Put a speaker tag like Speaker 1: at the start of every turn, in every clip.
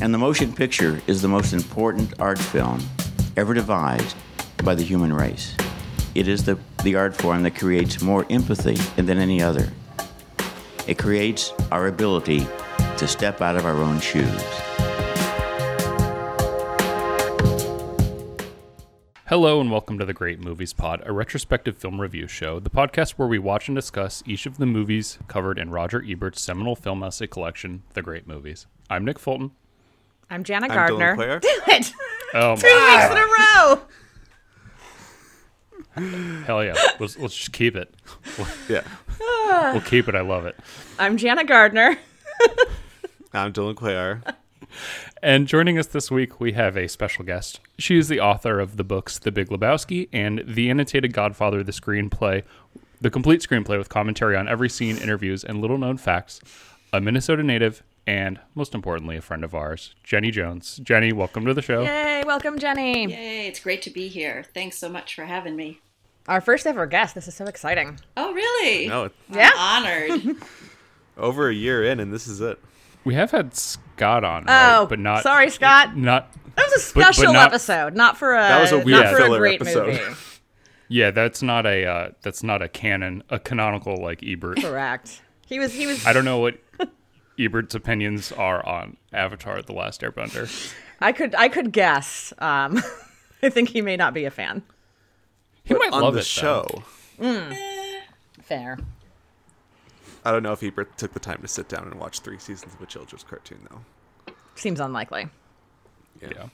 Speaker 1: And the motion picture is the most important art film ever devised by the human race. It is the, the art form that creates more empathy than any other. It creates our ability to step out of our own shoes.
Speaker 2: Hello and welcome to the Great Movies Pod, a retrospective film review show, the podcast where we watch and discuss each of the movies covered in Roger Ebert's seminal film essay collection, The Great Movies. I'm Nick Fulton.
Speaker 3: I'm Jana
Speaker 4: I'm Dylan
Speaker 3: Gardner.
Speaker 4: Clare.
Speaker 3: Do it.
Speaker 2: Oh
Speaker 3: Two
Speaker 2: my,
Speaker 3: weeks in a row.
Speaker 2: hell yeah! Let's, let's just keep it. We'll,
Speaker 4: Yeah.
Speaker 2: we'll keep it. I love it.
Speaker 3: I'm Jana Gardner.
Speaker 4: I'm Dylan Cuellar.
Speaker 2: And joining us this week, we have a special guest. She is the author of the books The Big Lebowski and The Annotated Godfather, the screenplay, the complete screenplay with commentary on every scene, interviews, and little known facts. A Minnesota native and, most importantly, a friend of ours, Jenny Jones. Jenny, welcome to the show.
Speaker 3: Yay, welcome Jenny.
Speaker 5: Yay, it's great to be here. Thanks so much for having me.
Speaker 3: Our first ever guest. This is so exciting.
Speaker 5: Oh, really?
Speaker 4: No, it's
Speaker 3: Yeah.
Speaker 5: I'm honored.
Speaker 4: over a year in, and this is it.
Speaker 2: We have had Scott on, right?
Speaker 3: Oh,
Speaker 2: but not.
Speaker 3: sorry, Scott.
Speaker 2: Not.
Speaker 3: That was a
Speaker 2: But- but
Speaker 3: special
Speaker 2: not-
Speaker 3: episode, not for a
Speaker 4: That was a
Speaker 2: weird
Speaker 3: not for
Speaker 4: filler
Speaker 3: a great
Speaker 4: episode.
Speaker 3: movie.
Speaker 2: Yeah, that's not a. Uh, that's not a canon. A canonical like Ebert.
Speaker 3: Correct. He was he was
Speaker 2: I don't know what Ebert's opinions are on Avatar: The Last Airbender.
Speaker 3: I could I could guess. Um I think he may not be a fan.
Speaker 2: He might
Speaker 4: On
Speaker 2: love
Speaker 4: the
Speaker 2: it, though.
Speaker 4: show.
Speaker 3: Fair.
Speaker 4: I don't know if Ebert took the time to sit down and watch three seasons of a children's cartoon, though.
Speaker 3: Seems unlikely.
Speaker 2: Yeah.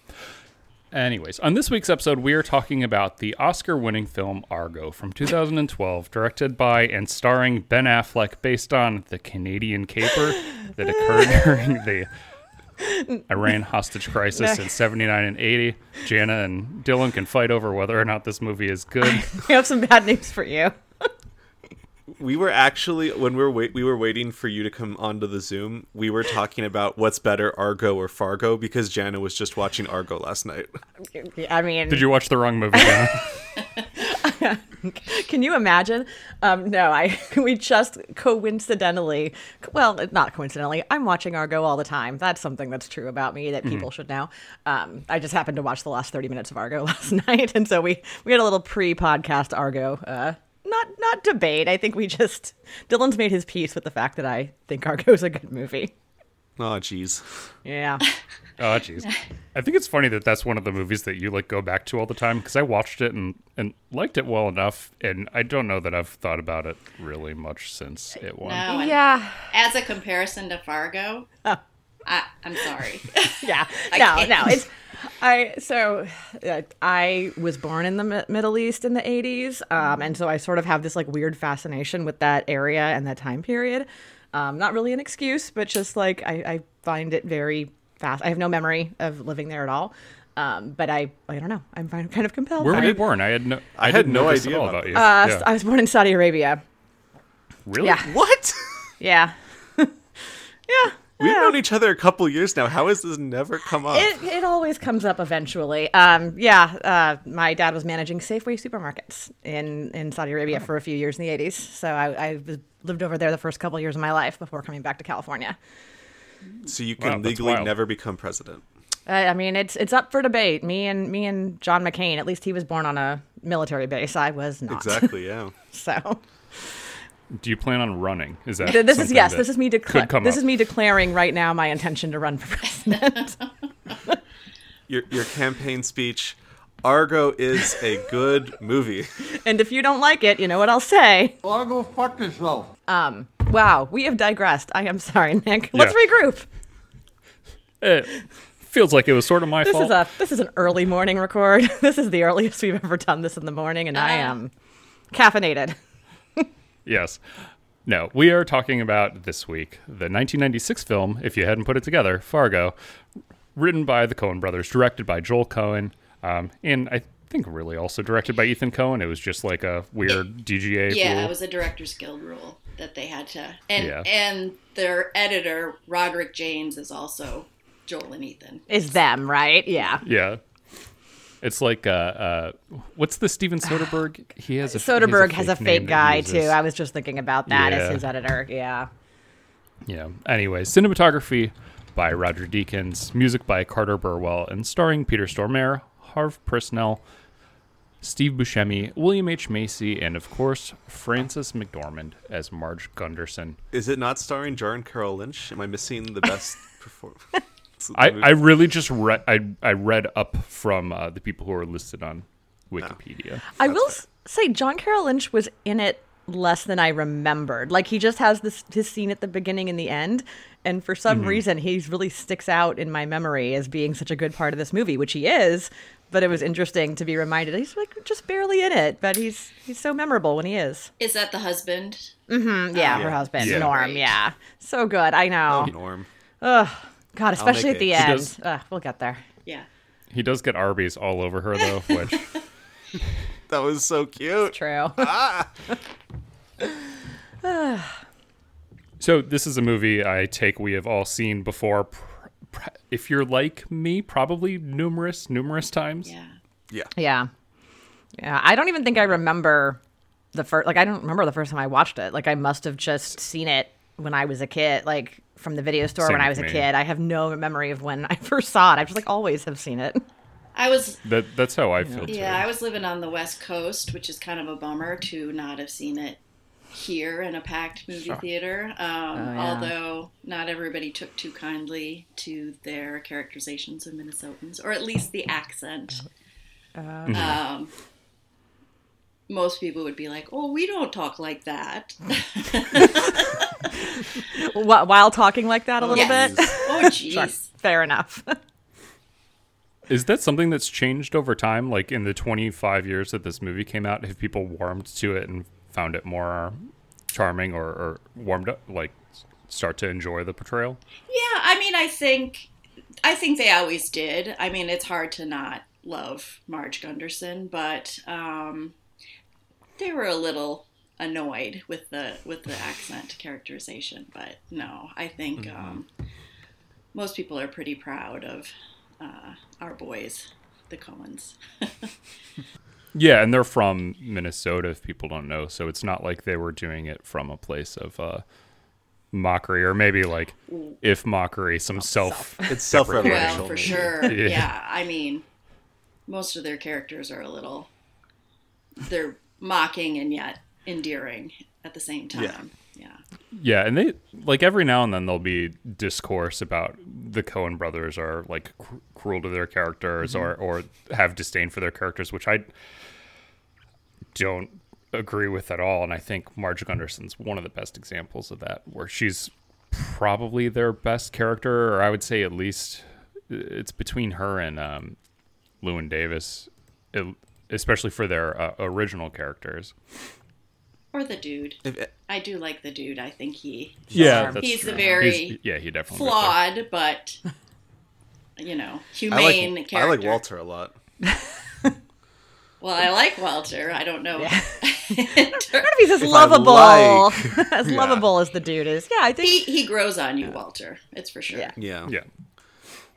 Speaker 2: Anyways, on this week's episode, we are talking about the Oscar winning film Argo from 2012, directed by and starring Ben Affleck, based on the Canadian caper that occurred during the Iran hostage crisis in 79 and 80. Jana and Dylan can fight over whether or not this movie is good.
Speaker 3: I have some bad news for you.
Speaker 4: We were actually when we were wait, we were waiting for you to come onto the Zoom. We were talking about what's better, Argo or Fargo, because Jana was just watching Argo last night.
Speaker 3: I mean
Speaker 2: Did you watch the wrong movie? Jana?
Speaker 3: Can you imagine? Um, no, I we just coincidentally, well, not coincidentally. I'm watching Argo all the time. That's something that's true about me that people should know. Um, I just happened to watch the last 30 minutes of Argo last night, and so we we had a little pre-podcast Argo. Uh, not not debate. I think we just Dylan's made his peace with the fact that I think Argo's a good movie.
Speaker 4: Oh, jeez.
Speaker 3: Yeah,
Speaker 2: Oh jeez. I think it's funny that that's one of the movies that you like go back to all the time because I watched it and and liked it well enough, and I don't know that I've thought about it really much since
Speaker 3: Uh,
Speaker 2: it won.
Speaker 5: No, and
Speaker 3: yeah, Oh.
Speaker 5: As a comparison to Fargo, I, I'm sorry.
Speaker 3: yeah. No,
Speaker 5: can't.
Speaker 3: no. It's I so uh, I was born in the Mi- Middle East in the 80s, um, and so I sort of have this like weird fascination with that area and that time period. Um, not really an excuse, but just like I, I find it very fast. I have no memory of living there at all. Um, but I, I don't know. I'm fin- kind of compelled.
Speaker 2: Where
Speaker 3: by
Speaker 2: were you
Speaker 3: it.
Speaker 2: born? I had no. I,
Speaker 4: had
Speaker 2: didn't
Speaker 4: no
Speaker 2: know this at
Speaker 4: idea
Speaker 2: all about
Speaker 4: about
Speaker 2: you.
Speaker 3: Uh,
Speaker 2: Yeah.
Speaker 3: I was born in Saudi Arabia.
Speaker 2: really?
Speaker 3: Yeah.
Speaker 4: What?
Speaker 3: Yeah. yeah.
Speaker 4: We've known each other a couple years now. How has this never come up?
Speaker 3: It, it always comes up eventually. Um, yeah, uh, my dad was managing Safeway supermarkets in, in Saudi Arabia for a few years in the 80s. So I, I was- lived over there the first couple of years of my life before coming back to California.
Speaker 4: so you
Speaker 2: Wow,
Speaker 4: can
Speaker 2: that's
Speaker 4: legally
Speaker 2: wild.
Speaker 4: never become president.
Speaker 3: I, I mean, it's it's up for debate. Me and me and John McCain. At least he was born on a military base. I was not.
Speaker 4: Exactly. Yeah.
Speaker 3: So
Speaker 2: Do you plan on running? Is that
Speaker 3: this is
Speaker 2: something
Speaker 3: yes.
Speaker 2: that
Speaker 3: This is me
Speaker 2: could
Speaker 3: decla-
Speaker 2: come
Speaker 3: This
Speaker 2: up?
Speaker 3: is me declaring right now my intention to run for president.
Speaker 4: Your your campaign speech. Argo is a good movie.
Speaker 3: and if you don't like it, you know what I'll say. Um,
Speaker 6: Well, go fuck yourself.
Speaker 3: Wow, we have digressed. I am sorry, Nick. Let's
Speaker 2: Yeah.
Speaker 3: regroup.
Speaker 2: It feels like it was sort of my
Speaker 3: This
Speaker 2: fault.
Speaker 3: is a this is an early morning record. This is the earliest we've ever done this in the morning, and I am caffeinated.
Speaker 2: Yes. No, we are talking about this week the 1996 film, if you hadn't put it together, Fargo, written by the Coen brothers, directed by Joel Cohen, um, and I think really also directed by Ethan Cohen. It was just like a weird DGA
Speaker 5: yeah,
Speaker 2: rule.
Speaker 5: it was a Directors Guild rule that they had to. And,
Speaker 2: Yeah.
Speaker 5: and their editor, Roderick James, is also Joel and Ethan.
Speaker 3: Is them right? Yeah.
Speaker 2: yeah. It's like uh, uh, what's the Steven Soderbergh? He has a he
Speaker 3: Soderbergh has a
Speaker 2: name that
Speaker 3: fake
Speaker 2: he
Speaker 3: guy
Speaker 2: uses.
Speaker 3: too. I was just thinking about that
Speaker 2: Yeah.
Speaker 3: as his editor. Yeah.
Speaker 2: Yeah. Anyway, cinematography by Roger Deakins, music by Carter Burwell, and starring Peter Stormare, Harv Prisnell, Steve Buscemi, William H. Macy, and of course, Frances McDormand as Marge Gunderson.
Speaker 4: Is it not starring Jaron Carroll Lynch? Am I missing the best performance?
Speaker 2: I, I really just read I, I read up from uh, the people who are listed on Wikipedia.
Speaker 3: I will s say John Carroll Lynch was in it less than I remembered. Like he just has this his scene at the beginning and the end, and for some reason he really sticks out in my memory as being such a good part of this movie, which he is. But it was interesting to be reminded he's like just barely in it, but he's he's so memorable when he is.
Speaker 5: Is that the husband?
Speaker 3: Mm. Yeah, her husband
Speaker 2: Yeah.
Speaker 3: Norm.
Speaker 5: Right.
Speaker 3: Yeah, so good. I know.
Speaker 4: Norm.
Speaker 3: God, especially at
Speaker 4: make
Speaker 3: the
Speaker 4: it.
Speaker 2: She
Speaker 3: end.
Speaker 2: does-
Speaker 3: Ugh, we'll get there.
Speaker 5: Yeah.
Speaker 2: He does get Arby's all over her though, which
Speaker 4: That was so cute.
Speaker 3: True.
Speaker 2: So this is a movie I take we have all seen before. Pr- pr- If you're like me, probably numerous, numerous times.
Speaker 5: Yeah.
Speaker 3: Yeah. Yeah. I don't even think I remember the first, like, I don't remember the first time I watched it. Like, I must have just seen it when I was a kid, like, from the video store
Speaker 2: Same
Speaker 3: when I was
Speaker 2: with
Speaker 3: a
Speaker 2: me.
Speaker 3: kid. I have no memory of when I first saw it. I just, like, always have seen it.
Speaker 5: I was
Speaker 2: That that's how I feel too.
Speaker 5: yeah, I was living on the West Coast, which is kind of a bummer to not have seen it here in a packed movie theater. Um, Although not everybody took too kindly to their characterizations of Minnesotans, or at least the accent. Um, most people would be like, "Oh, we don't talk like that."
Speaker 3: Wh- while talking like that a little
Speaker 5: Yes.
Speaker 3: bit.
Speaker 5: oh, jeez.
Speaker 3: Fair enough.
Speaker 2: Is that something that's changed over time? Like in the 25 years that this movie came out, have people warmed to it and found it more charming or, or warmed up, like s- start to enjoy the portrayal?
Speaker 5: Yeah, I mean, I think, I think they always did. I mean, it's hard to not love Marge Gunderson, but um, they were a little annoyed with the with the accent characterization. But no, I think um, most people are pretty proud of uh, our boys, the Coens.
Speaker 2: Yeah, and they're from Minnesota, if people don't know. So it's not like they were doing it from a place of uh, mockery or maybe like, if mockery, some self.
Speaker 4: It's
Speaker 5: Well,
Speaker 4: self-referential.
Speaker 5: for sure.
Speaker 2: Yeah.
Speaker 5: Yeah. I mean, most of their characters are a little they're mocking and yet endearing at the same time. Yeah.
Speaker 2: Yeah, and they like every now and then there'll be discourse about the Cohen brothers are like cr- cruel to their characters or
Speaker 5: Mm-hmm.
Speaker 2: or have disdain for their characters, which I don't agree with at all. And I think Marge Gunderson's one of the best examples of that, where she's probably their best character, or I would say at least it's between her and um, Lewin Davis, it, especially for their uh, original characters.
Speaker 5: Or the dude.
Speaker 4: If-
Speaker 5: I do like the dude. I think he
Speaker 2: Yeah,
Speaker 5: he's a very
Speaker 2: he's- yeah he definitely is there.
Speaker 5: flawed but you know,
Speaker 4: I like,
Speaker 5: humane character.
Speaker 4: I like Walter a lot.
Speaker 5: Well, I like Walter. I don't know.
Speaker 3: He's as lovable.
Speaker 4: like.
Speaker 3: as
Speaker 4: Yeah.
Speaker 3: lovable as the dude is. Yeah, I think.
Speaker 5: he he grows on you, Walter. It's for sure.
Speaker 3: Yeah.
Speaker 4: Yeah.
Speaker 2: Yeah.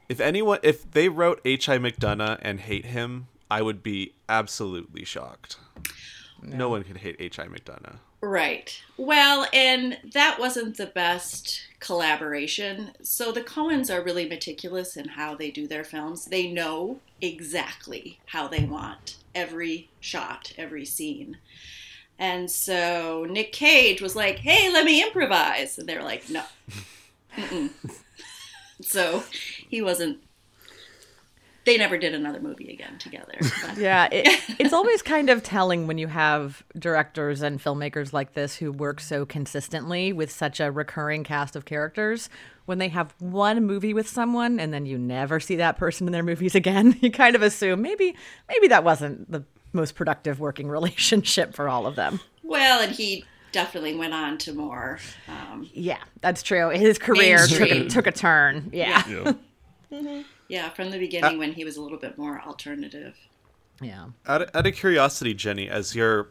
Speaker 4: If anyone, if they wrote H.I. McDonough and hate him, I would be absolutely shocked. No, one could hate H.I. McDonough.
Speaker 5: Right. Well, and that wasn't the best collaboration. So the Coens are really meticulous in how they do their films. They know exactly how they want every shot, every scene. And so Nick Cage was like, "Hey, let me improvise," and they were like, "No." Mm-mm." so he wasn't. They never did another movie again together. but-
Speaker 3: Yeah, it, it's always kind of telling when you have directors and filmmakers like this who work so consistently with such a recurring cast of characters. When they have one movie with someone and then you never see that person in their movies again, you kind of assume maybe maybe that wasn't the most productive working relationship for all of them.
Speaker 5: well, and he definitely went on to more. Um,
Speaker 3: Yeah, that's true. His career took a,
Speaker 5: Mainstream.
Speaker 3: took a turn. Yeah. yeah.
Speaker 5: Yeah, from the beginning when he was a little bit more alternative.
Speaker 4: Out of, out of curiosity, Jenny, as you're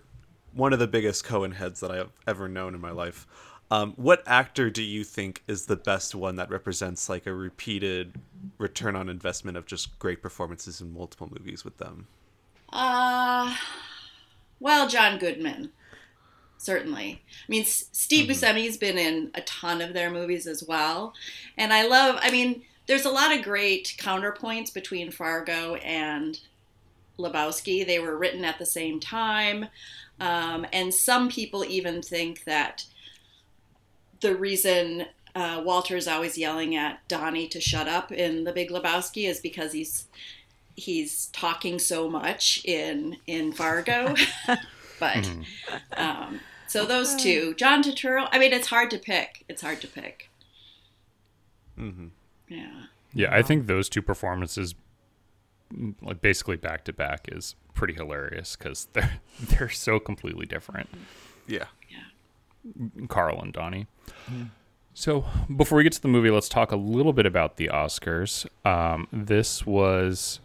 Speaker 4: one of the biggest Cohen heads that I've ever known in my life, um, what actor do you think is the best one that represents like a repeated return on investment of just great performances in multiple movies with them?
Speaker 5: Uh well, John Goodman. certainly. I mean, S- Steve Buscemi's been in a ton of their movies as well, and I love. I mean, there's a lot of great counterpoints between Fargo and Lebowski. They were written at the same time, um, and some people even think that the reason. Uh, Walter's always yelling at Donnie to shut up in The Big Lebowski is because he's he's talking so much in in Fargo, but um, so those two, John Turturro. I mean, it's hard to pick. It's hard to pick. Mm-hmm. Yeah.
Speaker 2: Yeah, I think those two performances, mm, like basically back to back, is pretty hilarious because they're they're so completely different,
Speaker 4: Yeah.
Speaker 2: Carl and Donnie. So before we get to the movie, let's talk a little bit about the Oscars. Um, this was,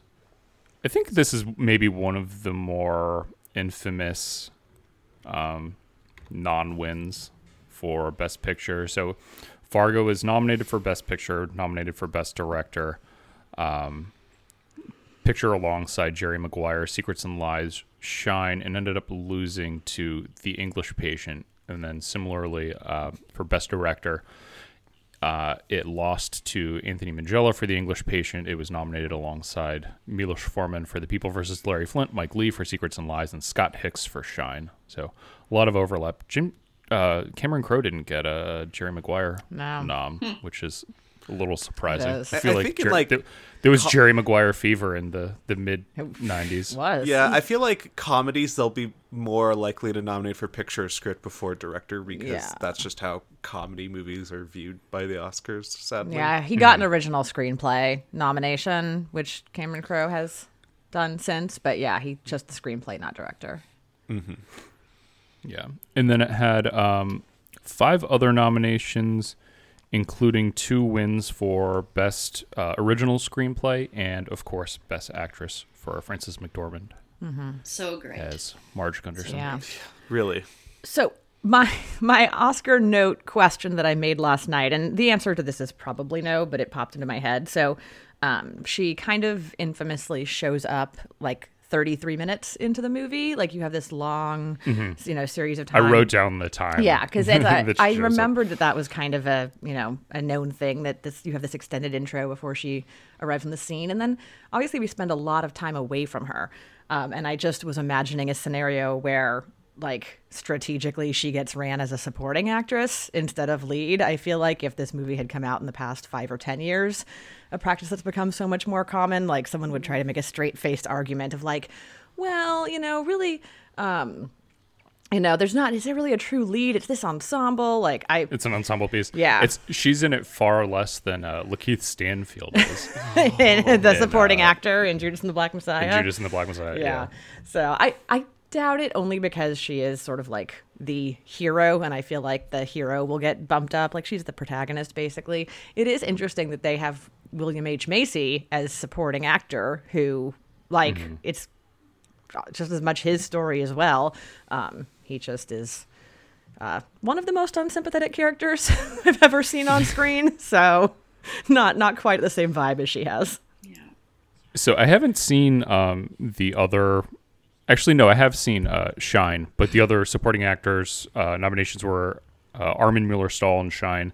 Speaker 2: I think, this is maybe one of the more infamous um, non-wins for Best Picture. So Fargo is nominated for Best Picture, nominated for Best Director. picture alongside Jerry Maguire, Secrets and Lies, Shine, and ended up losing to The English Patient. And then similarly uh, for Best Director, uh, it lost to Anthony Mangella for The English Patient. It was nominated alongside Milos Forman for The People versus Larry Flint, Mike Lee for Secrets and Lies, and Scott Hicks for Shine. So a lot of overlap. Jim uh, Cameron Crowe didn't get a Jerry Maguire
Speaker 3: No.
Speaker 2: nom, which is a little surprising.
Speaker 3: It is.
Speaker 2: I feel
Speaker 4: I
Speaker 2: like,
Speaker 4: think in,
Speaker 2: Jer-
Speaker 4: like,
Speaker 2: there, there was Jerry Maguire fever in the, the mid 90s.
Speaker 3: Was
Speaker 4: Yeah, I feel like comedies they'll be more likely to nominate for picture or script before director because
Speaker 3: Yeah.
Speaker 4: that's just how comedy movies are viewed by the Oscars. Sadly,
Speaker 3: Yeah, he got an original screenplay nomination, which Cameron Crowe has done since. But yeah, he just the screenplay, not director.
Speaker 2: Yeah. And then it had um, five other nominations, including two wins for Best uh, Original Screenplay and, of course, Best Actress for Frances McDormand
Speaker 5: So great.
Speaker 2: as Marge Gunderson.
Speaker 3: Yeah.
Speaker 4: really.
Speaker 3: So my my Oscar note question that I made last night, and the answer to this is probably no, but it popped into my head. So um, she kind of infamously shows up like 33 minutes into the movie. Like you have this long, you know, series of
Speaker 2: Mm-hmm. I
Speaker 3: time.
Speaker 2: wrote down the time.
Speaker 3: Yeah, because
Speaker 2: that
Speaker 3: I,
Speaker 2: she
Speaker 3: I
Speaker 2: shows up.
Speaker 3: remembered that that was kind of a you know a known thing that this you have this extended intro before she arrives on the scene, and then obviously we spend a lot of time away from her, um, and I just was imagining a scenario where like strategically she gets ran as a supporting actress instead of lead. I feel like if this movie had come out in the past five or ten years, a practice that's become so much more common, like someone would try to make a straight faced argument of like, well, you know, really you know, there's not, is it really a true lead? It's this ensemble. Like, I,
Speaker 2: It's an ensemble piece.
Speaker 3: Yeah.
Speaker 2: It's she's in it far less than uh, Lakeith Stanfield is.
Speaker 3: the supporting
Speaker 2: uh,
Speaker 3: actor in Judas and the Black Messiah.
Speaker 2: and Judas and the Black Messiah.
Speaker 3: yeah. So I, I doubt it only because she is sort of like the hero. And I feel like the hero will get bumped up. Like, she's the protagonist, basically. It is interesting that they have William H. Macy as supporting actor who, like, it's just as much his story as well. Um, he just is. uh, one of the most unsympathetic characters I've ever seen on screen. So, not not quite the same vibe as she has.
Speaker 5: yeah.
Speaker 2: So I haven't seen um, the other. Actually, no, I have seen uh, Shine, but the other supporting actors uh, nominations were uh, Armin Mueller Stahl and Shine,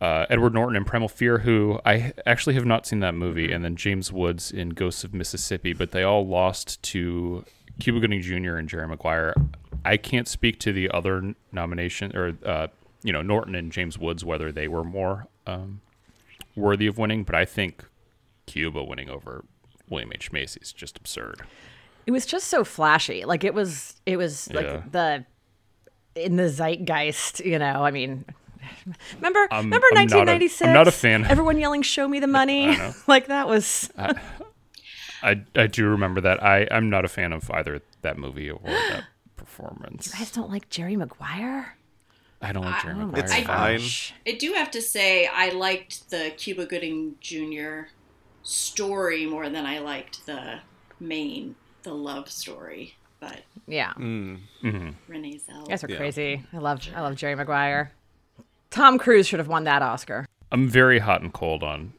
Speaker 2: uh, Edward Norton in Primal Fear, who I actually have not seen that movie, and then James Woods in Ghosts of Mississippi, but they all lost to Cuba Gooding Jr. and Jerry Maguire. I can't speak to the other n- nomination or uh, you know Norton and James Woods whether they were more um, worthy of winning, but I think Cuba winning over William H. Macy is just absurd.
Speaker 3: It was just so flashy. Like it was it was like
Speaker 2: Yeah.
Speaker 3: the in the zeitgeist, you know. I mean, remember remember
Speaker 2: I'm not a- I'm
Speaker 3: 1996?
Speaker 2: not a fan.
Speaker 3: Everyone yelling "Show me the money!" like that was
Speaker 2: I, I do remember that. I, I'm not a fan of either that movie or that performance.
Speaker 3: I just don't like Jerry Maguire.
Speaker 2: I don't like Jerry Maguire.
Speaker 4: It's
Speaker 5: I-
Speaker 4: fine.
Speaker 5: I do have to say I liked the Cuba Gooding Jr. story more than I liked the main, the love story. But
Speaker 3: Yeah,
Speaker 2: Mm,
Speaker 5: Renee Zell.
Speaker 3: you guys are crazy. I love I love Jerry Maguire. Tom Cruise should have won that Oscar.
Speaker 2: I'm very hot and cold on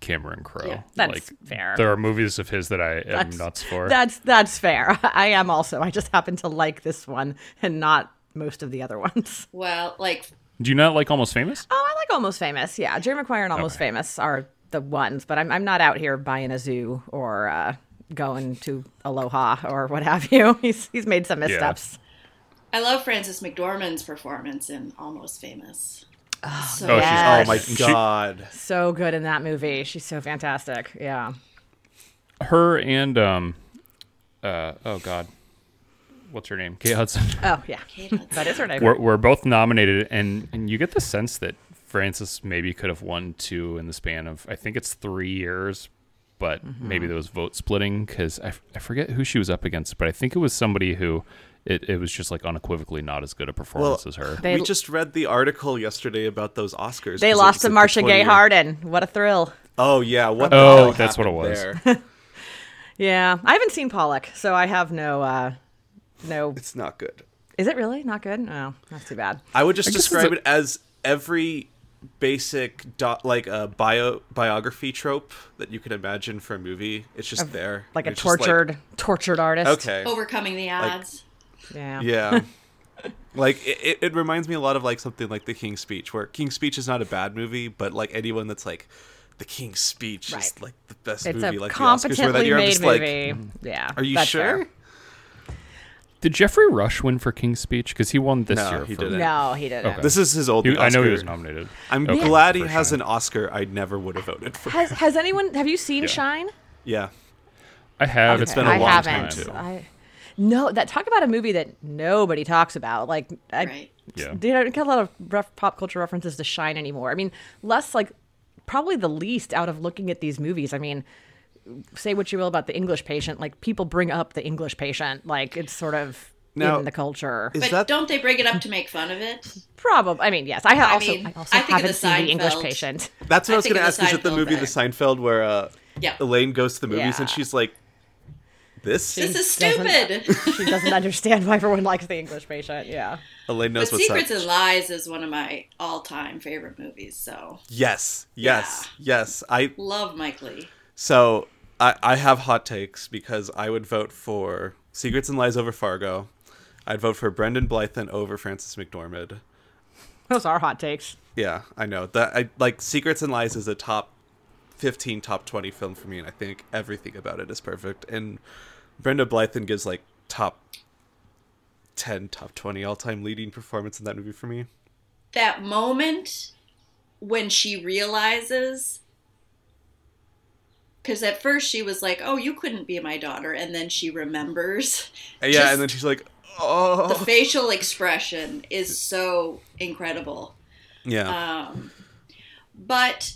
Speaker 2: Cameron Crowe.
Speaker 5: Yeah,
Speaker 3: that's fair.
Speaker 2: There are movies of his that I am nuts for.
Speaker 3: That's that's fair. I am also. I just happen to like this one and not most of the other ones.
Speaker 5: Well, like
Speaker 2: Do you not like Almost Famous?
Speaker 3: Oh, I like Almost Famous. Yeah, Jerry Maguire and Almost
Speaker 2: Okay.
Speaker 3: Famous are the ones, but I'm I'm not out here buying a zoo or uh, going to Aloha or what have you. He's he's made some missteps.
Speaker 5: I love Frances McDormand's performance in Almost Famous. so,
Speaker 2: Oh, she's-
Speaker 4: Oh
Speaker 3: Yes.
Speaker 4: my
Speaker 2: She-
Speaker 4: god.
Speaker 3: So good in that movie. She's so fantastic. Yeah.
Speaker 2: Her and um, uh, oh god, what's her name? Kate Hudson.
Speaker 3: Oh yeah.
Speaker 5: Kate
Speaker 3: That is her name.
Speaker 2: were, were both nominated, and and you get the sense that Francis maybe could have won two in the span of I think it's three years, but
Speaker 4: Mm-hmm.
Speaker 2: maybe there was vote splitting because I, f- I forget who she was up against, but I think it was somebody who it, it was just like unequivocally not as good a performance as her.
Speaker 3: They-
Speaker 4: we just read the article yesterday about those Oscars.
Speaker 3: they
Speaker 4: 'cause
Speaker 3: lost
Speaker 4: it's
Speaker 3: to
Speaker 4: at the
Speaker 3: Marcia Gay
Speaker 4: 20
Speaker 3: Harden. What a thrill.
Speaker 4: Oh yeah, what? the
Speaker 2: Oh,
Speaker 4: hell
Speaker 2: that's what it
Speaker 4: happened
Speaker 2: was.
Speaker 4: there?
Speaker 3: Yeah. I haven't seen Pollock, so I have no uh no
Speaker 4: It's not good.
Speaker 3: Is it really not good? No, that's too bad.
Speaker 4: I would just
Speaker 2: guess it's
Speaker 4: describe
Speaker 2: a-
Speaker 4: it as every basic dot like a bio biography trope that you can imagine for a movie. It's just there.
Speaker 3: Like a
Speaker 4: It's just
Speaker 3: tortured, tortured artist.
Speaker 4: okay.
Speaker 5: overcoming the odds.
Speaker 3: Yeah.
Speaker 4: Yeah. like it, it, it reminds me a lot of like something like The King's Speech, where King's Speech is not a bad movie, but like anyone that's like The King's Speech is
Speaker 3: Right.
Speaker 4: like the best
Speaker 3: It's
Speaker 4: movie
Speaker 3: a
Speaker 4: like the Oscars were
Speaker 3: competently
Speaker 4: that year. I'm
Speaker 3: made
Speaker 4: just like, "Hmm,
Speaker 3: movie. yeah.
Speaker 4: are you
Speaker 3: that's
Speaker 4: sure?
Speaker 3: fair.
Speaker 2: Did Jeffrey Rush win for King's Speech? Because he won this
Speaker 4: No,
Speaker 2: year.
Speaker 4: he
Speaker 2: for-
Speaker 4: didn't.
Speaker 3: No, he didn't.
Speaker 2: Okay.
Speaker 4: This is his old.
Speaker 2: He- I know he
Speaker 4: Oscar.
Speaker 2: was nominated.
Speaker 4: I'm
Speaker 2: Okay,
Speaker 4: glad he
Speaker 2: for
Speaker 4: has
Speaker 2: Shine.
Speaker 4: an Oscar. I never would have voted for.
Speaker 3: Has Has anyone? Have you seen Shine?
Speaker 4: Yeah.
Speaker 2: I have.
Speaker 3: Okay.
Speaker 2: It's been a
Speaker 3: I
Speaker 2: long
Speaker 3: haven't.
Speaker 2: time.
Speaker 4: too.
Speaker 3: I no. That talk about a movie that nobody talks about. Like I,
Speaker 5: Right.
Speaker 2: Yeah.
Speaker 3: They don't get a lot of rough pop culture references to Shine anymore. I mean, less like probably the least out of looking at these movies. I mean, say what you will about the English Patient, like people bring up the English Patient, like it's sort of
Speaker 4: Now,
Speaker 3: in the culture.
Speaker 4: Is
Speaker 5: But
Speaker 4: that
Speaker 5: don't they bring it up to make fun of it?
Speaker 3: Probably. I mean, yes. I, ha-
Speaker 5: I
Speaker 3: also
Speaker 5: mean,
Speaker 3: I also
Speaker 5: I think of
Speaker 3: haven't
Speaker 5: the
Speaker 3: seen the English
Speaker 5: Seinfeld.
Speaker 3: Patient.
Speaker 4: That's what
Speaker 5: I
Speaker 4: I was
Speaker 5: think
Speaker 4: going to
Speaker 5: of
Speaker 4: ask.
Speaker 5: the
Speaker 4: Is it the
Speaker 5: Seinfeld
Speaker 4: movie The
Speaker 5: there.
Speaker 4: Seinfeld where uh,
Speaker 5: Yeah.
Speaker 4: Elaine goes to the movies and
Speaker 3: Yeah.
Speaker 4: she's like, "This."
Speaker 5: This is
Speaker 3: doesn't-
Speaker 5: stupid.
Speaker 3: She doesn't understand why everyone likes the English Patient. Yeah.
Speaker 4: Elaine
Speaker 5: but
Speaker 4: knows what's
Speaker 5: Secrets
Speaker 4: up.
Speaker 5: and Lies is one of my all-time favorite movies. So
Speaker 4: Yes, yes, yes. I
Speaker 5: love Mike Lee.
Speaker 4: so I I have hot takes because I would vote for Secrets and Lies over Fargo. I'd vote for Brendan Blythen over Francis McDormand.
Speaker 3: Those are hot takes.
Speaker 4: Yeah, I know that. I like Secrets and Lies is a top fifteen, top twenty film for me, and I think everything about it is perfect. And Brenda Blythen gives like top ten, top twenty all time leading performance in that movie for me.
Speaker 5: That moment when she realizes, because at first she was like, "Oh, you couldn't be my daughter," and then she remembers.
Speaker 4: And yeah, and then she's like,
Speaker 5: The
Speaker 4: oh,
Speaker 5: facial expression is so incredible.
Speaker 4: yeah.
Speaker 5: Um, but,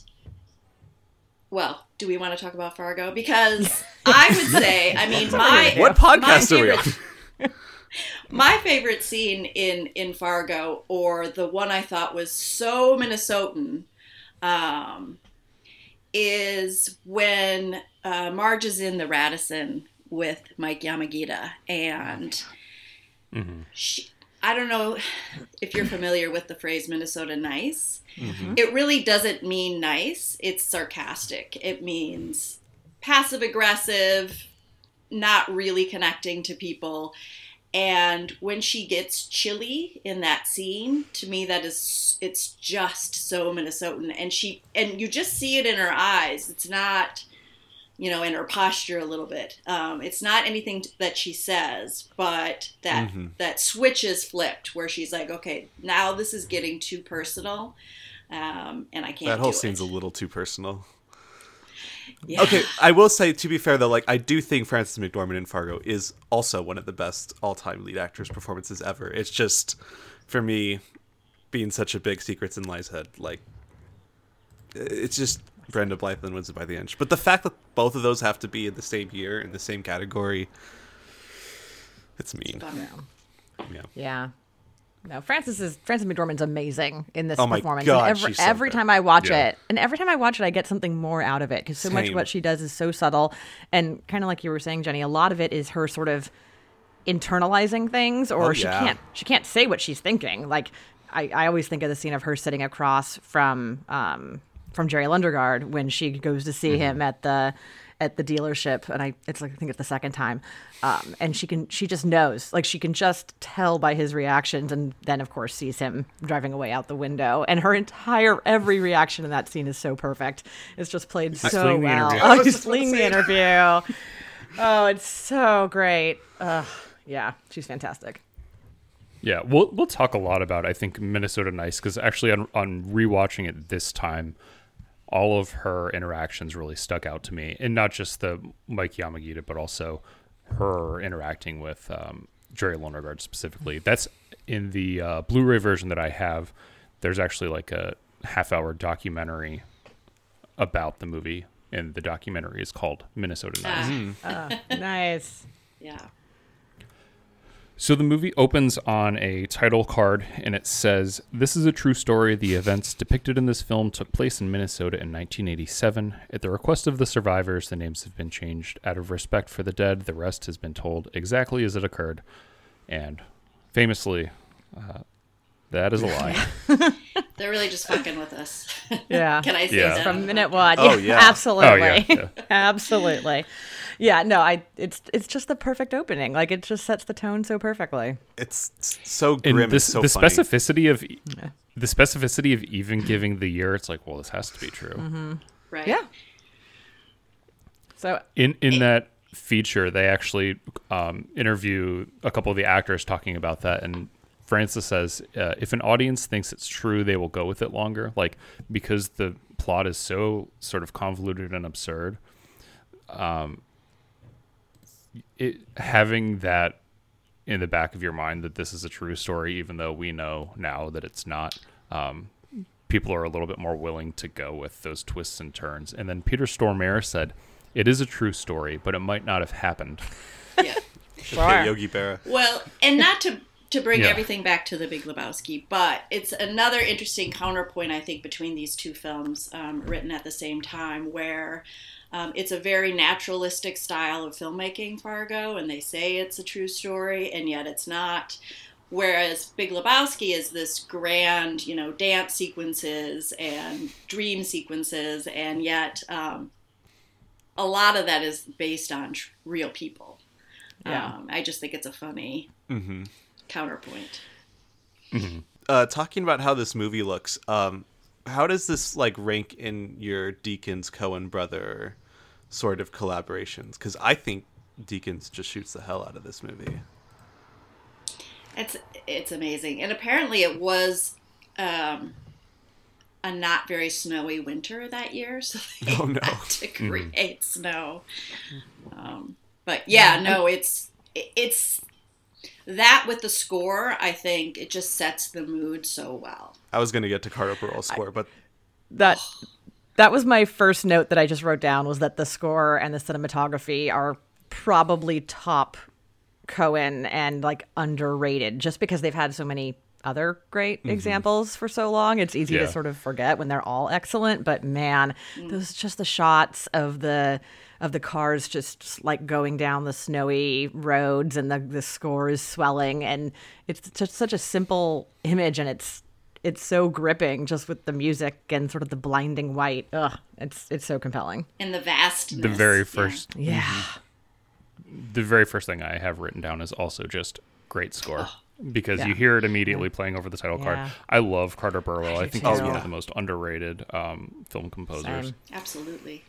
Speaker 5: well, do we want to talk about Fargo? Because I would say, I mean, my
Speaker 4: what
Speaker 5: my
Speaker 4: podcast are we
Speaker 5: favorite,
Speaker 4: on?
Speaker 5: my favorite scene in in Fargo, or the one I thought was so Minnesotan, um, is when uh, Marge is in the Radisson with Mike Yamagita, and she, I don't know if you're familiar with the phrase Minnesota nice. It really doesn't mean nice. It's sarcastic. It means passive aggressive, not really connecting to people. And when she gets chilly in that scene, to me that is it's just so Minnesotan and she and you just see it in her eyes. It's not you know, in her posture a little bit. Um, it's not anything t- that she says, but that
Speaker 4: Mm-hmm.
Speaker 5: that switch is flipped where she's like, okay, now this is getting too personal, um, and I can't.
Speaker 4: That whole
Speaker 5: do
Speaker 4: scene's
Speaker 5: it.
Speaker 4: a little too personal.
Speaker 5: Yeah.
Speaker 4: Okay, I will say to be fair though, like I do think Frances McDormand in Fargo is also one of the best all-time lead actress performances ever. It's just for me being such a big Secrets and Lies head, like it's just Brenda Blythen wins it by the inch. But the fact that both of those have to be in the same year in the same category, it's mean.
Speaker 5: Bummer.
Speaker 4: Yeah.
Speaker 3: Yeah. No, Francis is Francis McDormand's amazing in this
Speaker 4: Oh my
Speaker 3: performance.
Speaker 4: God,
Speaker 3: and every
Speaker 4: she's so
Speaker 3: every
Speaker 4: good.
Speaker 3: time I watch
Speaker 2: Yeah.
Speaker 3: it, and every time I watch it, I get something more out of it because so much
Speaker 4: Same.
Speaker 3: of what she does is so subtle, and kind of like you were saying, Jenny, a lot of it is her sort of internalizing things, or
Speaker 4: Oh,
Speaker 3: she
Speaker 4: yeah.
Speaker 3: can't she can't say what she's thinking. Like I, I always think of the scene of her sitting across from um, from Jerry Lundergaard when she goes to
Speaker 4: Mm-hmm.
Speaker 3: see him at the at the dealership, and I it's like I think it's the second time, um, and she can she just knows like she can just tell by his reactions, and then of course sees him driving away out the window, and her entire every reaction in that scene is so perfect. It's just played so
Speaker 2: Sling the
Speaker 3: well.
Speaker 2: interview.
Speaker 3: Oh, just fling the interview. Oh, it's so great. Ugh, yeah, she's fantastic.
Speaker 2: Yeah, we'll we'll talk a lot about I think Minnesota Nice because actually on on rewatching it this time, all of her interactions really stuck out to me, and not just the Mike Yamagita, but also her interacting with um, Jerry Lundergaard specifically. That's in the uh, Blu-ray version that I have. There's actually like a half-hour documentary about the movie, and the documentary is called Minnesota Nice.
Speaker 5: Ah,
Speaker 3: Nice.
Speaker 5: yeah.
Speaker 2: So the movie opens on a title card and it says, This is a true story. The events depicted in this film took place in Minnesota in 1987. At the request of the survivors, the names have been changed. Out of respect for the dead, the rest has been told exactly as it occurred. And famously, uh, that is a lie.
Speaker 5: They're really just fucking with us.
Speaker 3: Yeah.
Speaker 5: Can I say
Speaker 2: Yeah.
Speaker 5: that?
Speaker 3: from minute one.
Speaker 4: Oh,
Speaker 3: yeah,
Speaker 4: yeah.
Speaker 3: absolutely,
Speaker 2: Oh, yeah, yeah.
Speaker 3: absolutely. Yeah, no, I it's it's just the perfect opening. Like it just sets the tone so perfectly.
Speaker 4: It's s- so
Speaker 2: And
Speaker 4: grim. and
Speaker 2: this,
Speaker 4: so
Speaker 2: the
Speaker 4: funny.
Speaker 2: specificity of e, the specificity of even giving the year, it's like, well, this has to be true.
Speaker 5: Right.
Speaker 3: Yeah. So
Speaker 2: in in that feature they actually um, interview a couple of the actors talking about that and francis says uh, if an audience thinks it's true they will go with it longer like because the plot is so sort of convoluted and absurd um, it, having that in the back of your mind that this is a true story even though we know now that it's not um, people are a little bit more willing to go with those twists and turns. And then Peter Stormare said, "It is a true story, but it might not have happened."
Speaker 5: Yeah.
Speaker 4: Okay, Yogi Berra.
Speaker 5: Well, and not to to bring
Speaker 2: Yeah.
Speaker 5: everything back to the Big Lebowski, but it's another interesting counterpoint I think between these two films, um, written at the same time, where um, it's a very naturalistic style of filmmaking, Fargo, and they say it's a true story, and yet it's not. Whereas Big Lebowski is this grand, you know, dance sequences and dream sequences, and yet um, a lot of that is based on tr- real people.
Speaker 3: Yeah.
Speaker 5: Um, I just think it's a funny counterpoint.
Speaker 4: Uh, talking about how this movie looks, um, how does this like rank in your Deacons Cohen brother sort of collaborations? Because I think Deacons just shoots the hell out of this movie.
Speaker 5: It's it's amazing, and apparently it was um, a not very snowy winter that year, so they
Speaker 4: Oh, no.
Speaker 5: had to create snow. Um, but yeah, no, it's it- it's that with the score. I think it just sets the mood so well.
Speaker 4: I was gonna get to Carter Burrell's score, but
Speaker 3: that that was my first note that I just wrote down was that the score and the cinematography are probably top Cohen and like underrated just because they've had so many other great examples for so long. It's easy
Speaker 2: Yeah.
Speaker 3: to sort of forget when they're all excellent, but man, those just the shots of the of the cars just like going down the snowy roads and the the score is swelling and it's just such a simple image and it's it's so gripping just with the music and sort of the blinding white. Ugh, it's it's so compelling.
Speaker 5: And the vastness,
Speaker 2: The very
Speaker 5: yeah.
Speaker 2: first,
Speaker 3: Yeah.
Speaker 2: the very first thing I have written down is also just great score because you hear it immediately playing over the title
Speaker 3: Oh, Yeah.
Speaker 2: card. I love Carter Burwell. I think
Speaker 3: too.
Speaker 2: he's one
Speaker 4: Yeah.
Speaker 2: of the most underrated um, film composers.
Speaker 3: Same.
Speaker 5: absolutely.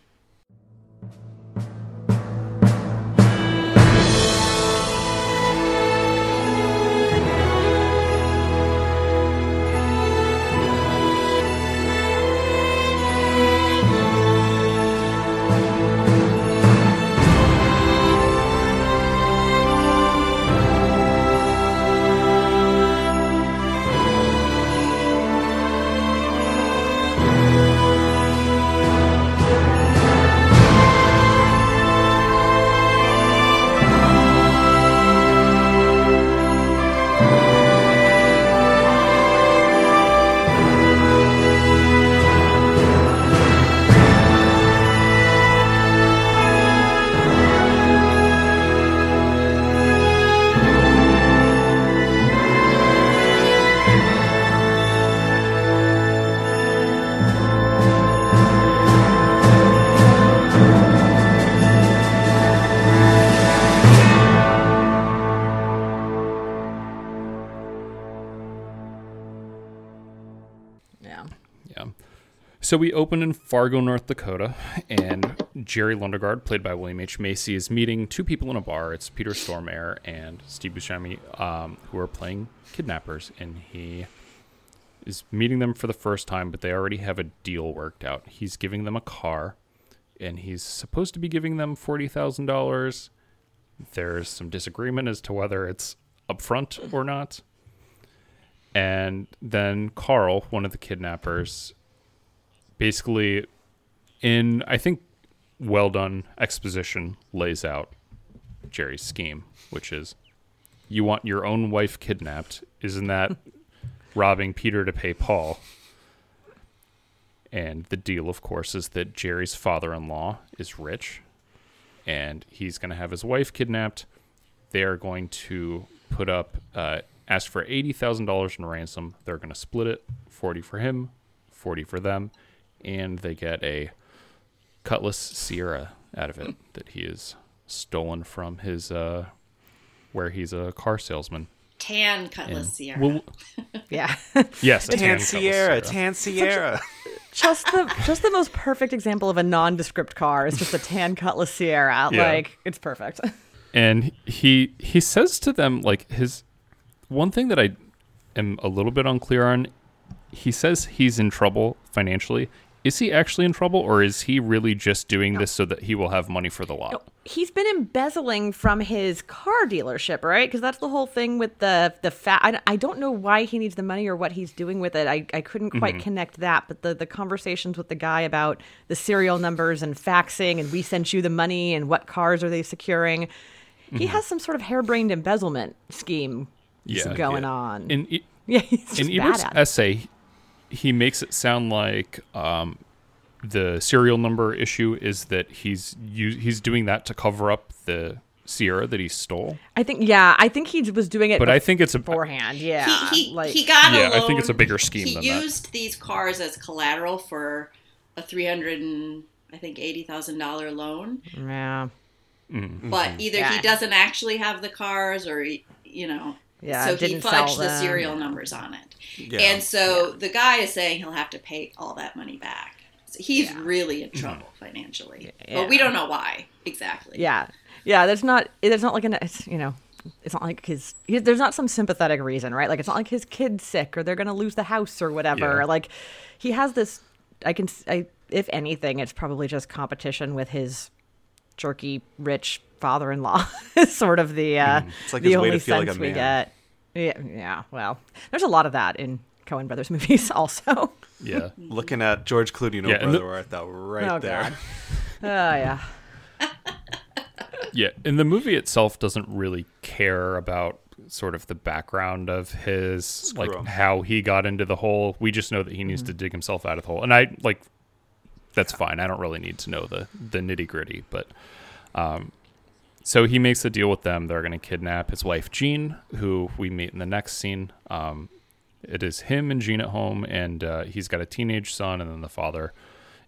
Speaker 2: So we open in Fargo, North Dakota, and Jerry Lundegaard, played by William H. Macy, is meeting two people in a bar. It's Peter Stormare and Steve Buscemi, um, who are playing kidnappers, and he is meeting them for the first time, but they already have a deal worked out. He's giving them a car, and he's supposed to be giving them forty thousand dollars. There's some disagreement as to whether it's upfront or not. And then Carl, one of the kidnappers, basically in I think well done exposition lays out Jerry's scheme, which is you want your own wife kidnapped, isn't that robbing Peter to pay Paul? And the deal, of course, is that Jerry's father in law is rich and he's going to have his wife kidnapped. They are going to put up, uh, ask for $80,000 in ransom. They're going to split it 40 for him, 40 for them. And they get a Cutlass Sierra out of it that he is stolen from his, uh, where he's a car salesman.
Speaker 5: Tan Cutlass Sierra.
Speaker 2: Well,
Speaker 3: Yeah.
Speaker 2: yes, a tan
Speaker 4: Tan
Speaker 2: Cutlass
Speaker 4: Sierra, Tan Sierra.
Speaker 3: just the just the most perfect example of a nondescript car is just a tan Cutlass Sierra.
Speaker 2: Yeah.
Speaker 3: Like it's perfect.
Speaker 2: and he he says to them like his one thing that I am a little bit unclear on. He says he's in trouble financially. Is he actually in trouble, or is he really just doing this so that he will have money for the lot?
Speaker 3: He's been embezzling from his car dealership, right? Because that's the whole thing with the the fat. I, I don't know why he needs the money or what he's doing with it. I, I couldn't quite connect that. But the the conversations with the guy about the serial numbers and faxing and we sent you the money and what cars are they securing, he has some sort of harebrained embezzlement scheme going on.
Speaker 2: In E-
Speaker 3: yeah, he's just
Speaker 2: in
Speaker 3: bad
Speaker 2: Ebert's
Speaker 3: at it.
Speaker 2: essay, he makes it sound like um, the serial number issue is that he's u- he's doing that to cover up the Sierra that he stole.
Speaker 3: I think yeah, I think he was doing it
Speaker 2: But I think it's a
Speaker 3: beforehand. Yeah,
Speaker 5: he, he,
Speaker 3: like
Speaker 5: he got
Speaker 2: Yeah,
Speaker 5: a
Speaker 2: I think
Speaker 5: loan.
Speaker 2: it's a bigger scheme
Speaker 5: He
Speaker 2: than that.
Speaker 5: used these cars as collateral for a three hundred and I think eighty thousand dollar loan,
Speaker 3: yeah,
Speaker 2: Mm-hmm.
Speaker 5: but either
Speaker 3: Yeah.
Speaker 5: he doesn't actually have the cars, or he, you know,
Speaker 3: Yeah,
Speaker 5: so he
Speaker 3: didn't sell
Speaker 5: fudged the
Speaker 3: them.
Speaker 5: serial numbers on it,
Speaker 4: Yeah.
Speaker 5: and so the guy is saying he'll have to pay all that money back. So he's really in
Speaker 2: Mm-hmm.
Speaker 5: trouble financially, but we don't know why exactly.
Speaker 3: yeah, yeah. There's not there's not like an it's, you know it's not like his he, there's not some sympathetic reason, right? Like it's not like his kid's sick or they're gonna lose the house or whatever.
Speaker 2: Yeah.
Speaker 3: Like he has this. I can s- I if anything, it's probably just competition with his jerky rich father-in-law. is sort of the uh,
Speaker 4: Hmm. It's like
Speaker 3: the
Speaker 4: his way
Speaker 3: only
Speaker 4: to feel like
Speaker 3: sense
Speaker 4: a
Speaker 3: we
Speaker 4: man.
Speaker 3: get. Yeah, yeah. Well, there's a lot of that in Cohen Brothers movies, also.
Speaker 2: Yeah.
Speaker 4: Looking at George Clooney and
Speaker 2: Yeah,
Speaker 4: Oprah,
Speaker 2: and the-
Speaker 4: were at that right
Speaker 3: Oh,
Speaker 4: there.
Speaker 3: God. Oh yeah.
Speaker 2: Yeah, and the movie itself doesn't really care about sort of the background of his like
Speaker 4: 'em.
Speaker 2: how he got into the hole. We just know that he needs to dig himself out of the hole. And I like that's fine. I don't really need to know the the nitty-gritty, but um so he makes a deal with them. They're going to kidnap his wife Jean, who we meet in the next scene. Um it is him and Jean at home and uh, he's got a teenage son and then the father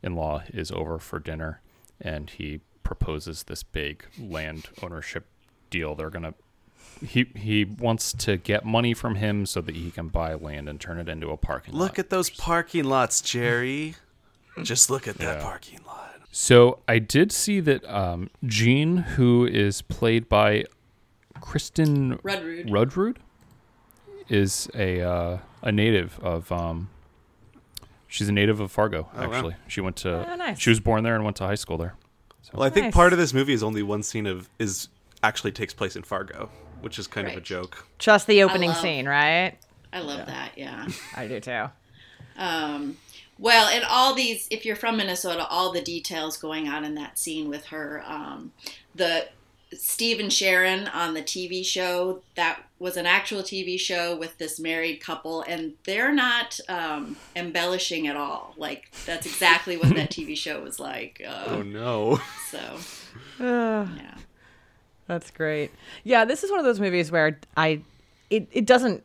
Speaker 2: in law is over for dinner and he proposes this big land ownership deal. They're gonna he he wants to get money from him so that he can buy land and turn it into a parking lot.
Speaker 4: Look at those parking lots, Jerry. Just look at that parking lot.
Speaker 2: So I did see that um, Jean, who is played by Kristen
Speaker 5: Rudrud.
Speaker 2: Rudrud, is a uh, a native of. Um, she's a native of Fargo. Actually, she went to.
Speaker 3: Oh, nice.
Speaker 2: She was born there and went to high school there.
Speaker 4: Well, I think
Speaker 3: Nice.
Speaker 4: part of this movie is only one scene of is actually takes place in Fargo, which is kind of a
Speaker 5: Right.
Speaker 4: joke.
Speaker 3: Just the opening
Speaker 5: love-
Speaker 3: scene, right?
Speaker 5: I love that. Yeah.
Speaker 3: I do too.
Speaker 5: Um, well, and all these, if you're from Minnesota, all the details going on in that scene with her, um, the Steve and Sharon on the TV show, that was an actual TV show with this married couple, and they're not um, embellishing at all. Like, that's exactly what that TV show was like.
Speaker 4: Oh
Speaker 5: Uh,
Speaker 4: no!
Speaker 5: so, yeah.
Speaker 3: That's great. Yeah, this is one of those movies where I it, it doesn't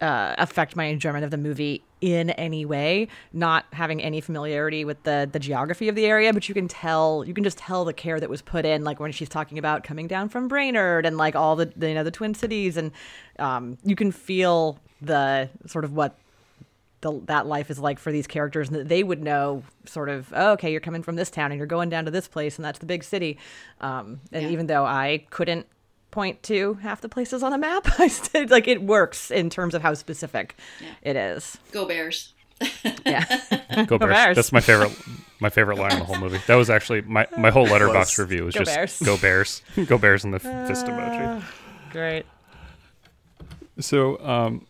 Speaker 3: uh, affect my enjoyment of the movie in any way, not having any familiarity with the the geography of the area, but you can tell you can just tell the care that was put in, like when she's talking about coming down from Brainerd and like all the the, you know the Twin Cities, and um, you can feel the sort of what the, that life is like for these characters, and that they would know sort of, oh, okay, you're coming from this town and you're going down to this place, and that's the big city. Um, and even though I couldn't point to half the places on a map, I said like it works in terms of how specific it is.
Speaker 5: Go Bears.
Speaker 3: Yeah.
Speaker 2: Go Bears.
Speaker 3: Bears.
Speaker 2: That's my favorite. My favorite line in the whole movie. That was actually my my whole letterbox
Speaker 4: Was.
Speaker 2: review was
Speaker 3: Go
Speaker 2: just
Speaker 3: Bears. Uh,
Speaker 2: go Bears, go Bears, and the fist emoji.
Speaker 3: Great.
Speaker 2: So um,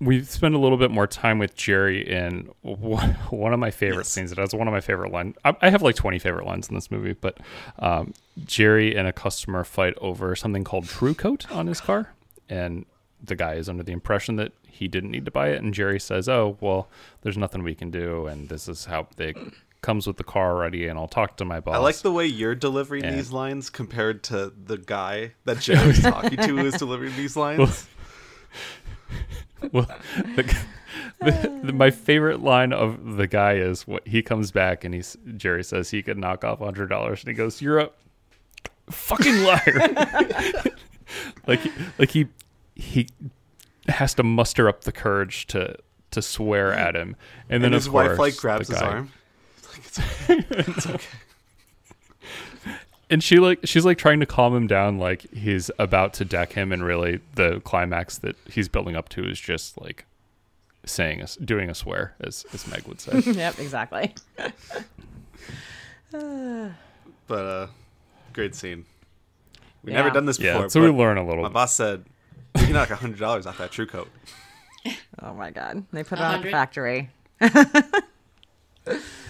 Speaker 2: we spend a little bit more time with Jerry in w- one of my favorite scenes. It has one of my favorite lines. I, I have like 20 favorite lines in this movie, but um, Jerry and a customer fight over something called True Coat on his car. And the guy is under the impression that he didn't need to buy it. And Jerry says, Oh, well, there's nothing we can do. And this is how they comes with the car already. And I'll talk to my boss.
Speaker 4: I like the way you're delivering
Speaker 2: Yeah.
Speaker 4: these lines compared to the guy that Jerry's talking to who is delivering these lines.
Speaker 2: well, the, the, the, my favorite line of the guy is what he comes back and he's Jerry says he could knock off hundred dollars and he goes, "You're a fucking liar." like, like he he has to muster up the courage to to swear at him, and, then
Speaker 4: and his
Speaker 2: of
Speaker 4: wife
Speaker 2: course,
Speaker 4: like
Speaker 2: the
Speaker 4: grabs his
Speaker 2: guy-
Speaker 4: arm.
Speaker 2: and she like she's like trying to calm him down like he's about to deck him and really the climax that he's building up to is just like saying us doing a swear as as meg would say
Speaker 3: Yep, exactly.
Speaker 4: But uh great scene. We've never
Speaker 3: Yeah.
Speaker 4: done this
Speaker 2: yeah
Speaker 4: before.
Speaker 2: so we
Speaker 4: but
Speaker 2: learn a little
Speaker 4: My
Speaker 2: bit.
Speaker 4: boss said you can knock hundred dollars off that true coat.
Speaker 3: Oh my god. They put it on at the
Speaker 5: 100.
Speaker 3: factory.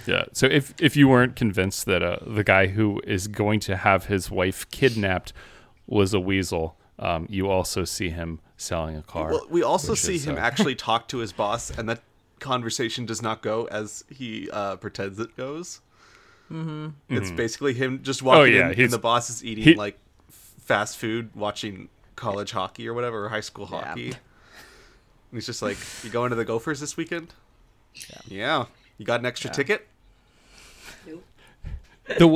Speaker 2: Yeah. So if if you weren't convinced that uh, the guy who is going to have his wife kidnapped was a weasel, um, you also see him selling a car.
Speaker 4: Well, we also
Speaker 2: which
Speaker 4: see
Speaker 2: is,
Speaker 4: him
Speaker 2: uh,
Speaker 4: actually talk to his boss, and that conversation does not go as he uh, pretends it goes. Mm-hmm. It's basically him just walking
Speaker 2: Oh, yeah,
Speaker 4: in,
Speaker 2: he's-
Speaker 4: and the boss is eating
Speaker 2: he-
Speaker 4: like f- fast food, watching college hockey or whatever, or high school hockey. And he's just like, "You going to the Gophers this weekend? Yeah. You got an extra ticket?
Speaker 5: Nope.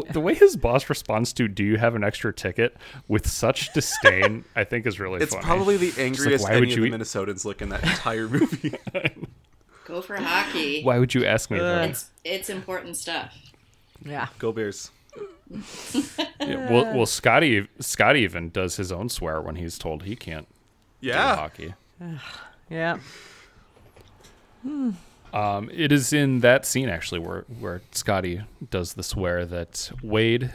Speaker 2: the the way his boss responds to "Do you have an extra ticket?" with such disdain, I think is really
Speaker 4: It's
Speaker 2: funny.
Speaker 4: probably the angriest
Speaker 2: "Why would
Speaker 4: any of
Speaker 2: you
Speaker 4: the
Speaker 2: eat-"
Speaker 4: Minnesotans look in that entire movie.
Speaker 5: Go for hockey.
Speaker 2: why would you ask me? that?
Speaker 5: It's it's important stuff.
Speaker 3: Yeah.
Speaker 4: Go Bears!
Speaker 2: Yeah, well, well, Scotty Scotty even does his own swear when he's told he can't play
Speaker 4: Yeah,
Speaker 2: hockey.
Speaker 3: Yeah.
Speaker 2: Um, it is in that scene actually where where Scotty does the swear that Wade,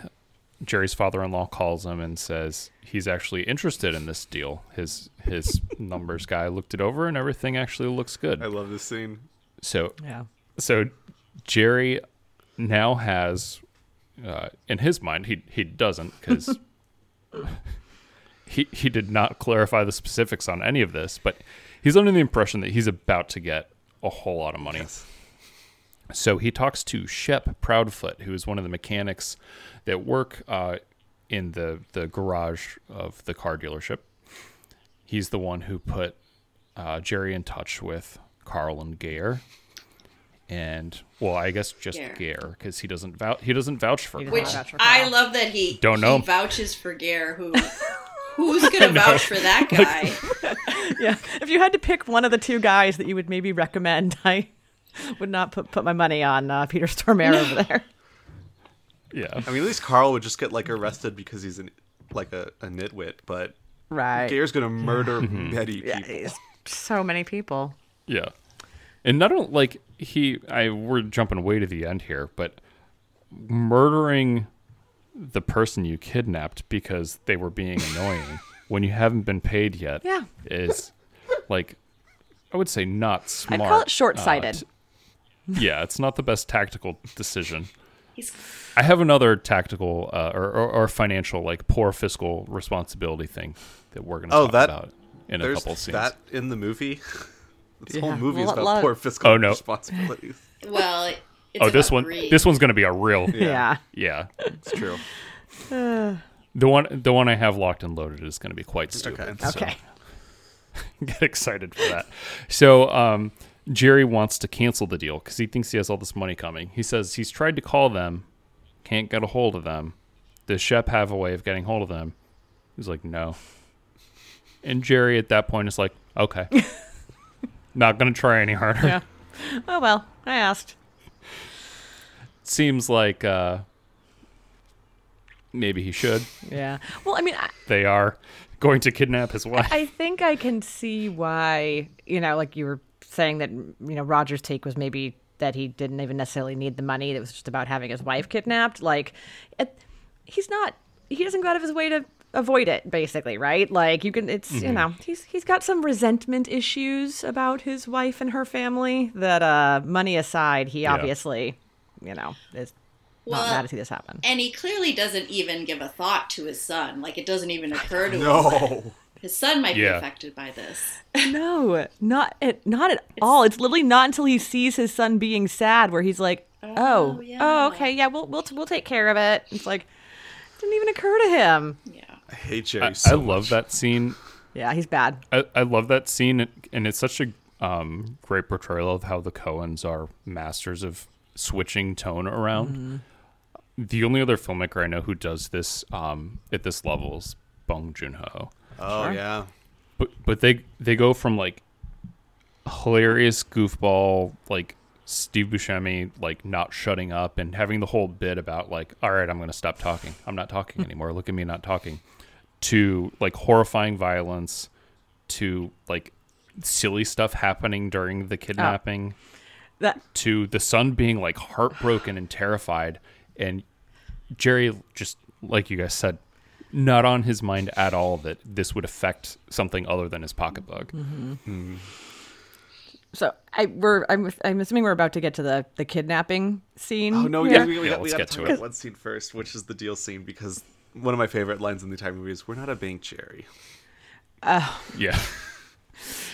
Speaker 2: Jerry's father-in-law, calls him and says he's actually interested in this deal. His his numbers guy looked it over and everything actually looks
Speaker 4: I
Speaker 2: good.
Speaker 4: love this scene.
Speaker 2: So
Speaker 3: Yeah.
Speaker 2: so Jerry now has uh, in his mind he he doesn't because he he did not clarify the specifics on any of this, but he's under the impression that he's about to get a whole lot of money. So he talks to Shep Proudfoot, who is one of the mechanics that work uh, in the the garage of the car dealership. He's the one who put uh, Jerry in touch with Carl and Gare, and well, I guess just
Speaker 5: Gare.
Speaker 2: Gare because he doesn't vouch he doesn't vouch for
Speaker 3: doesn't
Speaker 2: Carl.
Speaker 5: Which
Speaker 3: vouch for
Speaker 5: I
Speaker 3: Kyle.
Speaker 5: love that he
Speaker 2: Don't know.
Speaker 5: he vouches for Gare who who's gonna vouch for that guy.
Speaker 3: Yeah. If you had to pick one of the two guys that you would maybe recommend, I would not put put my money on uh, Peter Stormare over there.
Speaker 2: Yeah,
Speaker 4: I mean, at least Carl would just get like arrested because he's an like a, a nitwit, but
Speaker 3: Right.
Speaker 4: Gare's gonna murder many people.
Speaker 3: So many people.
Speaker 2: Yeah. And not only like he I we're jumping way to the end here, but murdering the person you kidnapped because they were being annoying when you haven't been paid yet
Speaker 3: Yeah.
Speaker 2: is like I would say not smart.
Speaker 3: I'd call it
Speaker 2: Uh,
Speaker 3: short-sighted.
Speaker 2: t- yeah, it's not the best tactical decision.
Speaker 5: He's
Speaker 2: I have another tactical uh, or, or, or financial like poor fiscal responsibility thing that we're going to
Speaker 4: Oh,
Speaker 2: talk
Speaker 4: that-
Speaker 2: about in a
Speaker 4: There's
Speaker 2: couple scenes.
Speaker 4: that in the movie. This whole
Speaker 3: Yeah.
Speaker 4: movie is
Speaker 3: Well,
Speaker 4: about
Speaker 3: lo-
Speaker 4: poor fiscal
Speaker 2: Oh, no.
Speaker 4: responsibilities.
Speaker 5: well it's
Speaker 2: oh, this
Speaker 5: about
Speaker 2: one
Speaker 5: greed.
Speaker 2: this one's going to be a real
Speaker 3: Yeah.
Speaker 2: yeah.
Speaker 4: It's true.
Speaker 2: The one, the one I have locked and loaded is going to be quite stupid.
Speaker 4: Okay.
Speaker 3: Okay.
Speaker 2: Get excited for that. So, um, Jerry wants to cancel the deal because he thinks he has all this money coming. He says he's tried to call them, can't get a hold of them. Does Shep have a way of getting hold of them? He's like, no. And Jerry at that point is like, okay. Not going to try any harder.
Speaker 3: Yeah. Oh well, I asked.
Speaker 2: Seems like uh, maybe he should.
Speaker 3: Yeah. Well, I mean, I,
Speaker 2: They are going to kidnap his wife.
Speaker 3: I think I can see why, you know, like you were saying that, you know, Roger's take was maybe that he didn't even necessarily need the money. It was just about having his wife kidnapped. Like, it, he's not, he doesn't go out of his way to avoid it, basically, right? Like, you can, it's, you know, he's, he's got some resentment issues about his wife and her family that, uh, money aside, he obviously, you know, is not
Speaker 5: Well,
Speaker 3: mad to see this happen.
Speaker 5: And he clearly doesn't even give a thought to his son. Like it doesn't even occur to him.
Speaker 4: No.
Speaker 5: His son might be
Speaker 2: Yeah.
Speaker 5: affected by this.
Speaker 3: No, not at not at all. It's literally not until he sees his son being sad where he's like, "Oh, oh,
Speaker 5: yeah.
Speaker 3: okay, yeah, we'll we'll we'll take care of it." It's like didn't even occur to him.
Speaker 5: Yeah.
Speaker 4: I hate Jerry
Speaker 2: I,
Speaker 4: so
Speaker 2: I love
Speaker 4: much.
Speaker 2: that scene.
Speaker 3: Yeah, he's bad.
Speaker 2: I, I love that scene, and- and it's such a um, great portrayal of how the Coens are masters of switching tone around. The only other filmmaker I know who does this um, at this level is Bong Joon Ho.
Speaker 4: Oh yeah.
Speaker 2: but but they they go from like hilarious goofball like Steve Buscemi like not shutting up and having the whole bit about like all right I'm gonna stop talking I'm not talking anymore look at me not talking to like horrifying violence to like silly stuff happening during the kidnapping
Speaker 3: That
Speaker 2: to the son being like heartbroken and terrified and jerry just like you guys said not on his mind at all that this would affect something other than his pocketbook
Speaker 3: Mm-hmm. so I we're I'm I'm assuming we're about to get to the the kidnapping scene.
Speaker 4: Oh no,
Speaker 3: here.
Speaker 4: yeah, we, we,
Speaker 2: Yeah,
Speaker 4: we
Speaker 2: let's
Speaker 4: have
Speaker 2: get
Speaker 4: to
Speaker 2: to
Speaker 4: talk
Speaker 2: it.
Speaker 4: about one scene first, which is the deal scene, because one of my favorite lines in the entire movie is "We're not a bank, Jerry."
Speaker 2: yeah
Speaker 3: yeah.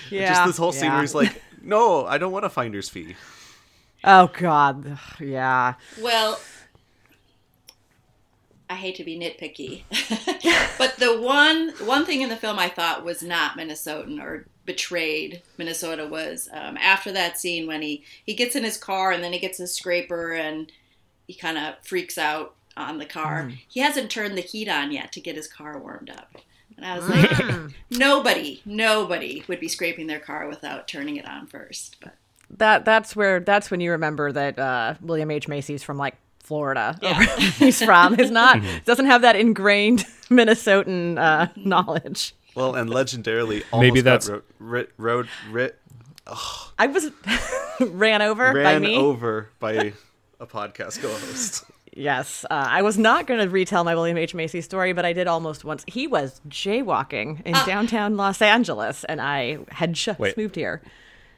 Speaker 4: Just this whole scene
Speaker 3: yeah.
Speaker 4: where he's like, "No, I don't want a finder's fee."
Speaker 3: "Oh God, Ugh, yeah."
Speaker 5: Well, I hate to be nitpicky, but the one one thing in the film I thought was not Minnesotan or betrayed Minnesota was um, after that scene when he he gets in his car and then he gets his scraper and he kind of freaks out on the car.
Speaker 3: Mm.
Speaker 5: He hasn't turned the heat on yet to get his car warmed up. And
Speaker 3: Mm.
Speaker 5: I was like, nobody, nobody would be scraping their car without turning it on first. But
Speaker 3: That that's where that's when you remember that uh, William H Macy's from like Florida. or where he's from is not
Speaker 2: Mhm.
Speaker 3: doesn't have that ingrained Minnesotan uh, knowledge.
Speaker 4: Well, and legendarily, almost
Speaker 2: Maybe
Speaker 4: got
Speaker 2: that's-
Speaker 4: ro- ri- road ri-
Speaker 3: I was ran over by
Speaker 4: ran
Speaker 3: me.
Speaker 4: over by a podcast co-host.
Speaker 3: Yes, uh, I was not going to retell my William H Macy story, but I did almost once. He was jaywalking
Speaker 4: Ah.
Speaker 3: in downtown Los Angeles, and I had just
Speaker 2: Wait.
Speaker 3: moved here.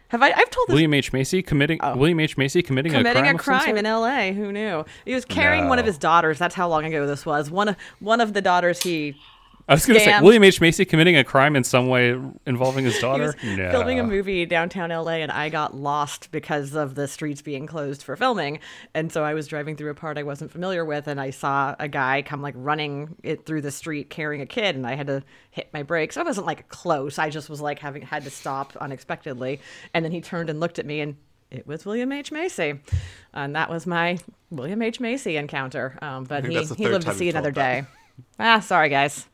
Speaker 3: Have I? I've told this
Speaker 2: William H Macy committing William H Macy committing,
Speaker 3: Oh. committing
Speaker 2: a crime,
Speaker 3: a
Speaker 2: of some
Speaker 3: crime
Speaker 2: sort?
Speaker 3: in L.A. Who knew? He was carrying one of
Speaker 2: No.
Speaker 3: his daughters. That's how long ago this was. One of one of the daughters he
Speaker 2: I was gonna say
Speaker 3: Scam.
Speaker 2: William H Macy committing a crime in some way involving his daughter
Speaker 3: He was
Speaker 2: no.
Speaker 3: filming a movie downtown LA, and I got lost because of the streets being closed for filming. And so I was driving through a part I wasn't familiar with, and I saw a guy come like running it through the street carrying a kid, and I had to hit my brakes. I wasn't like close; I just was like having had to stop unexpectedly. And then he turned and looked at me, and it was William H Macy, and that was my William H Macy encounter. Um, but he,
Speaker 4: that's the
Speaker 3: he
Speaker 4: third
Speaker 3: lived to
Speaker 4: time
Speaker 3: see
Speaker 4: you've
Speaker 3: another
Speaker 4: told that.
Speaker 3: day. Ah, sorry guys.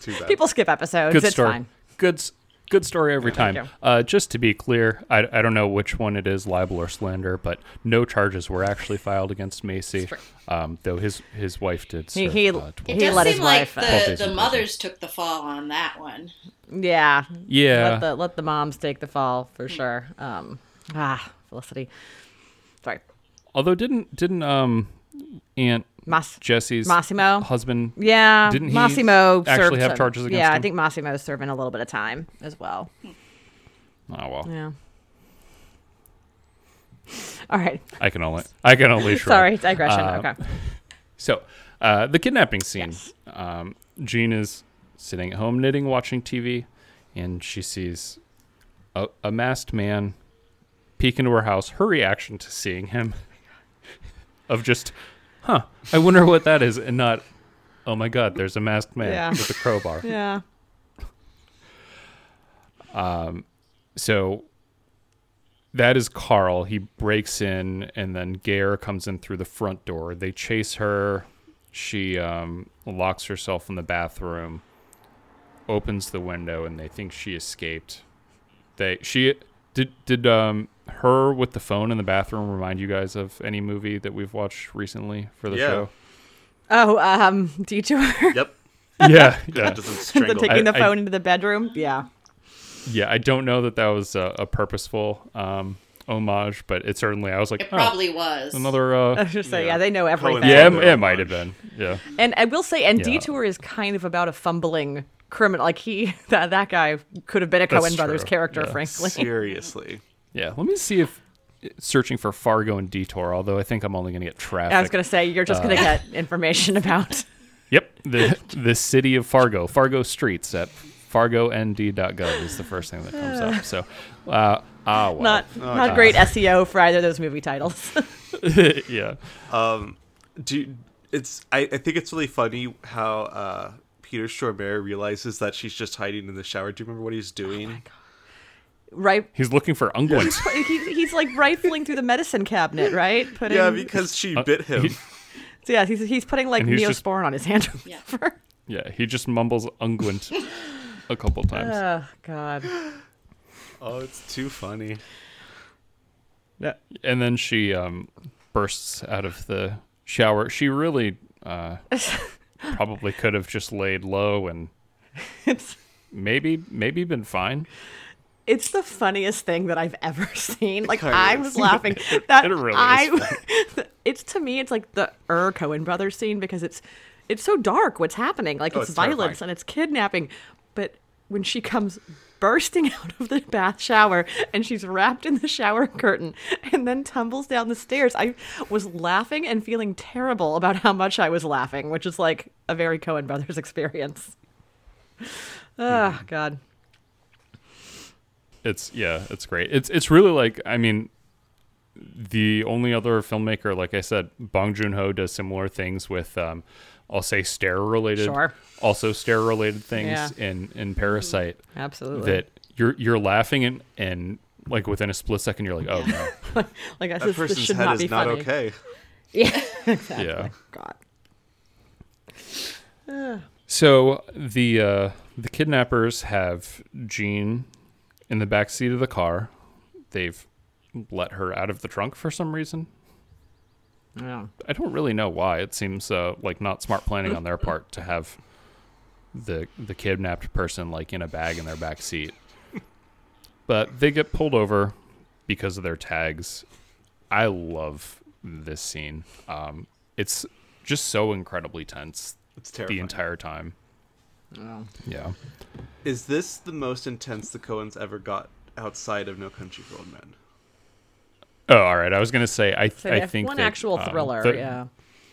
Speaker 4: Too bad.
Speaker 3: People skip episodes.
Speaker 2: good
Speaker 3: it's
Speaker 2: story.
Speaker 3: fine.
Speaker 2: Good, s- good story every time.
Speaker 3: you.
Speaker 2: Uh, just to be clear, I, I don't know which one it is, libel or slander, but no charges were actually filed against Macy. Um, though his his wife did.
Speaker 3: He
Speaker 2: serve,
Speaker 3: he,
Speaker 2: uh, 12
Speaker 3: he
Speaker 5: it does
Speaker 3: let
Speaker 5: seem
Speaker 3: his
Speaker 5: like
Speaker 3: wife. uh,
Speaker 2: Twelve
Speaker 5: the,
Speaker 2: days in
Speaker 5: the
Speaker 2: prison.
Speaker 5: mothers took the fall on that one.
Speaker 3: Yeah.
Speaker 2: Yeah.
Speaker 3: Let the let the moms take the fall for sure. Um ah, Felicity. Sorry.
Speaker 2: Although didn't didn't um Aunt
Speaker 3: Mas-
Speaker 2: Jesse's
Speaker 3: Massimo?
Speaker 2: husband? oh,
Speaker 3: yeah,
Speaker 2: Didn't he
Speaker 3: Massimo
Speaker 2: actually
Speaker 3: served
Speaker 2: have
Speaker 3: some-
Speaker 2: charges against
Speaker 3: Yeah, I
Speaker 2: him?
Speaker 3: think Massimo's serving a little bit of time as well.
Speaker 2: Oh well.
Speaker 3: Yeah. All right.
Speaker 2: I can only I can only. shrug.
Speaker 3: Sorry, digression.
Speaker 2: Uh,
Speaker 3: okay.
Speaker 2: So, uh, the kidnapping scene. Um, Jean is sitting at home knitting, watching TV, and she sees a, a masked man peek into her house. Her reaction to seeing him of just, huh, I wonder what that is, and not, oh my god, there's a masked man
Speaker 3: Yeah.
Speaker 2: with a crowbar.
Speaker 3: Yeah.
Speaker 2: So that is Carl. He breaks in, and then Gare comes in through the front door. They chase her. She um, locks herself in the bathroom, opens the window, and they think she escaped. They she Did did um her with the phone in the bathroom remind you guys of any movie that we've watched recently for the
Speaker 4: Yeah.
Speaker 2: show?
Speaker 3: Oh, um, detour.
Speaker 4: Yep.
Speaker 2: Yeah, yeah,
Speaker 4: Doesn't
Speaker 3: the
Speaker 4: strangle.
Speaker 3: taking the
Speaker 2: I-
Speaker 3: phone into the bedroom. Yeah.
Speaker 2: yeah. I don't know that that was a, a purposeful um homage, but it certainly I was like,
Speaker 5: It
Speaker 2: oh,
Speaker 5: probably was.
Speaker 2: another.
Speaker 3: I
Speaker 2: Uh,
Speaker 3: was just saying,
Speaker 4: Yeah.
Speaker 3: yeah, they know everything.
Speaker 2: yeah,
Speaker 4: Another
Speaker 2: it, it might have
Speaker 4: homage.
Speaker 2: been. Yeah,
Speaker 3: And I will say, and
Speaker 2: Yeah.
Speaker 3: Detour is kind of about a fumbling criminal. Like he, that, that guy could have been a
Speaker 2: That's
Speaker 3: Cohen Brothers
Speaker 2: true.
Speaker 3: character,
Speaker 2: Yeah.
Speaker 3: frankly.
Speaker 4: Seriously.
Speaker 2: yeah. Let me see if searching for Fargo and Detour. Although I think I'm only going to get traffic.
Speaker 3: I was gonna say you're just
Speaker 2: Uh.
Speaker 3: gonna get information about.
Speaker 2: Yep. The the city of Fargo, Fargo streets at fargond.gov is the first thing that comes up. So, uh, ah, well.
Speaker 3: Not
Speaker 4: Oh,
Speaker 3: not great SEO for either of those movie titles.
Speaker 2: yeah.
Speaker 4: do you- it's I, I think it's really funny how uh Peter Stormare realizes that she's just hiding in the shower. Do you remember what he's
Speaker 3: Oh
Speaker 4: doing?
Speaker 3: right?
Speaker 2: He's looking for unguents.
Speaker 3: He, he's like rifling through the medicine cabinet, right? Putting,
Speaker 4: yeah, because she bit him.
Speaker 2: Uh, he-
Speaker 3: yeah, he's he's putting like
Speaker 2: And he's just-
Speaker 3: neosporin on his hand. or
Speaker 5: Yeah.
Speaker 3: whatever.
Speaker 2: yeah, he just mumbles unguent a couple times.
Speaker 3: Oh God.
Speaker 4: oh, it's too funny.
Speaker 2: and then she um, bursts out of the shower. She really uh, probably could have just laid low and
Speaker 3: It's
Speaker 2: maybe maybe been fine.
Speaker 3: it's the funniest thing that I've ever seen. Like
Speaker 4: kind
Speaker 3: I
Speaker 4: of
Speaker 3: was laughing. That
Speaker 2: it really is
Speaker 3: I, it's to me, it's like the Ur Cohen brothers scene because it's it's so dark. What's happening? Like
Speaker 4: Oh,
Speaker 3: it's,
Speaker 4: it's terrifying.
Speaker 3: violence and it's kidnapping. But when she comes bursting out of the bath shower and she's wrapped in the shower curtain and then tumbles down the stairs, I was laughing and feeling terrible about how much I was laughing, which is like a very Cohen brothers experience.
Speaker 2: Hmm.
Speaker 3: Oh God.
Speaker 2: It's yeah, it's great. It's it's really like I mean, the only other filmmaker, like I said, Bong Joon Ho does similar things with, um, I'll say stair related,
Speaker 3: Sure.
Speaker 2: also stair related things
Speaker 3: Yeah.
Speaker 2: in in Parasite.
Speaker 3: Absolutely.
Speaker 2: That you're you're laughing and and like within a split second you're like oh no
Speaker 3: Like I
Speaker 4: That
Speaker 3: this, this
Speaker 4: person's
Speaker 3: should
Speaker 4: head
Speaker 3: not
Speaker 4: is
Speaker 3: be
Speaker 4: not
Speaker 3: funny.
Speaker 4: okay.
Speaker 2: yeah.
Speaker 3: God.
Speaker 2: So the uh, the kidnappers have Jean in the back seat of the car. They've let her out of the trunk for some reason.
Speaker 3: Yeah.
Speaker 2: I don't really know why. It seems uh, like not smart planning on their part to have the the kidnapped person like in a bag in their back seat. But they get pulled over because of their tags. I love this scene. Um, it's just so incredibly tense
Speaker 4: It's
Speaker 2: the
Speaker 4: terrifying.
Speaker 2: entire time. Yeah.
Speaker 4: is this the most intense the Coens ever got outside of No Country for Old Men?
Speaker 2: Oh, all right. I was gonna say I
Speaker 3: So
Speaker 2: I
Speaker 3: they have
Speaker 2: think
Speaker 3: one
Speaker 2: that,
Speaker 3: actual
Speaker 2: um,
Speaker 3: thriller.
Speaker 2: the-
Speaker 3: yeah.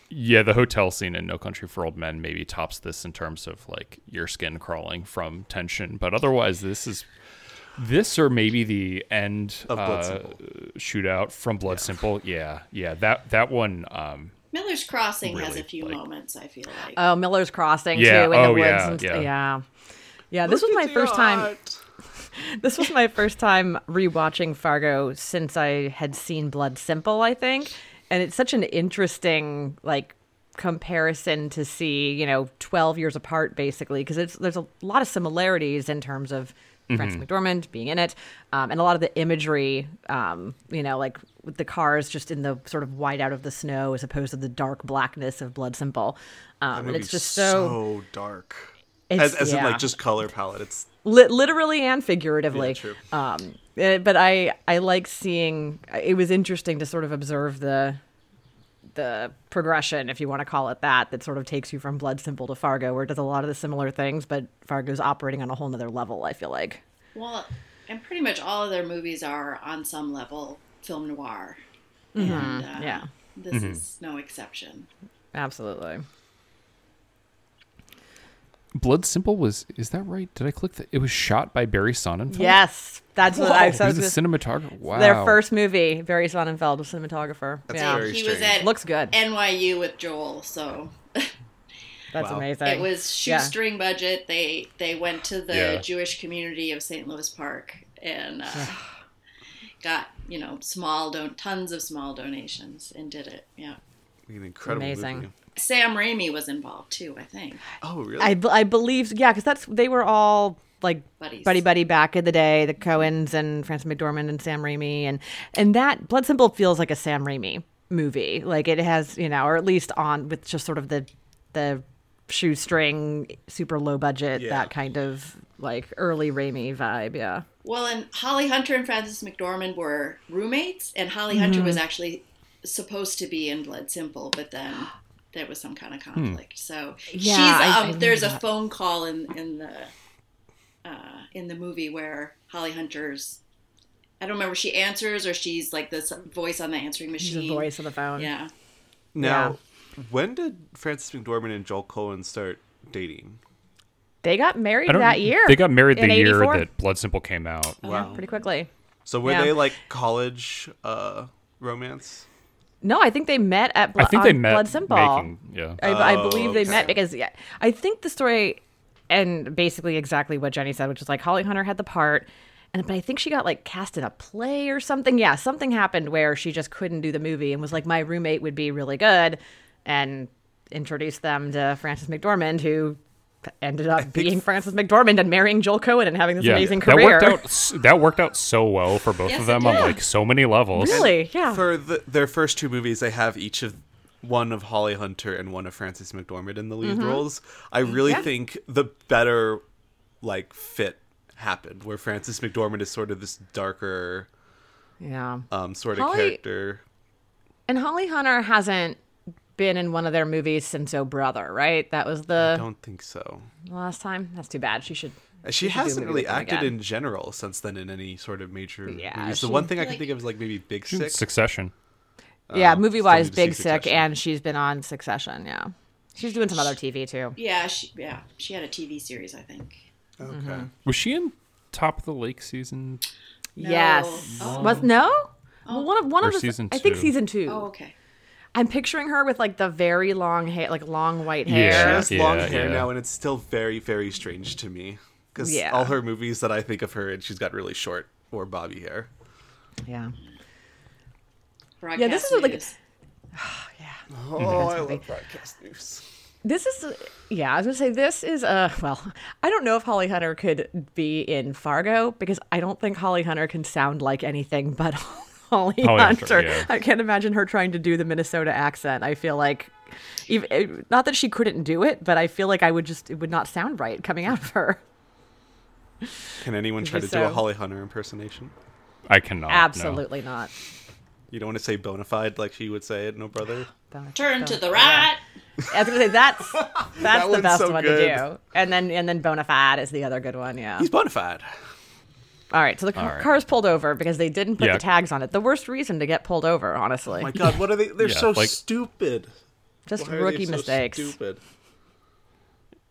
Speaker 2: Yeah, the hotel scene in No Country for Old Men maybe tops this in terms of like your skin crawling from tension, but otherwise this is this or maybe the end
Speaker 4: Of Blood
Speaker 2: uh,
Speaker 4: Simple.
Speaker 2: shootout from Blood Simple. Yeah, yeah, that that one. Um,
Speaker 5: Miller's Crossing has
Speaker 2: Really,
Speaker 5: a few
Speaker 2: like-
Speaker 5: moments, I feel like.
Speaker 3: Oh, Miller's Crossing
Speaker 2: Yeah,
Speaker 3: too in the
Speaker 2: oh,
Speaker 3: woods.
Speaker 2: yeah,
Speaker 3: and,
Speaker 2: yeah.
Speaker 3: yeah. Yeah. This was my first time. This was my first time rewatching Fargo since I had seen Blood Simple, I think, and it's such an interesting like comparison to see. You know, twelve years apart basically, because it's there's a lot of similarities in terms of. Francis McDormand being in it, um, and a lot of the imagery, um, you know, like with the cars just in the sort of white out of the snow as opposed to the dark blackness of Blood Simple. Um, and it's just so,
Speaker 4: so dark.
Speaker 3: It's-
Speaker 4: as as in
Speaker 3: yeah.
Speaker 4: like just color palette. It's
Speaker 3: Lit literally and figuratively.
Speaker 4: Yeah, true.
Speaker 3: Um, eh, but I I like seeing. It was interesting to sort of observe the the progression, if you want to call it that, that sort of takes you from Blood Simple to Fargo, where it does a lot of the similar things, but Fargo's operating on a whole nother level. I feel like.
Speaker 5: Well, and pretty much all of their movies are on some level film noir. And, uh,
Speaker 3: Mm-hmm. Yeah.
Speaker 5: This
Speaker 2: Mm-hmm.
Speaker 5: is no exception.
Speaker 3: Absolutely.
Speaker 2: Blood Simple was is that right? Did I click that? It was shot by Barry Sonnenfeld.
Speaker 3: Yes, that's what I
Speaker 2: Wow,
Speaker 3: was. I was
Speaker 2: he's a
Speaker 3: gonna-
Speaker 2: cinematographer. Wow,
Speaker 3: Their first movie, Barry Sonnenfeld, was cinematographer.
Speaker 4: That's
Speaker 3: yeah,
Speaker 4: very-
Speaker 5: he was
Speaker 4: strange.
Speaker 5: at
Speaker 3: Looks good.
Speaker 5: NYU with Joel, so
Speaker 3: that's
Speaker 4: Wow.
Speaker 3: amazing.
Speaker 5: it was
Speaker 3: Yeah.
Speaker 5: shoestring budget. They they went to the
Speaker 2: Yeah.
Speaker 5: Jewish community of St. Louis Park and uh, got you know small don tons of small donations and did it. Yeah,
Speaker 4: an incredible
Speaker 3: Amazing.
Speaker 4: movie.
Speaker 5: Sam Raimi was involved too, I think.
Speaker 4: Oh, really?
Speaker 3: I, b- I believe, yeah, because that's they were all like
Speaker 5: Buddies.
Speaker 3: buddy buddy back in the day. The Cohens and Francis McDormand and Sam Raimi, and and that Blood Simple feels like a Sam Raimi movie. Like it has, you know, or at least on with just sort of the the shoestring, super low budget,
Speaker 4: Yeah.
Speaker 3: that kind of like early Raimi vibe. Yeah.
Speaker 5: Well, and Holly Hunter and Frances McDormand were roommates, and Holly
Speaker 3: Mm-hmm.
Speaker 5: Hunter was actually supposed to be in Blood Simple, but then there was some kind of conflict. So
Speaker 3: Hmm. Yeah,
Speaker 5: she's
Speaker 3: I-
Speaker 5: um,
Speaker 3: I knew
Speaker 5: there's a
Speaker 3: that.
Speaker 5: phone call in in the uh, in the movie where Holly Hunter's I don't remember if she answers or she's like this voice on the answering
Speaker 3: She's the
Speaker 5: machine.
Speaker 3: voice of the phone.
Speaker 5: Yeah.
Speaker 4: now, when did Francis McDormand and Joel Cohen start dating?
Speaker 3: They got married
Speaker 2: I don't,
Speaker 3: that year.
Speaker 2: They got married the
Speaker 3: in
Speaker 2: year
Speaker 3: 84.
Speaker 2: that Blood Simple came out.
Speaker 3: Yeah, Oh, pretty quickly.
Speaker 4: So were
Speaker 3: Yeah.
Speaker 4: they like college uh, romance?
Speaker 3: No, I think they met at Blo-
Speaker 2: I think they
Speaker 3: on
Speaker 2: met
Speaker 3: Blood Simple.
Speaker 2: making. Yeah.
Speaker 3: I, I
Speaker 4: Oh,
Speaker 3: believe they
Speaker 4: okay.
Speaker 3: met because yeah, I think the story, and basically exactly what Jenny said, which is like Holly Hunter had the part, and but I think she got like cast in a play or something. Yeah, something happened where she just couldn't do the movie and was like, my roommate would be really good, and introduced them to Frances McDormand, who ended up being Frances McDormand and marrying Joel Cohen and having this
Speaker 2: yeah.
Speaker 3: amazing
Speaker 2: that
Speaker 3: career.
Speaker 2: worked out. s- That worked out so well for both
Speaker 5: Yes,
Speaker 2: of
Speaker 5: it
Speaker 2: them on
Speaker 5: did.
Speaker 2: like so many levels.
Speaker 3: Really? Yeah.
Speaker 4: For the, their first two movies, they have each of one of Holly Hunter and one of Frances McDormand in the lead
Speaker 3: Mm-hmm.
Speaker 4: roles. I really think the better like fit happened, where Frances McDormand is sort of this darker
Speaker 3: yeah.
Speaker 4: um, sort of
Speaker 3: Holly-
Speaker 4: character.
Speaker 3: And Holly Hunter hasn't been in one of their movies since Oh Brother, right? That was the
Speaker 4: I don't think so.
Speaker 3: last time. That's too bad. She should. should do
Speaker 4: She
Speaker 3: a movie
Speaker 4: hasn't really
Speaker 3: with them
Speaker 4: acted
Speaker 3: again.
Speaker 4: in general since then in any sort of major
Speaker 3: Yeah,
Speaker 4: movies. The
Speaker 3: she-
Speaker 4: one thing I can
Speaker 5: Like-
Speaker 4: think of is like maybe Big Sick.
Speaker 2: Succession.
Speaker 3: yeah, movie wise,
Speaker 4: Uh, still need to
Speaker 3: Big
Speaker 4: see
Speaker 3: Sick,
Speaker 4: Succession.
Speaker 3: and she's been on Succession. Yeah, she's doing some other TV too.
Speaker 5: Yeah, she yeah, she had a TV series, I think.
Speaker 4: Okay.
Speaker 2: Was she in Top of the Lake season?
Speaker 3: Yes, was no. Well, one of one
Speaker 2: Or
Speaker 3: of the,
Speaker 2: season
Speaker 3: I think
Speaker 2: two.
Speaker 3: season two.
Speaker 5: Oh, okay.
Speaker 3: I'm picturing her with like the very long hair, like long white
Speaker 2: Yeah.
Speaker 4: She
Speaker 3: hair.
Speaker 4: has long
Speaker 2: Yeah,
Speaker 4: hair
Speaker 2: yeah.
Speaker 4: now, and it's still very, very strange to me because
Speaker 3: Yeah.
Speaker 4: all her movies that I think of her, and she's got really short or bobby hair.
Speaker 3: Yeah,
Speaker 5: Broadcast
Speaker 3: this is what, like-
Speaker 5: news.
Speaker 4: Oh, I love broadcast news.
Speaker 3: this is yeah. I was gonna say this is uh well, I don't know if Holly Hunter could be in Fargo because I don't think Holly Hunter can sound like anything but Holly,
Speaker 2: Holly Hunter,
Speaker 3: Hunter.
Speaker 2: yeah.
Speaker 3: I can't imagine her trying to do the Minnesota accent. I feel like, even, not that she couldn't do it, but I feel like I would just, it would not sound right coming out of her.
Speaker 4: Can anyone try to
Speaker 3: Maybe
Speaker 4: do a
Speaker 3: so.
Speaker 4: Holly Hunter impersonation?
Speaker 2: I cannot. no.
Speaker 3: Absolutely not.
Speaker 4: You don't want to say bona fide like she would say it, no brother.
Speaker 3: Don't-
Speaker 5: Turn to
Speaker 3: don't-
Speaker 5: the right.
Speaker 3: I was gonna say that's that's the
Speaker 4: one's
Speaker 3: best
Speaker 4: so
Speaker 3: one
Speaker 4: good.
Speaker 3: to do, and then and then Bonafide is the other good one. Yeah.
Speaker 4: He's bona fide.
Speaker 3: All right, so the car,
Speaker 2: right.
Speaker 3: car's pulled over because they didn't put
Speaker 2: Yeah.
Speaker 3: the tags on it. The worst reason to get pulled over, honestly.
Speaker 4: My God, what are they? They're
Speaker 2: Yeah,
Speaker 4: so
Speaker 2: like-
Speaker 4: stupid.
Speaker 3: Just
Speaker 4: Why are they
Speaker 3: rookie
Speaker 4: so
Speaker 3: mistakes.
Speaker 4: Stupid.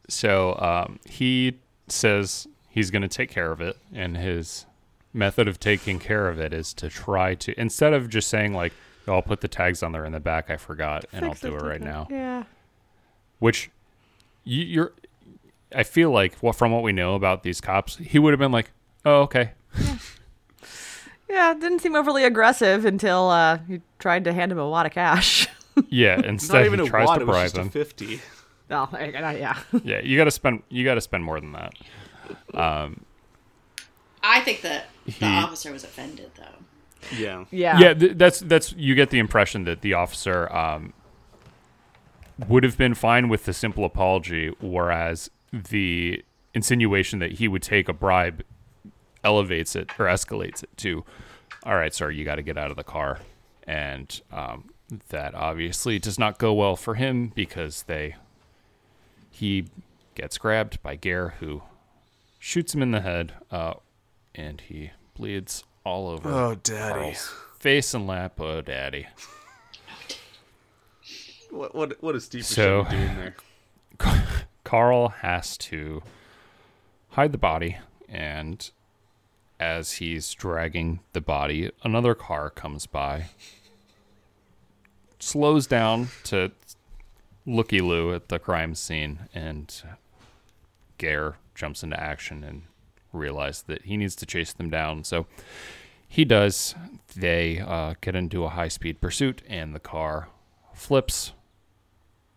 Speaker 2: So um, he says he's going to take care of it, and his method of taking care of it is to try to instead of just saying like, "Oh, "I'll put the tags on there in the back," I forgot, and I'll do it right now.
Speaker 3: Yeah.
Speaker 2: Which you, you're, I feel like well, from what we know about these cops, he would have been like, "Oh, okay."
Speaker 3: Yeah, it didn't seem overly aggressive until uh, you tried to hand him a wad of cash.
Speaker 2: Yeah.
Speaker 4: It's not
Speaker 2: Instead,
Speaker 4: even
Speaker 2: he
Speaker 4: a
Speaker 2: tries
Speaker 4: wad.
Speaker 2: to
Speaker 4: It was
Speaker 2: bribe
Speaker 4: just a
Speaker 2: him.
Speaker 4: fifty.
Speaker 3: no, I- I- yeah.
Speaker 2: Yeah, you got to spend. You got to spend more than that.
Speaker 5: I think that the
Speaker 2: He-
Speaker 5: officer was offended though.
Speaker 4: Yeah.
Speaker 3: Yeah.
Speaker 2: yeah th- that's that's you get the impression that the officer um, would have been fine with the simple apology whereas the insinuation that he would take a bribe elevates it or escalates it to all right sir you got to get out of the car and um, that obviously does not go well for him because they he gets grabbed by Gare who shoots him in the head uh, and he bleeds all over
Speaker 4: Oh, daddy.
Speaker 2: Carl's face and lap. Oh, daddy.
Speaker 4: What what what is Steve
Speaker 2: So-
Speaker 4: so, doing there?
Speaker 2: Carl has to hide the body, and as he's dragging the body, another car comes by, slows down to looky loo at the crime scene, and Gare jumps into action and realizes that he needs to chase them down. So he does. They uh, get into a high speed pursuit, and the car flips,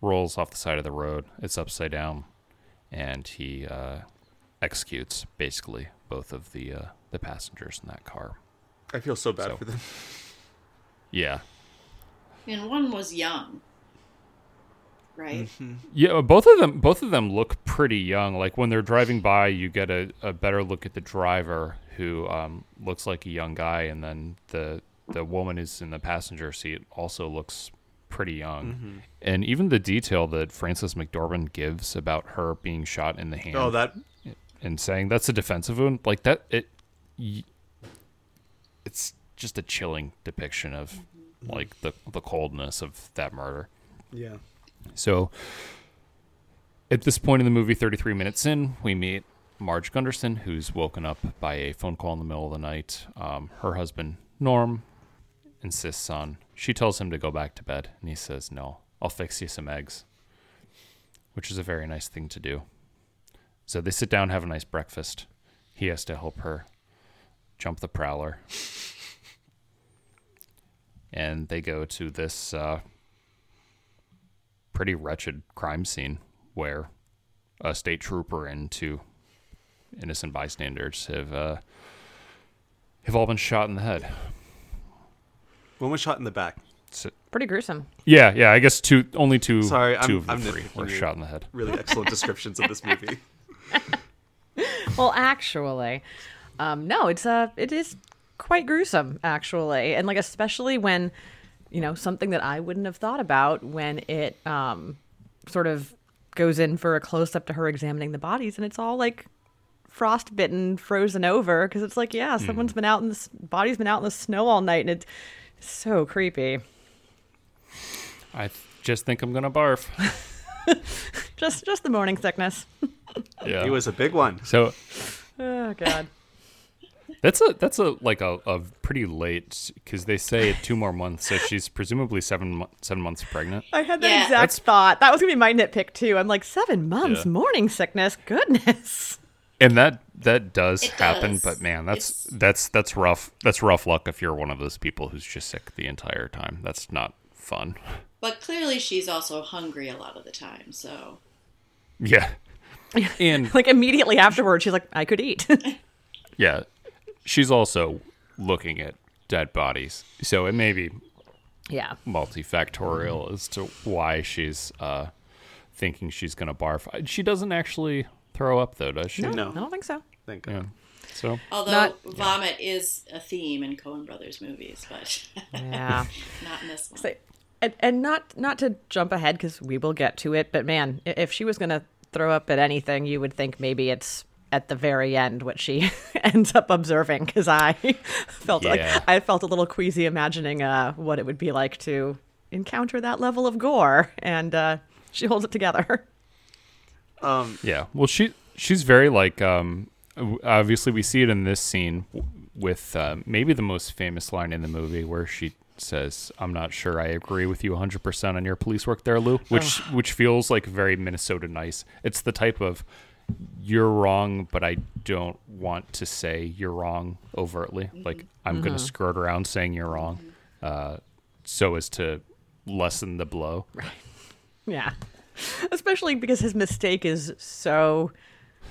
Speaker 2: rolls off the side of the road. It's upside down, and he uh, executes basically both of the uh, the passengers in that car.
Speaker 4: I feel so bad
Speaker 2: So-
Speaker 4: for them.
Speaker 2: Yeah,
Speaker 5: And one was young, right?
Speaker 2: Yeah, both of them both of them look pretty young. Like when they're driving by, you get a, a better look at the driver who um, looks like a young guy, and then the the woman who's in the passenger seat also looks pretty young.
Speaker 4: Mm-hmm.
Speaker 2: And even the detail that Frances McDormand gives about her being shot in the hand
Speaker 4: Oh, that
Speaker 2: and saying that's a defensive wound, like that it y- it's just a chilling depiction of like the the coldness of that murder.
Speaker 4: yeah.
Speaker 2: So at this point in the movie, 33 minutes in, we meet Marge Gunderson, who's woken up by a phone call in the middle of the night. Um, her husband, Norm, insists on, she tells him to go back to bed, and he says, No, I'll fix you some eggs, which is a very nice thing to do. So they sit down, have a nice breakfast. He has to help her jump the prowler. And they go to this uh, pretty wretched crime scene where a state trooper and two innocent bystanders have uh, have all been shot in the head.
Speaker 4: One was shot in the back.
Speaker 2: So-
Speaker 3: Pretty gruesome.
Speaker 2: yeah, yeah. I guess two, only two,
Speaker 4: Sorry,
Speaker 2: 2
Speaker 4: I'm-
Speaker 2: of the
Speaker 4: I'm
Speaker 2: three
Speaker 4: nitpicking
Speaker 2: were
Speaker 4: you.
Speaker 2: shot in the head.
Speaker 4: Really excellent descriptions of this movie.
Speaker 3: Well, actually, um, no, it's uh, it is quite gruesome actually, and like especially when you know something that I wouldn't have thought about when it um, sort of goes in for a close up to her examining the bodies, and it's all like frostbitten, frozen over because it's like yeah,
Speaker 2: Hmm.
Speaker 3: someone's been out in the s- body's been out in the snow all night, and it's so creepy.
Speaker 2: I just think I'm gonna barf.
Speaker 3: Just just the morning sickness.
Speaker 2: Yeah.
Speaker 4: It was a big one.
Speaker 2: so
Speaker 3: Oh God.
Speaker 2: that's a that's a like a, a pretty late because they say two more months, so she's presumably seven mo- seven months pregnant.
Speaker 3: I had that
Speaker 5: Yeah.
Speaker 3: exact
Speaker 2: That's-
Speaker 3: thought. That was gonna be my nitpick too. I'm like seven months
Speaker 2: Yeah.
Speaker 3: morning sickness. Goodness.
Speaker 2: and that that does
Speaker 5: It
Speaker 2: happen
Speaker 5: does.
Speaker 2: but man that's
Speaker 5: It's-
Speaker 2: that's that's rough that's rough luck if you're one of those people who's just sick the entire time that's not fun
Speaker 5: But clearly, she's also hungry a lot of the time. So,
Speaker 2: yeah and
Speaker 3: Like immediately afterward, she's like, I could eat.
Speaker 2: yeah she's also looking at dead bodies so it may be
Speaker 3: yeah.
Speaker 2: multifactorial as to why she's uh thinking she's gonna barf she doesn't actually throw up though does she
Speaker 4: No.
Speaker 3: I don't think so.
Speaker 4: Thank God.
Speaker 2: yeah so
Speaker 5: although
Speaker 3: Not-
Speaker 5: vomit is a theme in Coen Brothers movies, but
Speaker 3: Yeah.
Speaker 5: not in this one.
Speaker 3: So- and, and not not to jump ahead because we will get to it, but man, i- if she was gonna throw up at anything, you would think maybe it's at the very end what she ends up observing. Because I felt
Speaker 2: Yeah.
Speaker 3: like I felt a little queasy imagining uh, what it would be like to encounter that level of gore, and uh, she holds it together.
Speaker 2: Yeah. Well, she she's very like um w- obviously we see it in this scene w- with uh, maybe the most famous line in the movie where she says, "I'm not sure I agree with you 100% on your police work there, Lou," which which feels like very Minnesota nice. It's the type of you're wrong, but I don't want to say you're wrong overtly. Like I'm going to skirt around saying you're wrong, uh, so as to lessen the blow.
Speaker 3: Yeah. Especially because his mistake is so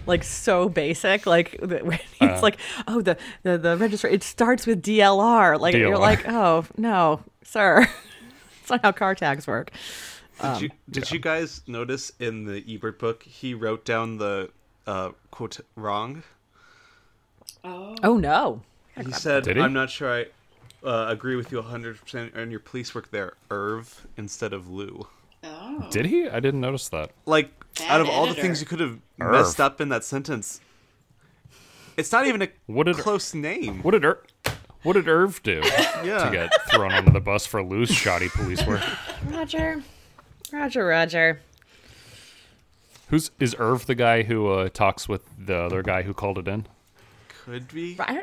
Speaker 3: like so basic like th- when he's
Speaker 2: Uh-huh.
Speaker 3: like oh the the, the register it starts with DLR like you're
Speaker 2: DLR.
Speaker 3: like oh no sir it's not how car tags work
Speaker 4: Did you did you guys notice in the Ebert book he wrote down the uh, quote wrong?
Speaker 5: oh,
Speaker 3: oh no
Speaker 4: He said,
Speaker 2: Did he?
Speaker 4: "I'm not sure I uh, agree with you 100 percent on your police work there, Irv, instead of Lou."
Speaker 5: oh.
Speaker 2: Did he? I didn't notice that.
Speaker 4: Like
Speaker 5: Bad
Speaker 4: out of all the
Speaker 5: editor.
Speaker 4: things you could have
Speaker 2: Irv.
Speaker 4: messed up in that sentence, it's not even a
Speaker 2: What did-
Speaker 4: close name.
Speaker 2: What did Ir- What did Irv do to
Speaker 4: yeah,
Speaker 2: get thrown under the bus for loose shoddy police work?
Speaker 3: Roger Roger Roger
Speaker 2: Who's is Irv the guy who uh, talks with the other guy who called it in?
Speaker 4: could be.
Speaker 3: I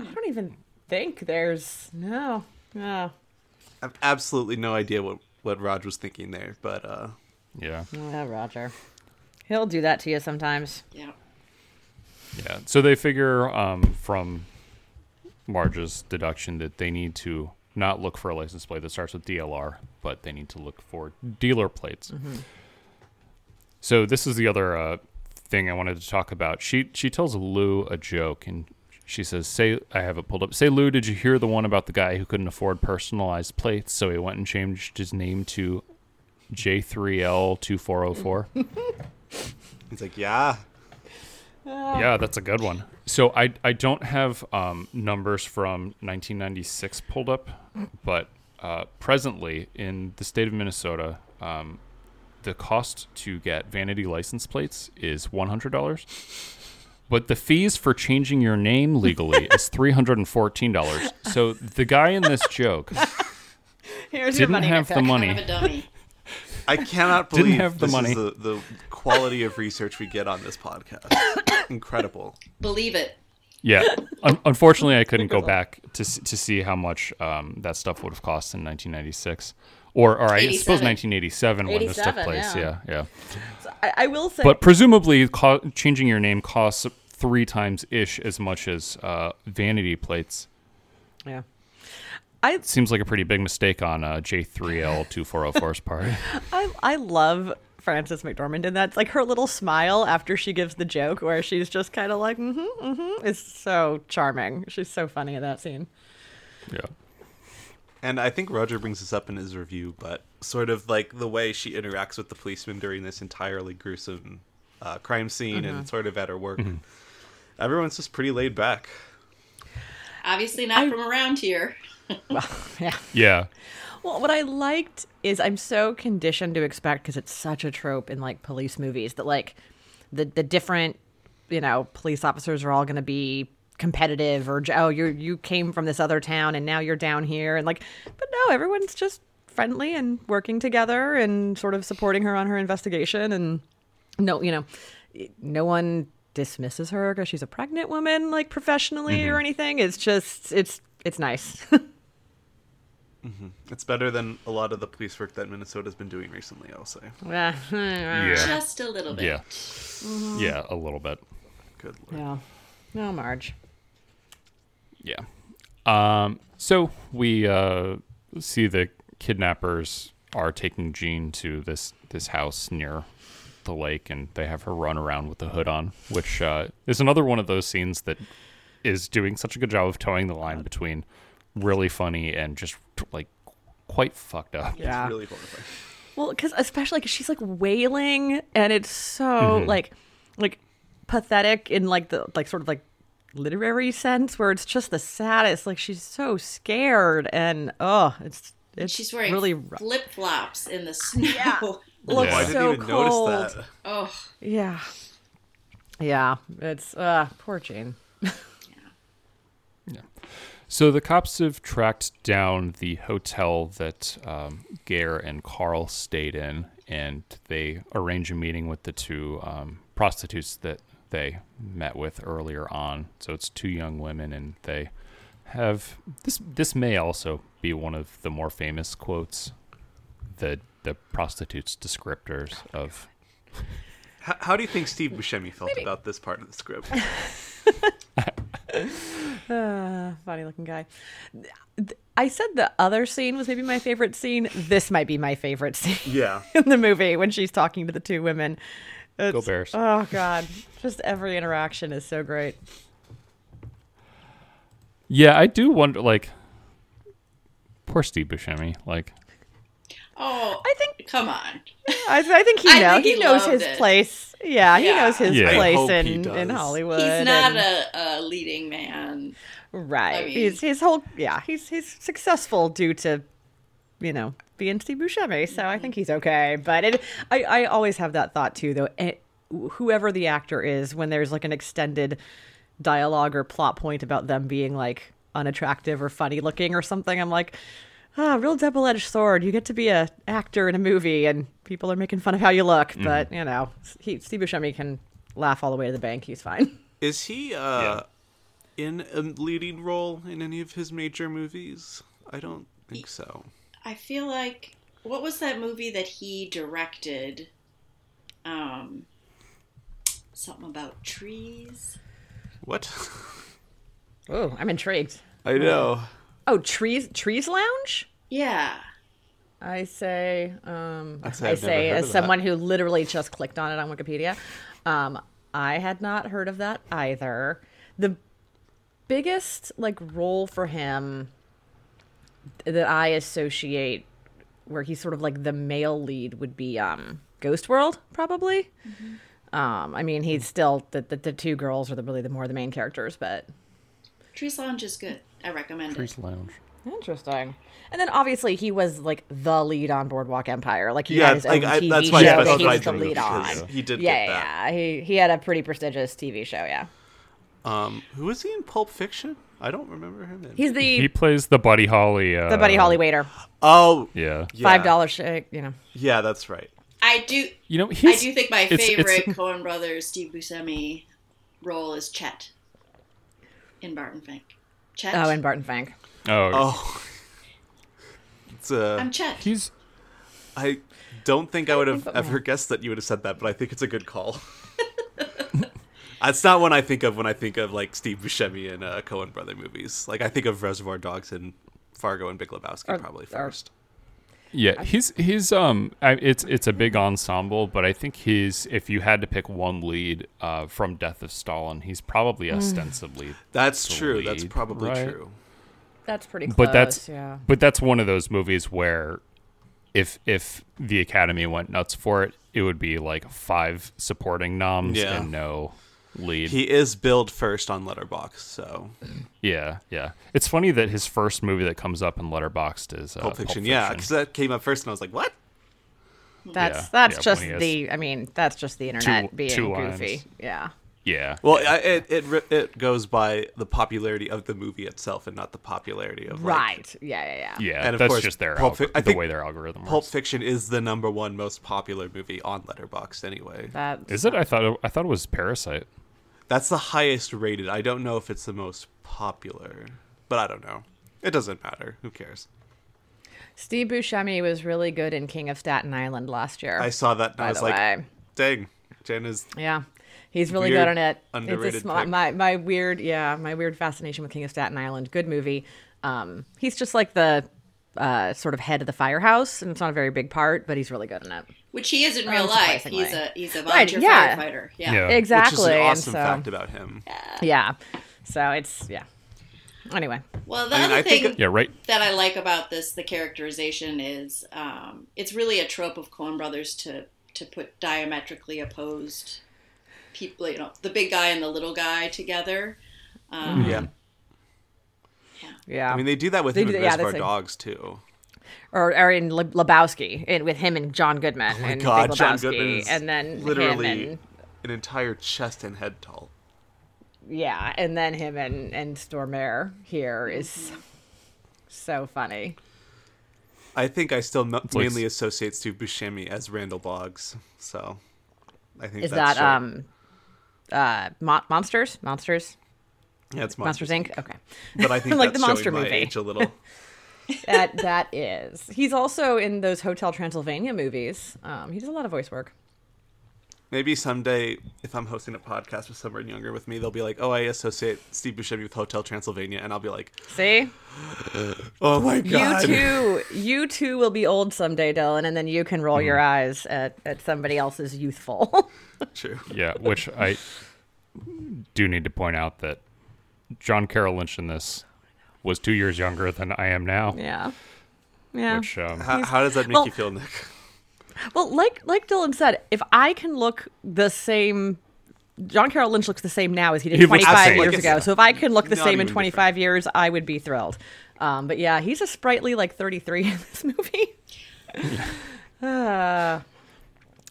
Speaker 3: don't, I don't even think there's no Oh. no
Speaker 4: I have absolutely no idea what what Raj was thinking there, but uh,
Speaker 2: Yeah,
Speaker 3: yeah, Roger he'll do that to you sometimes
Speaker 5: Yeah.
Speaker 2: yeah. So they figure um, from Marge's deduction that they need to not look for a license plate that starts with DLR, but they need to look for dealer plates. So this is the other uh, thing I wanted to talk about. She she tells Lou a joke and she says, "Say I have it pulled up. Say Lou, did you hear the one about the guy who couldn't afford personalized plates, so he went and changed his name to J3L2404?"
Speaker 4: He's like, yeah.
Speaker 2: yeah, that's a good one. So I I don't have um, numbers from 1996 pulled up, but uh, presently in the state of Minnesota, um, the cost to get vanity license plates is one hundred dollars, but the fees for changing your name legally is three hundred and fourteen dollars. So the guy in this joke
Speaker 3: Here's your
Speaker 2: didn't
Speaker 3: money.
Speaker 2: have the
Speaker 3: Rebecca.
Speaker 5: I have
Speaker 2: money.
Speaker 5: a dummy.
Speaker 4: I cannot
Speaker 2: Didn't
Speaker 4: believe
Speaker 2: have the
Speaker 4: this
Speaker 2: money.
Speaker 4: is the, the quality of research we get on this podcast. Incredible.
Speaker 5: Believe it.
Speaker 2: Yeah. Un- unfortunately, I couldn't go back to s- to see how much um, that stuff would have cost in 1996, or or I suppose
Speaker 5: 87.
Speaker 2: 1987 when this took
Speaker 3: 87,
Speaker 2: place. Yeah,
Speaker 3: yeah.
Speaker 2: yeah.
Speaker 3: I, I will say,
Speaker 2: But presumably, co- changing your name costs three times ish as much as uh, vanity plates.
Speaker 3: yeah.
Speaker 2: Seems like a pretty big mistake on uh, J3L2404's part.
Speaker 3: I I love Frances McDormand in that. It's like her little smile after she gives the joke, where she's just kind of like, mm-hmm, mm-hmm, is so charming. She's so funny in that scene.
Speaker 2: Yeah.
Speaker 4: And I think Roger brings this up in his review, but sort of like the way she interacts with the policeman during this entirely gruesome uh, crime scene and sort of at her work. Everyone's just pretty laid back.
Speaker 5: Obviously not from around here.
Speaker 3: Yeah.
Speaker 2: Yeah.
Speaker 3: Well, what I liked is I'm so conditioned to expect because it's such a trope in like police movies that like the the different you know police officers are all going to be competitive or oh you you came from this other town and now you're down here and like but no everyone's just friendly and working together and sort of supporting her on her investigation and no you know no one dismisses her because she's a pregnant woman like professionally or anything it's just it's it's nice
Speaker 4: It's better than a lot of the police work that Minnesota's been doing recently, I'll say.
Speaker 3: yeah
Speaker 2: Yeah.
Speaker 5: Just a little bit.
Speaker 2: Yeah. Yeah, a little bit.
Speaker 4: Good lord.
Speaker 3: Yeah. No, Marge.
Speaker 2: Yeah. Um, so we uh, see the kidnappers are taking Jean to this this house near the lake, and they have her run around with the hood on, which uh, is another one of those scenes that is doing such a good job of towing the line between really funny and just like quite fucked up.
Speaker 3: Yeah.
Speaker 4: Really horrifying.
Speaker 3: Well, because especially because she's like wailing, and it's so
Speaker 4: Mm-hmm.
Speaker 3: like, like pathetic in like the like sort of like literary sense where it's just the saddest. Like she's so scared, and oh, it's it's
Speaker 5: She's wearing
Speaker 3: really rough.
Speaker 5: flip flops in the snow.
Speaker 2: Yeah.
Speaker 3: Looks
Speaker 4: I
Speaker 2: I
Speaker 4: didn't
Speaker 3: so
Speaker 4: even
Speaker 3: cold.
Speaker 4: notice that.
Speaker 5: Oh,
Speaker 3: Yeah. Yeah, it's uh poor Jane.
Speaker 2: So the cops have tracked down the hotel that um, Gare and Carl stayed in, and they arrange a meeting with the two um, prostitutes that they met with earlier on. So it's two young women, and they have this. This may also be one of the more famous quotes, the the prostitutes' descriptors
Speaker 3: Oh
Speaker 2: of.
Speaker 4: How, how do you think Steve Buscemi felt about this part of the script?
Speaker 3: Uh, funny looking guy. Th- I said the other scene was maybe my favorite scene. This might be my favorite scene.
Speaker 4: yeah.
Speaker 3: in the movie when she's talking to the two women. It's-
Speaker 2: Go Bears.
Speaker 3: Oh God, just every interaction is so great.
Speaker 2: Yeah, I do wonder. Like, poor Steve Buscemi. Like,
Speaker 5: oh,
Speaker 3: I think
Speaker 5: come on.
Speaker 3: I, I think he
Speaker 5: I
Speaker 3: knows
Speaker 5: think
Speaker 3: he,
Speaker 5: he
Speaker 3: knows
Speaker 5: loved
Speaker 3: his
Speaker 5: it.
Speaker 3: place. Yeah, he
Speaker 5: Yeah.
Speaker 3: knows his
Speaker 2: Yeah. I
Speaker 3: place
Speaker 4: hope he
Speaker 3: in,
Speaker 4: does.
Speaker 3: in Hollywood.
Speaker 5: He's
Speaker 3: and-
Speaker 5: not a, a leading man.
Speaker 3: right.
Speaker 5: I mean-
Speaker 3: he's his whole yeah. He's he's successful due to you know being Steve Buscemi, so I think he's okay. But it, I I always have that thought too, though. It, whoever the actor is, when there's like an extended dialogue or plot point about them being like unattractive or funny looking or something, I'm like. Ah, real double-edged sword. You get to be a actor in a movie, and people are making fun of how you look.
Speaker 5: Mm-hmm.
Speaker 3: But you know, he, Steve Buscemi can laugh all the way to the bank. He's fine.
Speaker 4: Is he uh, in a leading role in any of his major movies? I don't think so.
Speaker 5: I feel like what was that movie that he directed? Um, something about trees.
Speaker 4: What?
Speaker 3: Oh, I'm intrigued.
Speaker 4: I know.
Speaker 3: Oh, trees trees lounge.
Speaker 5: Yeah.
Speaker 3: I say, um,
Speaker 4: I'd say
Speaker 3: I
Speaker 4: I've never
Speaker 3: say,
Speaker 4: heard
Speaker 3: as
Speaker 4: of that.
Speaker 3: someone who literally just clicked on it on Wikipedia, um, I had not heard of that either. The biggest like role for him that I associate, where he's sort of like the male lead, would be um, Ghost World, probably. Um, I mean, he's still the, the the two girls are the, really the more the main characters, but
Speaker 5: Trees Lounge is good. I recommend it.
Speaker 2: Priest Lounge.
Speaker 3: Interesting. And then obviously he was like the lead on Boardwalk Empire. Like he
Speaker 4: Yeah,
Speaker 3: had his own
Speaker 4: like, I-
Speaker 3: TV
Speaker 4: that's
Speaker 3: show
Speaker 4: why I
Speaker 3: that he
Speaker 4: specified
Speaker 3: was the
Speaker 4: Drew
Speaker 3: lead on.
Speaker 4: because he did
Speaker 3: Yeah,
Speaker 4: get
Speaker 3: yeah,
Speaker 4: that.
Speaker 3: yeah. He he had a pretty prestigious TV show. Yeah,
Speaker 4: Um, who was he in Pulp Fiction? I don't remember him. In...
Speaker 3: he's the
Speaker 2: He plays the Buddy Holly. Uh,
Speaker 3: the Buddy Holly waiter.
Speaker 4: Oh,
Speaker 2: Yeah.
Speaker 4: yeah.
Speaker 3: Five dollar shake. You know.
Speaker 4: Yeah, that's right.
Speaker 5: I do.
Speaker 2: You know,
Speaker 5: I
Speaker 2: he's,
Speaker 5: do think my
Speaker 2: it's- it's-
Speaker 5: favorite Cohen brothers Steve Buscemi role is Chet in Barton Fink. Chet.
Speaker 3: Oh, and Barton Fink.
Speaker 2: oh,
Speaker 4: Oh, it's uh,
Speaker 5: I'm Chet.
Speaker 2: he's
Speaker 4: I don't think I would have
Speaker 3: think of
Speaker 4: ever guessed that you would have said that, but I think it's a good call. That's not one I think of when I think of like Steve Buscemi and uh, Cohen brother movies. Like I think of Reservoir Dogs and Fargo and Big Lebowski probably
Speaker 3: or-
Speaker 4: first.
Speaker 2: yeah. He's he's um. I, it's it's a big ensemble, but I think he's if you had to pick one lead uh, from Death of Stalin, he's
Speaker 5: Mm.
Speaker 2: probably ostensibly
Speaker 4: That's
Speaker 2: the
Speaker 4: true. That's
Speaker 2: lead,
Speaker 4: probably
Speaker 2: right?
Speaker 4: true.
Speaker 3: That's pretty close.
Speaker 2: but that's
Speaker 3: yeah.
Speaker 2: but that's one of those movies where if if the academy went nuts for it it would be like five supporting noms
Speaker 4: Yeah.
Speaker 2: and no lead
Speaker 4: He is billed first on Letterbox, so
Speaker 2: yeah yeah it's funny that his first movie that comes up in letterboxd is uh,
Speaker 4: Pulp Fiction. Yeah, because that came up first, and I was like, "What?"
Speaker 3: That's
Speaker 2: yeah,
Speaker 3: that's
Speaker 2: yeah,
Speaker 3: just
Speaker 2: when he has
Speaker 3: the. I mean, that's just the internet being
Speaker 2: two
Speaker 3: goofy.
Speaker 2: lines.
Speaker 3: Yeah.
Speaker 2: yeah
Speaker 4: Well, I, it it re- it goes by the popularity of the movie itself, and not the popularity of like,
Speaker 3: Right. Yeah. Yeah. Yeah.
Speaker 2: yeah
Speaker 4: and of
Speaker 2: that's
Speaker 4: course,
Speaker 2: just their
Speaker 4: Pulp Fi-
Speaker 2: algor-
Speaker 4: I
Speaker 2: the
Speaker 4: think
Speaker 2: way their algorithm
Speaker 4: Pulp
Speaker 2: works
Speaker 4: Fiction is the number one most popular movie on Letterboxd anyway.
Speaker 3: That's,
Speaker 2: is it i thought it, i thought it was parasite
Speaker 4: That's the highest rated. I don't know if it's the most popular, but I don't know. It doesn't matter. Who cares?
Speaker 3: Steve Buscemi was really good in King of Staten Island last year.
Speaker 4: I saw that and I
Speaker 3: by
Speaker 4: was
Speaker 3: the
Speaker 4: like,
Speaker 3: way.
Speaker 4: "Dang, Jen is
Speaker 3: Yeah. He's really
Speaker 4: Weird,
Speaker 3: good on it. it's a
Speaker 4: underrated
Speaker 3: small,
Speaker 4: pick.
Speaker 3: my my weird yeah my weird fascination with King of Staten Island. Good movie. Um, he's just like the uh, sort of head of the firehouse, and it's not a very big part, but he's really good
Speaker 4: Uh,
Speaker 3: in it.
Speaker 5: Which he is in real life. He's a he's a
Speaker 3: Oh, Right,
Speaker 5: volunteer
Speaker 3: yeah.
Speaker 5: firefighter. Yeah.
Speaker 2: Yeah.
Speaker 3: Exactly.
Speaker 4: which is an
Speaker 3: and
Speaker 4: awesome
Speaker 3: so,
Speaker 4: fact about him."
Speaker 3: yeah. So it's yeah. Anyway,
Speaker 5: Well, the
Speaker 4: I mean,
Speaker 5: other
Speaker 4: I think
Speaker 5: thing
Speaker 2: yeah right
Speaker 5: that I like about this, the characterization is, um, it's really a trope of Coen Brothers to to put diametrically opposed people, you know, the big guy and the little guy together.
Speaker 4: Yeah,
Speaker 3: yeah.
Speaker 4: I mean they do that with
Speaker 3: Mm-hmm. They
Speaker 4: him
Speaker 3: do
Speaker 4: in
Speaker 3: that- yeah,
Speaker 4: Reservoir
Speaker 3: that's a-
Speaker 4: Dogs too.
Speaker 3: or, or in Le- Lebowski and with him and John Goodman
Speaker 4: Oh My
Speaker 3: and
Speaker 4: God,
Speaker 3: Big
Speaker 4: John
Speaker 3: Lebowski,
Speaker 4: Goodman is
Speaker 3: and then
Speaker 4: literally
Speaker 3: him and
Speaker 4: an entire chest and head tall.
Speaker 3: yeah, and then him and and Stormare here is so funny.
Speaker 4: I think I still mo-
Speaker 2: like-
Speaker 4: mainly associate Steve Buscemi as Randall Boggs. So I think
Speaker 3: Is
Speaker 4: that's
Speaker 3: that
Speaker 4: right.
Speaker 3: um uh Mon- monsters? Monsters?
Speaker 4: yeah, it's
Speaker 3: Monsters,
Speaker 4: monsters,
Speaker 3: Inc. Okay.
Speaker 4: But I think
Speaker 3: like
Speaker 4: that's
Speaker 3: the monster
Speaker 4: showing my
Speaker 3: movie.
Speaker 4: age a little.
Speaker 3: That that is. He's also in those Hotel Transylvania movies. Um, he does a lot of voice work.
Speaker 4: Maybe someday, if I'm hosting a podcast with someone younger with me, they'll be like, "Oh, I associate Steve Buscemi with Hotel Transylvania," and I'll be like,
Speaker 3: See?
Speaker 4: "Oh my
Speaker 3: You
Speaker 4: god!"
Speaker 3: too you too will be old someday, Dylan, and then you can roll
Speaker 4: Hmm.
Speaker 3: your eyes at, at somebody else's youthful.
Speaker 4: True.
Speaker 2: yeah which i do need to point out that john carroll lynch in this was two years younger than i am now
Speaker 3: yeah. Yeah.
Speaker 2: which um,
Speaker 4: How, how does that make
Speaker 3: well-
Speaker 4: you feel, Nick?
Speaker 3: Well, like like Dylan said, if I can look the same, John Carroll Lynch looks the same now as he did
Speaker 2: He looks the
Speaker 3: 25
Speaker 2: same.
Speaker 3: years
Speaker 4: Like, it's
Speaker 3: ago. So if I could look the
Speaker 4: not
Speaker 3: same in
Speaker 4: even
Speaker 3: 25 years, I would be thrilled. Um, but yeah, he's a sprightly like 33 in this movie. uh,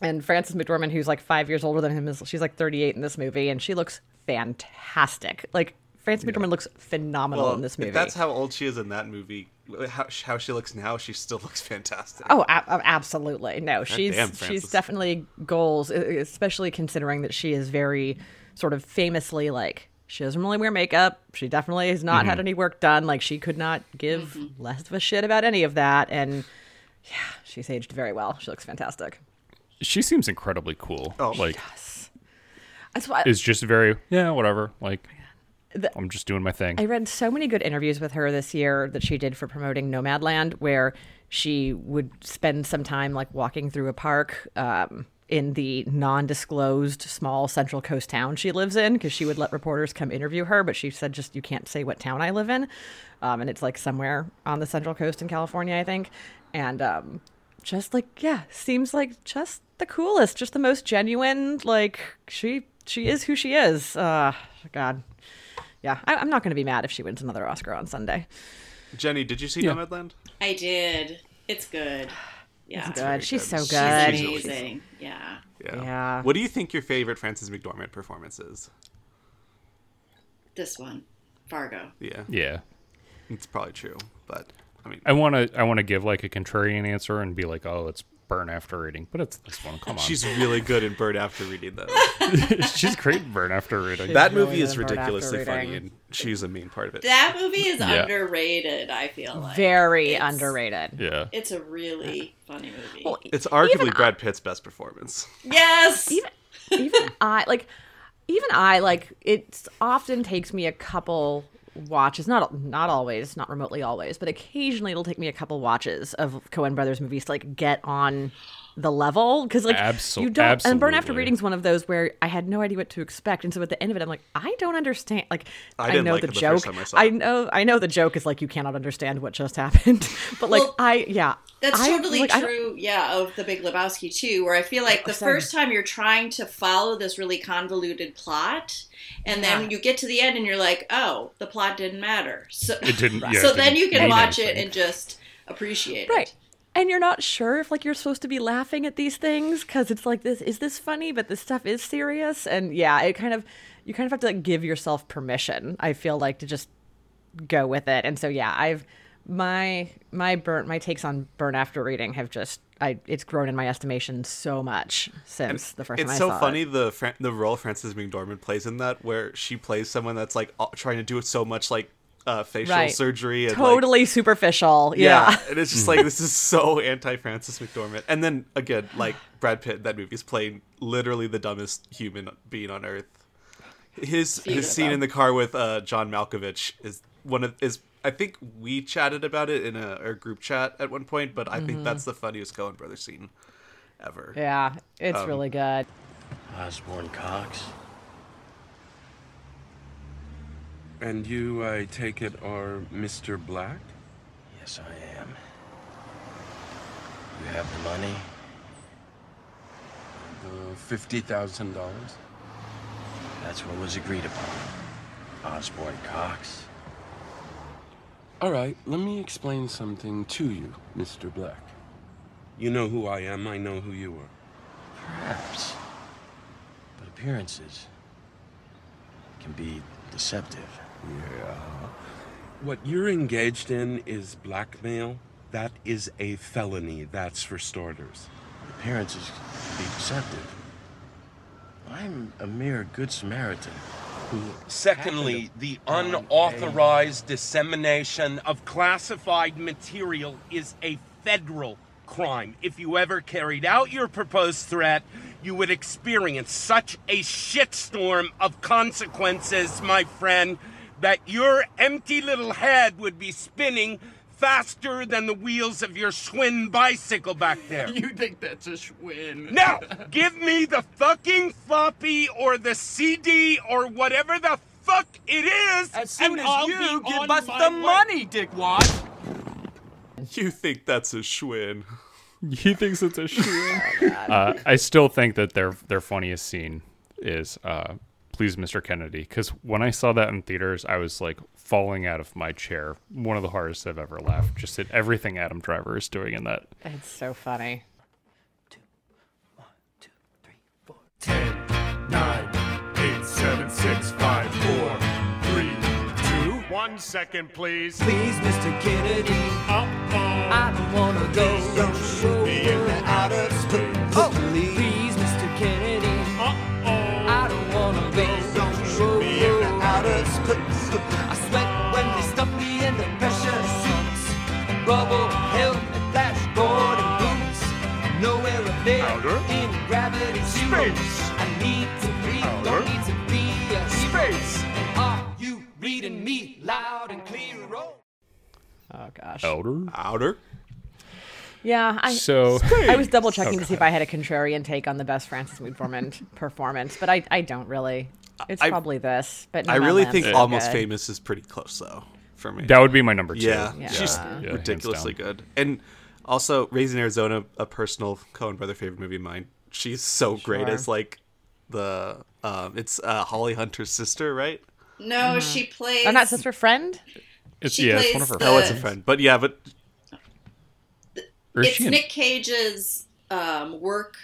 Speaker 3: and Frances McDormand, who's like five years older than him, is she's like 38 in this movie, and she looks fantastic. Like Frances McDormand looks phenomenal in this
Speaker 4: if
Speaker 3: movie.
Speaker 4: that's how old she is in that movie. How, how she looks now, she still looks fantastic.
Speaker 3: Oh, a- a- absolutely. No, she's
Speaker 4: damn,
Speaker 3: she's
Speaker 4: Frances.
Speaker 3: definitely goals, e- especially considering that she is very sort of famously like she doesn't really wear makeup. She definitely has not
Speaker 4: Mm-hmm.
Speaker 3: had any work done. Like she could not give less of a shit about any of that. And yeah, she's aged very well. She looks fantastic.
Speaker 2: she seems incredibly cool.
Speaker 4: Oh.
Speaker 2: like
Speaker 3: That's why
Speaker 4: Oh
Speaker 2: is just very yeah, whatever. Like I'm just doing my thing.
Speaker 3: I read so many good interviews with her this year that she did for promoting Nomadland, where she would spend some time like walking through a park um, in the non-disclosed small Central Coast town she lives in, because she would let reporters come interview her, but she said just you can't say what town I live in, um, and it's like somewhere on the Central Coast in California, I think, and um, just like yeah, seems like just the coolest, just the most genuine. Like she she is who she is. Uh, God yeah, I, am not going to be mad if she wins another Oscar on Sunday.
Speaker 4: Jenny, did you see
Speaker 2: Yeah.
Speaker 4: Nomadland?
Speaker 5: I did. It's good. Yeah.
Speaker 3: Good. She's so
Speaker 4: good.
Speaker 5: She's
Speaker 3: good.
Speaker 5: amazing. Yeah.
Speaker 3: Yeah.
Speaker 4: What do you think your favorite Frances McDormand performance is?
Speaker 5: This one, Fargo.
Speaker 4: Yeah,
Speaker 2: yeah.
Speaker 4: it's probably true, but I mean,
Speaker 2: I want to I want to give like a contrarian answer and be like, "Oh, it's burn after reading." But it's this one. Come on.
Speaker 4: she's really good in Bird After Reading, though.
Speaker 2: she's great in burn after reading.
Speaker 4: that
Speaker 3: really
Speaker 4: movie is
Speaker 3: good in Bird After
Speaker 4: ridiculously funny,
Speaker 3: Reading.
Speaker 4: and she's a main part of it.
Speaker 5: That movie is
Speaker 2: Yeah.
Speaker 5: underrated, I feel like.
Speaker 3: Very
Speaker 5: It's-
Speaker 3: underrated.
Speaker 2: yeah.
Speaker 5: It's a really funny movie.
Speaker 4: it's arguably Brad Pitt's best performance.
Speaker 5: yes.
Speaker 3: even I like even I like it's often takes me a couple watches not not always not remotely always but occasionally it'll take me a couple watches of Coen brothers movies to like get on the level cuz like
Speaker 2: Absol-
Speaker 3: you don't and burn after
Speaker 2: absolutely.
Speaker 3: reading's one of those where I had no idea what to expect and so at the end of it I'm like I don't understand like
Speaker 4: I
Speaker 3: I,
Speaker 4: didn't
Speaker 3: know
Speaker 4: like
Speaker 3: the
Speaker 4: it the first
Speaker 3: joke
Speaker 4: time I saw
Speaker 3: I
Speaker 4: it.
Speaker 3: know I know the joke is like you cannot understand what just happened but like
Speaker 5: Well,
Speaker 3: I yeah
Speaker 5: That's
Speaker 3: I-
Speaker 5: totally
Speaker 3: like, I don't-
Speaker 5: true, yeah, of The Big Lebowski too, where I feel like the
Speaker 3: sorry.
Speaker 5: first time you're trying to follow this really convoluted plot, and then you get to the end and you're like, oh, the plot didn't matter. So,
Speaker 2: It didn't- yeah,
Speaker 5: so
Speaker 2: it
Speaker 5: then
Speaker 2: didn't
Speaker 5: you can
Speaker 2: mean
Speaker 5: watch it
Speaker 2: anything.
Speaker 5: and just appreciate
Speaker 3: Right.
Speaker 5: it.
Speaker 3: And you're not sure if like you're supposed to be laughing at these things because it's like this is this funny, but this stuff is serious. And yeah, it kind of you kind of have to like give yourself permission. I feel like to just go with it. And so yeah, I've my my burn my takes on burn after reading have just I it's grown in my estimation so much since the first time
Speaker 4: It's
Speaker 3: I
Speaker 4: so
Speaker 3: saw
Speaker 4: funny
Speaker 3: it.
Speaker 4: the Fran- the role Frances McDormand plays in that, where she plays someone that's like all- trying to do so much like uh, facial
Speaker 3: Right.
Speaker 4: surgery and like,
Speaker 3: Totally superficial.
Speaker 4: yeah.
Speaker 3: Yeah.
Speaker 4: and it's just like this is so anti Frances McDormand. And then again, like Brad Pitt, in that movie's playing literally the dumbest human being on earth. His his scene in the car with uh, John Malkovich is one of is I think we chatted about it in a our group chat at one point, but I think that's the funniest Coen Brothers scene ever.
Speaker 3: Mm-hmm. Yeah.
Speaker 4: Um,
Speaker 3: It's really good.
Speaker 6: Osborne Cox.
Speaker 7: And you, I take it, are Mr. Black?
Speaker 6: Yes, I am. You have the money?
Speaker 7: The $50,000?
Speaker 6: That's what was agreed upon. Osborne Cox.
Speaker 7: All right, let me explain something to you, Mr. Black. You know who I am, I know who you are.
Speaker 6: Perhaps. But appearances can be deceptive.
Speaker 7: What you're engaged in is blackmail. That is a felony, that's for starters.
Speaker 6: Appearances can be deceptive. I'm a mere good Samaritan.
Speaker 7: Secondly, the unauthorized dissemination of classified material is a federal crime. If you ever carried out your proposed threat, you would experience such a shitstorm of consequences, my friend, that your empty little head would be spinning faster than the wheels of your Schwinn bicycle back there.
Speaker 6: You think that's a schwinn?
Speaker 7: Now, give me the fucking floppy or the CD or whatever the fuck it is.
Speaker 6: As soon
Speaker 7: and
Speaker 6: as
Speaker 7: I'll
Speaker 6: you
Speaker 7: be on
Speaker 6: give us
Speaker 7: my
Speaker 6: the
Speaker 7: way.
Speaker 6: money, dickwad.
Speaker 4: You think that's a Schwinn?
Speaker 2: He thinks it's a shoe. uh, I still think that their their funniest scene is uh, "Please, Mr. Kennedy," because when I saw that in theaters, I was like falling out of my chair. One of the hardest I've ever laughed. Just at everything Adam Driver is doing in that.
Speaker 3: It's so funny.
Speaker 8: nine, eight, seven, six, five, four, three, two, one second, please.
Speaker 9: Please, Mr. Kennedy,
Speaker 8: Up
Speaker 9: I don't wanna go.
Speaker 8: Don't shoot me in the outer space.
Speaker 9: Oh, please, Mr. Kennedy,
Speaker 8: Uh oh.
Speaker 9: I don't wanna go.
Speaker 8: Don't shoot me in the outer space.
Speaker 9: I sweat when they stuff me in the pressure suits, bubble helmet, dashboard, and boots. I'm nowhere up there
Speaker 8: Outer
Speaker 9: in gravity zero.
Speaker 8: space.
Speaker 9: I need to breathe,
Speaker 8: Outer
Speaker 9: don't need to be a hero.
Speaker 8: Space.
Speaker 9: And are you hearing me loud and clear. Oh.
Speaker 3: Oh gosh.
Speaker 2: Elder.
Speaker 4: Outer.
Speaker 3: Yeah, I
Speaker 2: So Oh,
Speaker 3: I was double checking to see if I had a contrarian take on the best Francis McDormand performance, but I, I don't really. It's
Speaker 4: I-
Speaker 3: probably this, but
Speaker 4: I really
Speaker 3: Nomadland's
Speaker 4: think
Speaker 3: so
Speaker 4: Almost
Speaker 3: good.
Speaker 4: Famous is pretty close though for me.
Speaker 2: that would be my number two.
Speaker 4: yeah,
Speaker 3: Yeah.
Speaker 4: just
Speaker 3: Yeah,
Speaker 2: hands
Speaker 4: ridiculously
Speaker 2: down.
Speaker 4: good. And also, Raising Arizona, a personal Cohen brother favorite movie of mine. She's so great
Speaker 3: Sure.
Speaker 4: as like the um, it's uh, Holly Hunter's sister, right?
Speaker 5: No, she plays.
Speaker 3: Oh, not sister friend.
Speaker 2: It's,
Speaker 5: She
Speaker 2: yeah, it's one
Speaker 5: plays
Speaker 2: of her.
Speaker 5: the-
Speaker 4: Oh, it's a friend, but yeah, but
Speaker 2: Or is
Speaker 5: It's
Speaker 2: she in-
Speaker 5: Nick Cage's um, work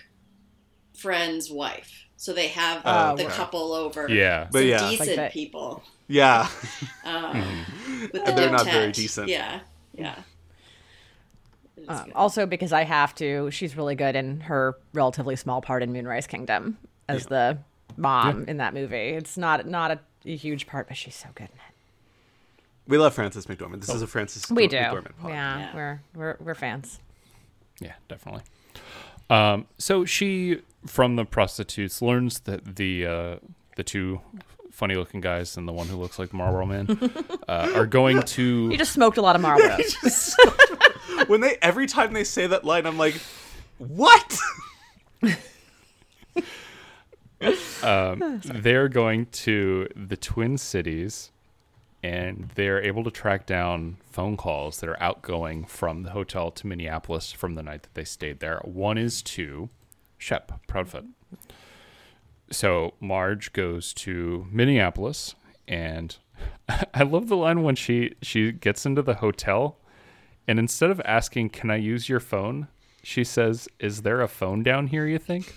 Speaker 5: friend's wife. So they have
Speaker 3: Oh,
Speaker 5: the
Speaker 3: okay.
Speaker 5: couple over.
Speaker 2: Yeah.
Speaker 4: But
Speaker 5: Some
Speaker 4: yeah.
Speaker 5: decent
Speaker 3: Like that-
Speaker 5: people.
Speaker 4: yeah,
Speaker 5: With the
Speaker 4: And they're not very
Speaker 5: detach.
Speaker 4: decent.
Speaker 5: Yeah. Yeah.
Speaker 3: Um, also, because I have to, she's really good in her relatively small part in Moonrise Kingdom as the mom in that movie. It's not not a, a huge part, but she's so good in it.
Speaker 4: we love Frances McDormand. This is a Frances
Speaker 3: We
Speaker 4: Dor-
Speaker 3: do, yeah,
Speaker 4: McDormand pod.
Speaker 3: We're we're we're fans.
Speaker 2: Yeah, definitely. Um, so she, from the prostitutes, learns that the uh, the two funny looking guys and the one who looks like the Marlboro Man uh, are going to.
Speaker 3: You just smoked a lot of Marlboros.
Speaker 4: when they every time they say that line, I'm like, what?
Speaker 2: they're going to the Twin Cities, and they're able to track down phone calls that are outgoing from the hotel to Minneapolis from the night that they stayed there. One is to Shep Proudfoot. So Marge goes to Minneapolis, and I love the line when she she gets into the hotel, and instead of asking, "Can I use your phone?" she says, "Is there a phone down here? You think?"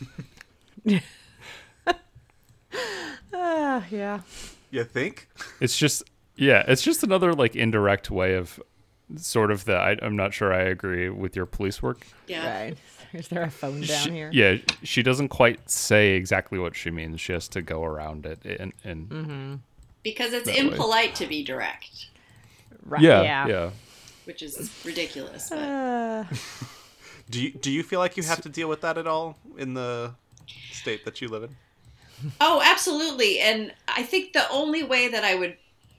Speaker 3: yeah.
Speaker 4: you think?
Speaker 2: it's just yeah it's just another like indirect way of sort of the I, i'm not sure i agree with your police work
Speaker 5: Yeah.
Speaker 3: Right. Is there a phone down
Speaker 2: She-
Speaker 3: here?
Speaker 2: yeah she doesn't quite say exactly what she means she has to go around it and, and
Speaker 3: Mm-hmm.
Speaker 5: Because it's impolite to be direct,
Speaker 3: Right.
Speaker 2: yeah, yeah
Speaker 5: which is ridiculous. But
Speaker 4: Do you do you feel like you have to deal with that at all in the state that you live in?
Speaker 5: Oh, absolutely. And I think the only way that I would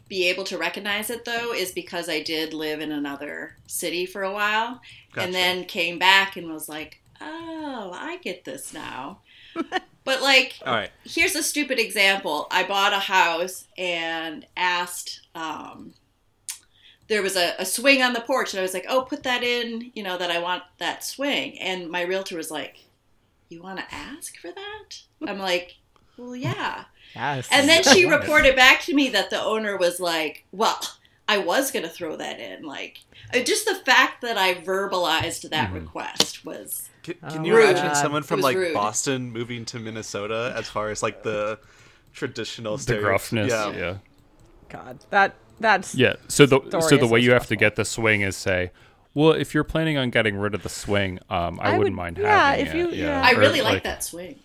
Speaker 5: be able to recognize it though is because I did live in another city for a while
Speaker 4: Gotcha.
Speaker 5: and then came back and was like, "Oh, I get this now." but like
Speaker 4: All right.
Speaker 5: here's a stupid example. I bought a house and asked um there was a, a swing on the porch and I was like, "Oh, put that in, you know, that I want that swing." And my realtor was like, "You want to ask for that?" I'm like, "Well, yeah."
Speaker 3: Yes.
Speaker 5: And then she reported back to me that the owner was like, "Well, I was going to throw that in." Like, uh, just the fact that I verbalized that request was
Speaker 4: Can,
Speaker 3: Oh
Speaker 4: can you
Speaker 5: my
Speaker 4: imagine
Speaker 5: God.
Speaker 4: someone
Speaker 5: Uh, It
Speaker 4: from
Speaker 5: was
Speaker 4: like
Speaker 5: rude.
Speaker 4: Boston moving to Minnesota as far as like the traditional
Speaker 2: the
Speaker 4: stereotype?
Speaker 2: gruffness yeah.
Speaker 4: Yeah.
Speaker 2: yeah
Speaker 3: God, that that's
Speaker 2: so the so
Speaker 3: Story
Speaker 2: the
Speaker 3: is
Speaker 2: way you have to
Speaker 3: stressful.
Speaker 2: get the swing is say well if you're planning on getting rid of the swing um i,
Speaker 3: I
Speaker 2: wouldn't
Speaker 3: would-
Speaker 2: mind
Speaker 3: yeah,
Speaker 2: having
Speaker 3: if
Speaker 2: it
Speaker 3: you- yeah.
Speaker 5: I
Speaker 2: Or,
Speaker 5: really like, that swing.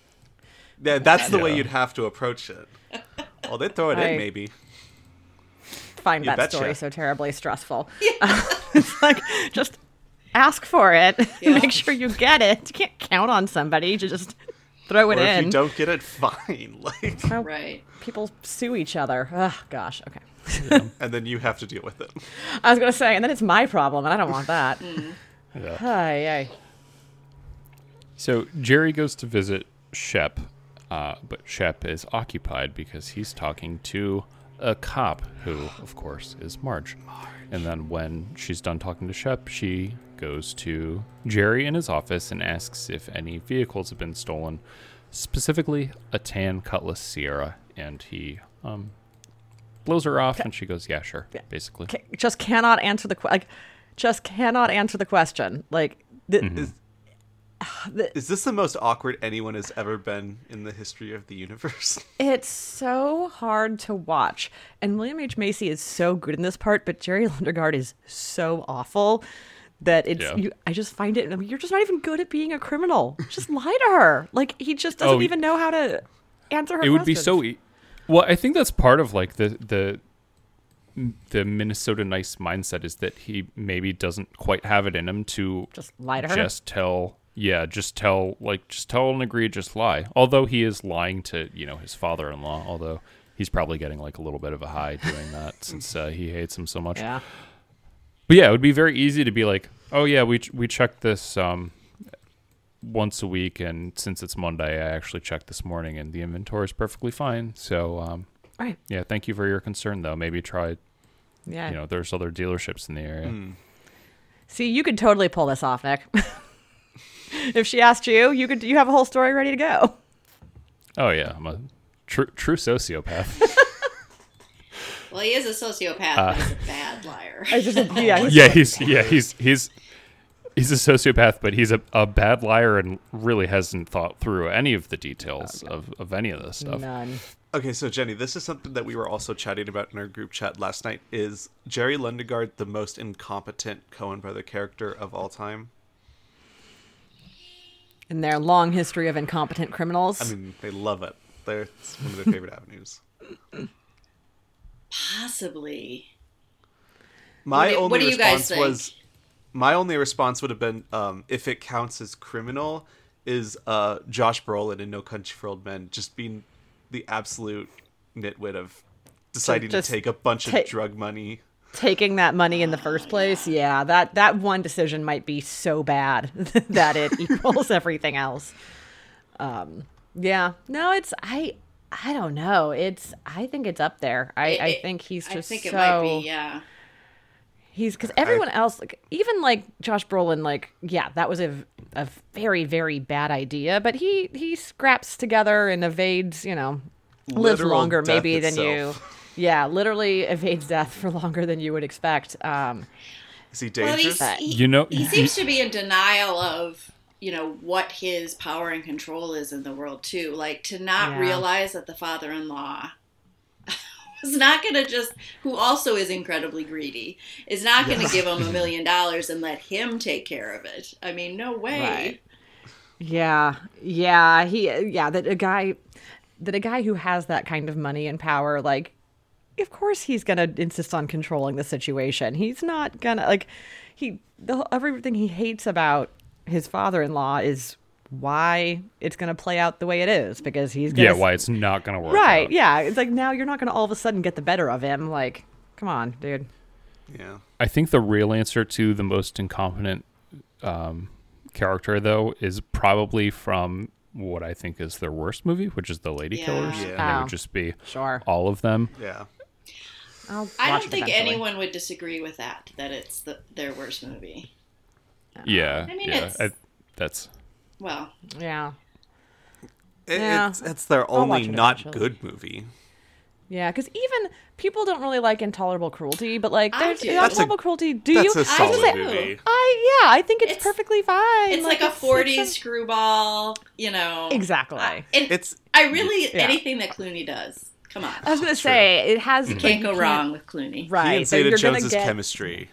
Speaker 4: Yeah, that's the way
Speaker 2: Yeah.
Speaker 4: you'd have to approach it. Well, they throw it
Speaker 3: I-
Speaker 4: in maybe.
Speaker 3: find
Speaker 4: You
Speaker 3: that
Speaker 4: betcha.
Speaker 3: story so terribly stressful. it's like just ask for it, make sure you get it. You can't count on somebody to just throw it
Speaker 4: Or if
Speaker 3: in.
Speaker 4: you don't get it, fine. Like,
Speaker 5: Right.
Speaker 3: People sue each other. Ugh, gosh. Okay.
Speaker 4: and then you have to deal with it.
Speaker 3: I was gonna say, and then it's my problem, and I don't want that. Ay, ay.
Speaker 2: So Jerry goes to visit Shep, uh, but Shep is occupied because he's talking to a cop who, of course, is Marge. And then when she's done talking to Shep, she goes to Jerry in his office and asks if any vehicles have been stolen, specifically a tan Cutlass Sierra. And he um, blows her off, and she goes, "Yeah, sure," basically.
Speaker 3: Ca- Just cannot answer the que- like. Just cannot answer the question. Like, th-
Speaker 4: Is this the most awkward anyone has ever been in the history of the universe?
Speaker 3: It's so hard to watch. And William H. Macy is so good in this part, but Jerry Lundegaard is so awful that it's
Speaker 2: Yeah.
Speaker 3: you, I just find it I mean, you're just not even good at being a criminal. Just lie to her. Like he just doesn't
Speaker 2: Oh,
Speaker 3: even know how to answer her
Speaker 2: it would be
Speaker 3: questions.
Speaker 2: so e- well i think that's part of like the the the minnesota nice mindset is that he maybe doesn't quite have it in him to
Speaker 3: Just lie to her.
Speaker 2: just tell yeah just tell like just tell an egregious lie although he is lying to you know his father-in-law although he's probably getting like a little bit of a high doing that since uh, he hates him so much.
Speaker 3: Yeah.
Speaker 2: But yeah, it would be very easy to be like, oh yeah, we ch- we check this um, once a week, and since it's Monday, I actually checked this morning, and the inventory is perfectly fine. So um,
Speaker 3: Right.
Speaker 2: yeah, thank you for your concern, though. Maybe try
Speaker 3: Yeah.
Speaker 2: you know there's other dealerships in the area.
Speaker 3: See, you could totally pull this off, Nick. if she asked you, you could you have a whole story ready to go.
Speaker 2: Oh yeah, I'm a true true sociopath.
Speaker 5: Well, he is a sociopath, but he's a bad liar.
Speaker 3: Uh, I just yeah, he's-
Speaker 2: yeah, he's yeah he's he's he's a sociopath, but he's a, a bad liar and really hasn't thought through any of the details of, of any of this stuff.
Speaker 3: none.
Speaker 4: Okay, so Jenny, this is something that we were also chatting about in our group chat last night. Is Jerry Lundegaard the most incompetent Cohen brother character of all time?
Speaker 3: In their long history of incompetent criminals.
Speaker 4: I mean, they love it. They're, it's one of their favorite avenues.
Speaker 5: Possibly.
Speaker 4: My
Speaker 5: What do-
Speaker 4: only
Speaker 5: what do you guys
Speaker 4: response was my only response would have been um, if it counts as criminal is uh, Josh Brolin in No Country for Old Men just being the absolute nitwit of deciding to
Speaker 3: just
Speaker 4: take a bunch
Speaker 3: take-
Speaker 4: of drug money.
Speaker 3: Taking that money in the first place, yeah, that that one decision might be so bad that it equals everything else. Um, yeah, no, it's I, I don't know. It's I think it's up there. I, I
Speaker 5: it-
Speaker 3: think he's just
Speaker 5: I think
Speaker 3: so
Speaker 5: it might be, yeah.
Speaker 3: He's because everyone else, like even like Josh Brolin, like yeah, that was a v- a very very bad idea. But he he scraps together and evades, you know, lives
Speaker 4: Literal
Speaker 3: longer
Speaker 4: death
Speaker 3: maybe than
Speaker 4: itself.
Speaker 3: you. Yeah, literally evades death for longer than you would expect. Um,
Speaker 4: Is he
Speaker 5: Well,
Speaker 4: dangerous?
Speaker 5: he's, he,
Speaker 2: You know-
Speaker 5: he seems to be in denial of you know what his power and control is in the world too. Like to not
Speaker 3: Yeah.
Speaker 5: realize that the father-in-law is not going to just, who also is incredibly greedy, is not going to give him a million dollars and let him take care of it. I mean, no way.
Speaker 3: Right. yeah, yeah, he yeah that a guy that a guy who has that kind of money and power, like of course he's gonna insist on controlling the situation. He's not gonna like he the, whole- everything he hates about his father-in-law is why it's gonna play out the way it is because he's gonna
Speaker 2: Yeah, why it's not gonna work.
Speaker 3: right
Speaker 2: out.
Speaker 3: yeah it's like now you're not gonna all of a sudden get the better of him like come on dude
Speaker 4: yeah.
Speaker 2: I think the real answer to the most incompetent um, character, though, is probably from what I think is their worst movie, which is The Lady
Speaker 5: Yeah.
Speaker 2: Killers.
Speaker 5: Yeah.
Speaker 2: And it
Speaker 3: Oh.
Speaker 2: would just be
Speaker 3: sure
Speaker 2: all of them.
Speaker 4: Yeah.
Speaker 3: I'll
Speaker 5: I
Speaker 3: watch
Speaker 5: don't
Speaker 3: it
Speaker 5: think
Speaker 3: eventually.
Speaker 5: anyone would disagree with that. That it's the, their worst movie.
Speaker 2: Yeah.
Speaker 5: I mean,
Speaker 2: yeah.
Speaker 5: it's-
Speaker 2: that's
Speaker 5: Well,
Speaker 3: yeah
Speaker 4: It,
Speaker 3: Yeah.
Speaker 4: It's, it's their
Speaker 3: watch
Speaker 4: only
Speaker 3: it
Speaker 4: not
Speaker 3: eventually.
Speaker 4: good movie.
Speaker 3: yeah because even people don't really like intolerable cruelty but like
Speaker 5: I
Speaker 3: there's
Speaker 5: do. That's a-
Speaker 3: intolerable cruelty do
Speaker 4: That's
Speaker 3: you
Speaker 4: a solid
Speaker 3: I,
Speaker 5: do.
Speaker 4: movie.
Speaker 3: I yeah i think it's,
Speaker 5: It's-
Speaker 3: perfectly fine
Speaker 5: it's like, a 40s screwball, you know.
Speaker 3: exactly
Speaker 5: I- and
Speaker 4: It's
Speaker 5: I really
Speaker 3: Yeah.
Speaker 5: anything that Clooney does. Come on,
Speaker 3: I was gonna say it has
Speaker 4: Mm-hmm.
Speaker 3: like,
Speaker 5: can't
Speaker 3: you
Speaker 5: go wrong with Clooney.
Speaker 3: Right,
Speaker 4: he and
Speaker 3: so
Speaker 4: Zeta
Speaker 3: you're gonna
Speaker 4: Jones'
Speaker 3: get
Speaker 4: chemistry.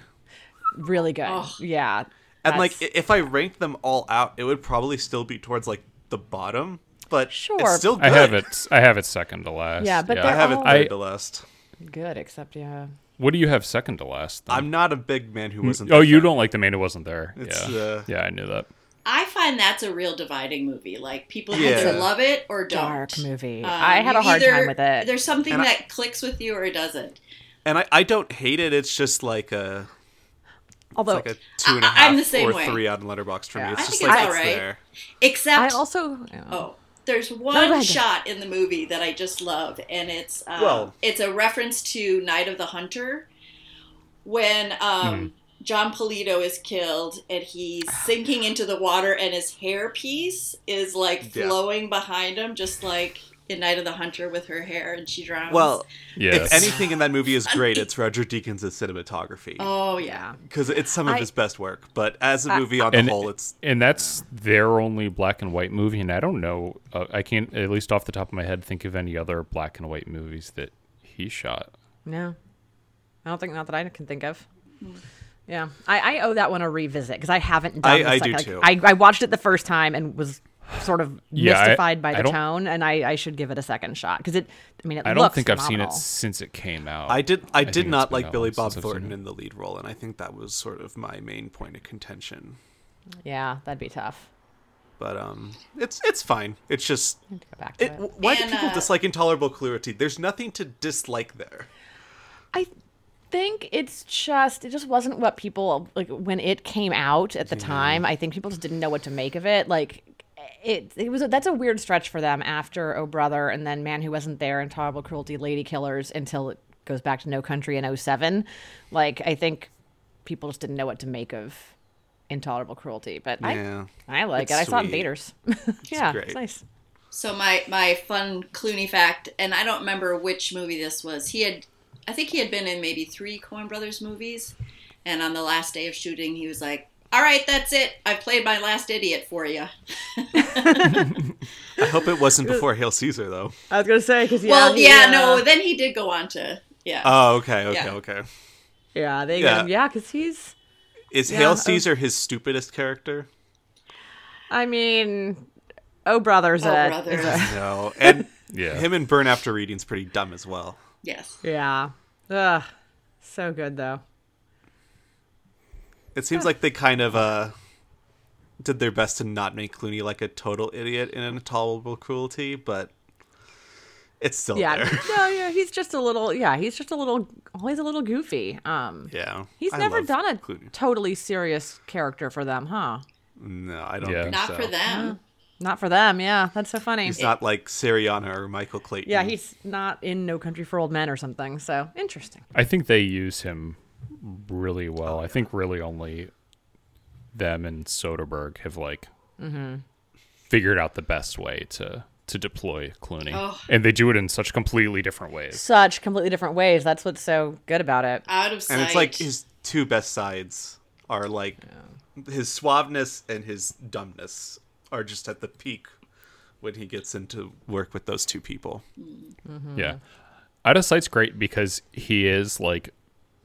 Speaker 3: really good.
Speaker 5: Oh.
Speaker 3: Yeah,
Speaker 4: And like
Speaker 3: that's-
Speaker 4: i- if I ranked them all out, it would probably still be towards like the bottom, but
Speaker 3: Sure. Oh.
Speaker 4: it's still good.
Speaker 2: I have it. I have it second to last.
Speaker 3: Yeah, but
Speaker 4: I
Speaker 3: they're
Speaker 4: have it
Speaker 3: all-
Speaker 4: third
Speaker 2: I-
Speaker 4: to last.
Speaker 3: good, except yeah,
Speaker 2: what do you have second to last? Then?
Speaker 4: I'm not a big man who wasn't.
Speaker 2: Oh,
Speaker 4: there.
Speaker 2: you don't like the man who wasn't there.
Speaker 4: It's,
Speaker 2: yeah.
Speaker 4: uh,
Speaker 2: yeah, I knew that.
Speaker 5: I find that's a real dividing movie. Like people
Speaker 4: Yeah.
Speaker 5: either love it or don't.
Speaker 3: dark movie.
Speaker 5: Um,
Speaker 3: I had a
Speaker 5: you
Speaker 3: hard
Speaker 5: either-
Speaker 3: time with it.
Speaker 5: There's something
Speaker 4: And I-
Speaker 5: that clicks with you or it doesn't.
Speaker 4: And I, I don't hate it. It's just like a
Speaker 3: Although
Speaker 4: like a two and a
Speaker 5: I-
Speaker 4: half
Speaker 5: I'm the same
Speaker 4: or
Speaker 5: way.
Speaker 4: three on Letterbox for
Speaker 3: Yeah.
Speaker 4: me. It's
Speaker 5: I
Speaker 4: just
Speaker 5: think
Speaker 4: like
Speaker 5: it's
Speaker 4: it's
Speaker 5: alright.
Speaker 4: there.
Speaker 5: Except
Speaker 3: I also
Speaker 5: oh, there's
Speaker 3: go
Speaker 5: one
Speaker 3: ahead.
Speaker 5: shot in the movie that I just love, and it's um,
Speaker 4: Well-
Speaker 5: it's a reference to Night of the Hunter when
Speaker 4: Hmm.
Speaker 5: um, John Polito is killed and he's sinking into the water, and his hair piece is like
Speaker 4: Yeah.
Speaker 5: flowing behind him, just like in Night of the Hunter with her hair, and she drowns.
Speaker 4: Well,
Speaker 2: Yes.
Speaker 4: if anything in that movie is great, it's Roger Deakins' cinematography
Speaker 5: oh yeah.
Speaker 4: because it's some of
Speaker 3: I-
Speaker 4: his best work. But as a movie on the
Speaker 2: And-
Speaker 4: whole, it's
Speaker 2: and that's their only black and white movie and i don't know uh, i can't at least off the top of my head think of any other black and white movies that he shot
Speaker 3: no, I don't think not that I can think of. Yeah, I, I owe that one a revisit because I haven't done.
Speaker 4: I-
Speaker 3: the
Speaker 4: I
Speaker 3: second-
Speaker 4: do
Speaker 3: like, I, I watched it the first time and was sort of
Speaker 2: Yeah, I-
Speaker 3: mystified by
Speaker 2: I
Speaker 3: the
Speaker 2: don't-
Speaker 3: tone, and I, I should give it a second shot because it. I mean, it
Speaker 2: i don't
Speaker 3: looks
Speaker 2: think i've
Speaker 3: phenomenal.
Speaker 2: seen it since it came out
Speaker 4: I did I,
Speaker 2: think
Speaker 4: did
Speaker 2: it's
Speaker 4: not
Speaker 2: been
Speaker 4: like
Speaker 2: that long
Speaker 4: Billy
Speaker 2: since
Speaker 4: Bob
Speaker 2: I've seen
Speaker 4: Thornton
Speaker 2: it.
Speaker 4: in the lead role, and I think that was sort of my main point of contention.
Speaker 3: Yeah, that'd be tough.
Speaker 4: But um, it's it's fine. It's just
Speaker 3: Go back to
Speaker 4: it,
Speaker 3: it.
Speaker 4: why do
Speaker 5: And,
Speaker 4: people
Speaker 5: uh,
Speaker 4: dislike intolerable cruelty? There's nothing to dislike there.
Speaker 3: I think it's just it just wasn't what people like when it came out at the
Speaker 4: Mm-hmm.
Speaker 3: time. I think people just didn't know what to make of it. Like it it was a, that's a weird stretch for them after Oh Brother and then Man Who Wasn't There and Tolerable Cruelty Lady Killers until it goes back to No Country in 07. Like I think people just didn't know what to make of Intolerable Cruelty, but
Speaker 4: Yeah.
Speaker 3: I I like
Speaker 4: It's
Speaker 3: it. I saw it in
Speaker 4: sweet.
Speaker 3: theaters. yeah,
Speaker 4: great.
Speaker 3: it's nice.
Speaker 5: So my my fun Clooney fact, and I don't remember which movie this was. He had, I think he had been in maybe three Coen Brothers movies, and on the last day of shooting, he was like, "All right, that's it. I played my last idiot for you."
Speaker 4: I hope it wasn't before Hail Caesar though.
Speaker 3: I was gonna say because yeah, uh,
Speaker 5: well, yeah, no. Then he did go on to yeah.
Speaker 4: Oh, okay, okay,
Speaker 5: Yeah.
Speaker 4: okay.
Speaker 3: yeah, they
Speaker 4: Yeah.
Speaker 3: yeah, because he's
Speaker 4: Is
Speaker 3: Yeah,
Speaker 4: Hail
Speaker 3: uh,
Speaker 4: Caesar his stupidest character?
Speaker 3: I mean, Oh Brother's
Speaker 5: Oh,
Speaker 3: a,
Speaker 5: brother.
Speaker 3: is a
Speaker 4: No, and
Speaker 2: Yeah.
Speaker 4: him and Burn After Reading's pretty dumb as well.
Speaker 5: yes.
Speaker 3: yeah. Ugh, so good though.
Speaker 4: It seems like they kind of uh did their best to not make Clooney like a total idiot in intolerable cruelty, but it's still
Speaker 3: Yeah,
Speaker 4: there.
Speaker 3: no, yeah, he's just a little. Yeah, he's just a little. Always a little goofy. Um,
Speaker 4: Yeah,
Speaker 3: he's
Speaker 4: I
Speaker 3: never
Speaker 4: love
Speaker 3: done a
Speaker 4: Clooney.
Speaker 3: totally serious character for them, huh?
Speaker 4: No, I don't
Speaker 2: Yeah.
Speaker 4: think
Speaker 5: Not
Speaker 4: so.
Speaker 5: for them.
Speaker 3: Not for them. Yeah, that's so funny.
Speaker 4: He's not like Siriana or Michael Clayton.
Speaker 3: yeah, he's not in No Country for Old Men or something. So interesting.
Speaker 2: I think they use him really well. I think really only them and Soderbergh have like
Speaker 3: Mm-hmm.
Speaker 2: figured out the best way to to deploy Clooney, and they do it in such completely different ways.
Speaker 3: Such completely different ways. That's what's so good about it.
Speaker 5: Out of sight.
Speaker 4: and it's like his two best sides are like his suaveness and his dumbness are just at the peak when he gets into work with those two people.
Speaker 2: Yeah, Out of Sight's Mm-hmm. great because he is like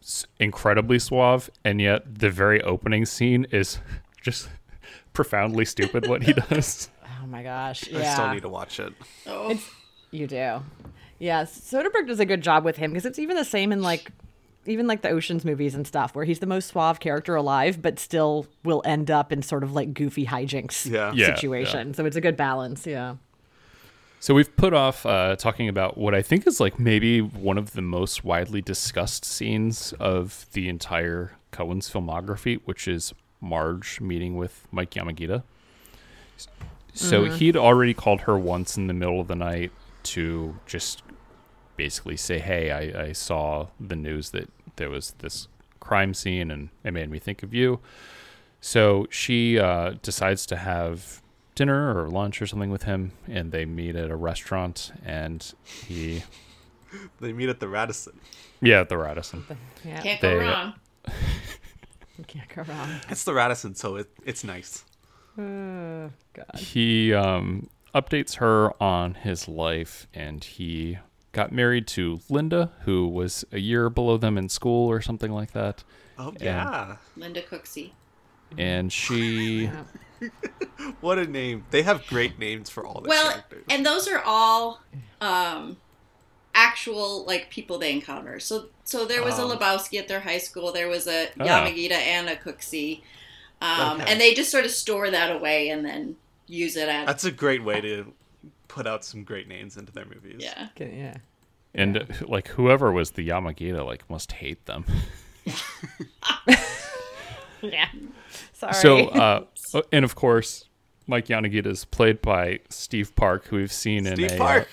Speaker 2: s- incredibly suave, and yet the very opening scene is just profoundly stupid what he does.
Speaker 3: Oh my gosh. Yeah.
Speaker 4: I still need to watch it.
Speaker 5: Oh.
Speaker 3: You do. Yeah, Soderbergh does a good job with him because it's even the same in like even like the Oceans movies and stuff where he's the most suave character alive but still will end up in sort of like goofy hijinks
Speaker 2: Yeah,
Speaker 4: Yeah.
Speaker 2: yeah.
Speaker 3: situation. So it's a good balance, yeah.
Speaker 2: So we've put off uh, talking about what I think is like maybe one of the most widely discussed scenes of the entire Cohen's filmography, which is Marge meeting with Mike Yamagita. So he'd already called her once in the middle of the night to just basically say, "Hey, I, I saw the news that there was this crime scene, and it made me think of you." So she uh, decides to have dinner or lunch or something with him, and they meet at a restaurant. And he,
Speaker 4: They meet at the Radisson.
Speaker 2: yeah, at the Radisson.
Speaker 3: Yeah.
Speaker 5: Can't go
Speaker 2: They-
Speaker 5: wrong.
Speaker 3: you Can't go wrong.
Speaker 4: It's the Radisson, so it, it's nice.
Speaker 2: He um, updates her on his life, and he got married to Linda, who was a year below them in school or something like that.
Speaker 4: Oh yeah.
Speaker 5: Linda Cooksey.
Speaker 2: And she,
Speaker 4: What a name. They have great names for all their
Speaker 5: Well,
Speaker 4: characters.
Speaker 5: and those are all um, actual like people they encounter. So so there was a Lebowski at their high school. There was a
Speaker 2: Ah.
Speaker 5: Yamagita and a Cooksey, um,
Speaker 4: Okay.
Speaker 5: and they just sort of store that away and then use it at
Speaker 4: That's a great way to put out some great names into their movies.
Speaker 5: yeah.
Speaker 3: Okay, Yeah.
Speaker 2: and uh, like whoever was the Yamagita, like must hate them.
Speaker 3: Yeah. Sorry.
Speaker 2: So, uh, oh, and of course, Mike Yanagita is played by Steve Park, who we've seen in
Speaker 4: Steve
Speaker 2: a, uh,
Speaker 4: Park.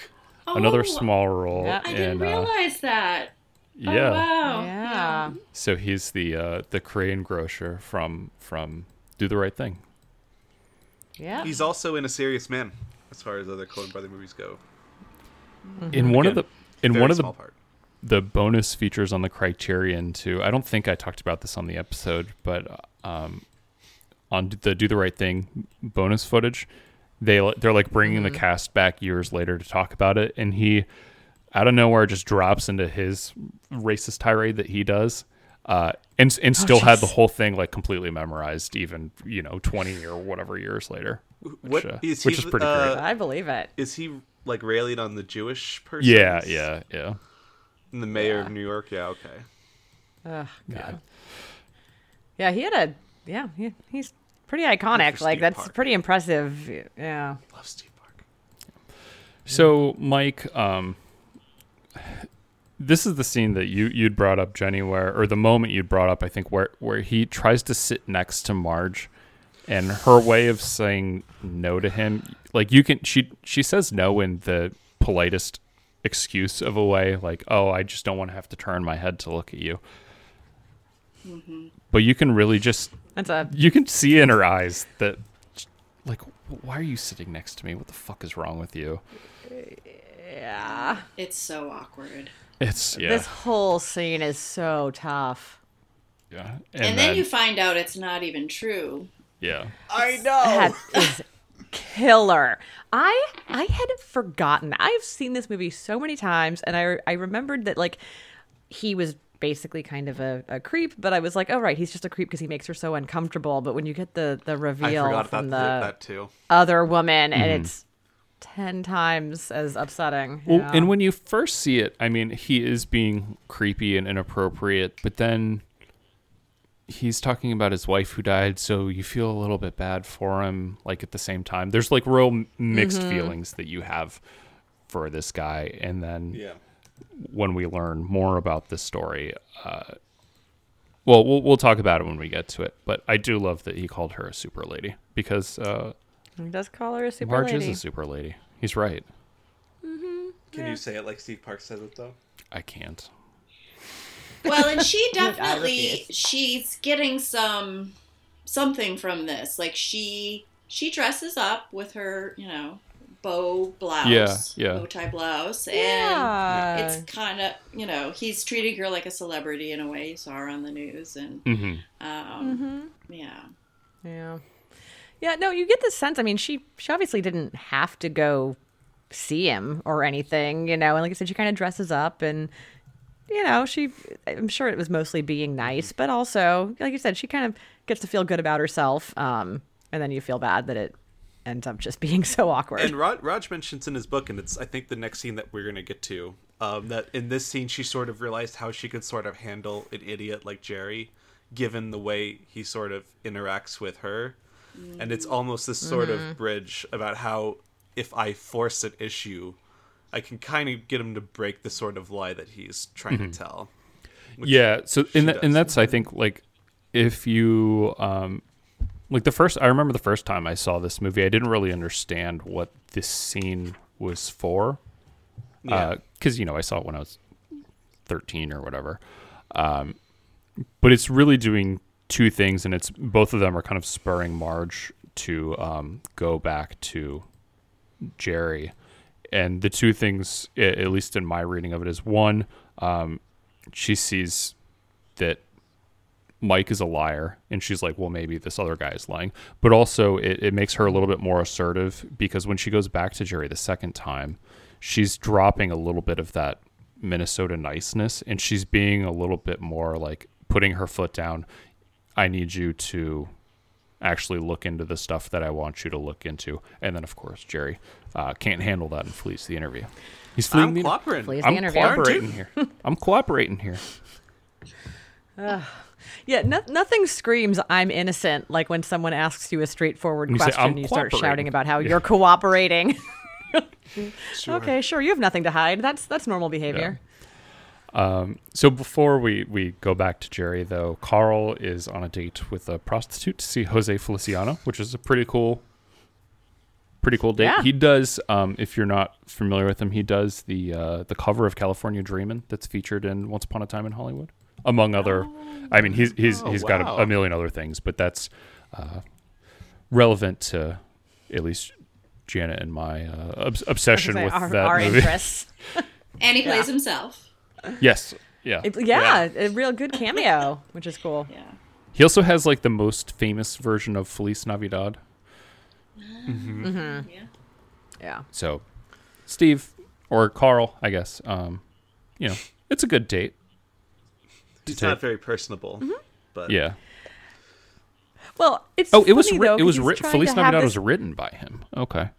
Speaker 2: another
Speaker 5: Oh,
Speaker 2: small role.
Speaker 3: Yeah. I
Speaker 5: I didn't
Speaker 2: and, uh,
Speaker 5: realize that.
Speaker 2: yeah,
Speaker 5: Oh,
Speaker 2: um,
Speaker 5: wow.
Speaker 3: yeah.
Speaker 2: so he's the uh, the crane grocer from from Do the Right Thing.
Speaker 3: Yeah.
Speaker 4: He's also in a serious man, as far as other Coen Brother movies go.
Speaker 2: In one of the
Speaker 4: Again,
Speaker 2: in
Speaker 4: Mm-hmm. Very
Speaker 2: one of the
Speaker 4: small part.
Speaker 2: the bonus features on the Criterion too. I don't think I talked about this on the episode, but um, on the Do the Right Thing bonus footage, they they're like bringing the cast back years later to talk about it, and he out of nowhere just drops into his racist tirade that he does. Uh, and and still had the whole thing like completely memorized, even you know twenty or whatever years later, which,
Speaker 4: What-
Speaker 2: uh,
Speaker 4: is
Speaker 2: which
Speaker 4: he
Speaker 2: is pretty
Speaker 4: the-
Speaker 2: great.
Speaker 4: uh,
Speaker 3: I believe it.
Speaker 4: Is he like railing on the Jewish person?
Speaker 2: Yeah, yeah, yeah.
Speaker 4: And the mayor of New York. Yeah, okay.
Speaker 3: Yeah, he had a yeah, he, he's pretty iconic.
Speaker 4: for
Speaker 3: Like
Speaker 4: Steve
Speaker 3: that's
Speaker 4: Parker.
Speaker 3: pretty impressive. Yeah.
Speaker 4: Love Steve Parker.
Speaker 2: So, Mike, um, this is the scene that you you'd brought up, Jenny, where or the moment you'd brought up, I think, where where he tries to sit next to Marge, and her way of saying no to him, like you can she she says no in the politest excuse of a way, like oh, I just don't want to have to turn my head to look at you. But you can really just
Speaker 3: That's a
Speaker 2: you can see in her eyes that like why are you sitting next to me? What the fuck is wrong with you?
Speaker 5: It's so awkward.
Speaker 2: It's yeah.
Speaker 3: this whole scene is so tough.
Speaker 2: Yeah.
Speaker 5: And, then, you find out it's not even true.
Speaker 2: yeah.
Speaker 3: I know.
Speaker 4: Oh.
Speaker 3: That is killer. I I had forgotten. I've seen this movie so many times, and I I remembered that like he was basically kind of a, a creep, but I was like, oh right, he's just a creep because he makes her so uncomfortable. But when you get the the
Speaker 4: I
Speaker 3: reveal
Speaker 4: forgot about
Speaker 3: from
Speaker 4: that-
Speaker 3: the
Speaker 4: that Mm-hmm. too.
Speaker 3: other woman, and it's ten times as upsetting.
Speaker 2: Well,
Speaker 3: yeah.
Speaker 2: and when you first see it, I mean, he is being creepy and inappropriate, but then he's talking about his wife who died, so you feel a little bit bad for him. Like at the same time, there's like real m- mixed feelings that you have for this guy, and then
Speaker 4: Yeah.
Speaker 2: when we learn more about this story. Uh, well, we'll we'll talk about it when we get to it. But I do love that he called her a super lady because uh,
Speaker 3: he does call her a super
Speaker 2: Marge
Speaker 3: lady.
Speaker 2: is a super lady. He's right.
Speaker 4: Can you say it like Steve Parker says it though?
Speaker 2: I can't.
Speaker 5: Well, and she
Speaker 3: I
Speaker 5: definitely
Speaker 3: refuse.
Speaker 5: she's getting some something from this. Like she she dresses up with her, you know, bow blouse,
Speaker 2: Yeah, yeah.
Speaker 5: bow tie blouse,
Speaker 3: Yeah.
Speaker 5: and it's kind of you know he's treating her like a celebrity in a way. You saw her on the news, and
Speaker 2: Mm-hmm.
Speaker 5: um,
Speaker 3: Mm-hmm.
Speaker 5: yeah,
Speaker 3: Yeah. Yeah, no, you get the sense. I mean, she she obviously didn't have to go see him or anything, you know. And like I said, she kind of dresses up and you know, she I'm sure it was mostly being nice, but also, like you said, she kind of gets to feel good about herself. Um and then you feel bad that it ends up just being so awkward.
Speaker 4: And Rod, Raj mentions in his book, and it's I think the next scene that we're gonna get to, um, that in this scene she sort of realized how she could sort of handle an idiot like Jerry, given the way he sort of interacts with her, and it's almost this sort of bridge about how if I force an issue, I can kind of get him to break the sort of lie that he's trying to tell.
Speaker 2: yeah so and, that,
Speaker 4: does.
Speaker 2: and that's i think like if you um like the first i remember the first time i saw this movie i didn't really understand what this scene was for
Speaker 4: Yeah.
Speaker 2: because you know i saw it when i was 13 or whatever um but it's really doing two things and it's both of them are kind of spurring marge to um go back to jerry and the two things a- at least in my reading of it is one she sees that Mike is a liar and she's like, well, maybe this other guy is lying. But also, it, it makes her a little bit more assertive because when she goes back to Jerry the second time, she's dropping a little bit of that Minnesota niceness and she's being a little bit more like putting her foot down. I need you to actually look into the stuff that I want you to look into. And then, of course, Jerry uh, can't handle that and flees the interview. He's fleeing
Speaker 4: I'm
Speaker 2: the interview.
Speaker 4: cooperating.
Speaker 3: Please. Is the
Speaker 2: I'm
Speaker 3: interview.
Speaker 2: cooperating here. I'm cooperating here.
Speaker 3: yeah, no, nothing screams I'm innocent like when someone asks you a straightforward
Speaker 2: You say,
Speaker 3: question,
Speaker 2: "I'm
Speaker 3: you start
Speaker 2: cooperating."
Speaker 3: shouting about how
Speaker 2: Yeah.
Speaker 3: you're cooperating. Okay, sure, you have nothing to hide. That's that's normal behavior.
Speaker 2: So before we, we go back to Jerry, though, Carl is on a date with a prostitute to see Jose Feliciano, which is a pretty cool, pretty cool date.
Speaker 3: Yeah.
Speaker 2: He does, um, if you're not familiar with him, he does the uh, the cover of California Dreamin' that's featured in Once Upon a Time in Hollywood, among other. I mean, he's he's
Speaker 3: Oh,
Speaker 2: he's got
Speaker 4: wow.
Speaker 2: a, a million other things, but that's uh, relevant to at least Janet and my uh, obs- obsession
Speaker 3: Sorry,
Speaker 2: with
Speaker 3: our,
Speaker 2: that
Speaker 3: our
Speaker 2: movie.
Speaker 3: interests.
Speaker 5: and he plays himself.
Speaker 2: yes. Yeah.
Speaker 3: It- yeah, a real good cameo, which is cool.
Speaker 5: Yeah,
Speaker 2: He also has like the most famous version of Feliz Navidad.
Speaker 5: yeah.
Speaker 3: Yeah.
Speaker 2: So, Steve or Carl, I guess, um, you know, it's a good date.
Speaker 4: He's not very personable, but
Speaker 2: Yeah.
Speaker 3: Well, it's
Speaker 2: Oh, it was
Speaker 3: funny,
Speaker 2: writ-
Speaker 3: though,
Speaker 2: it was
Speaker 3: 'cause he's
Speaker 2: writ-
Speaker 3: trying
Speaker 2: Feliz
Speaker 3: to have
Speaker 2: Navidad
Speaker 3: this-
Speaker 2: was written by him. Okay.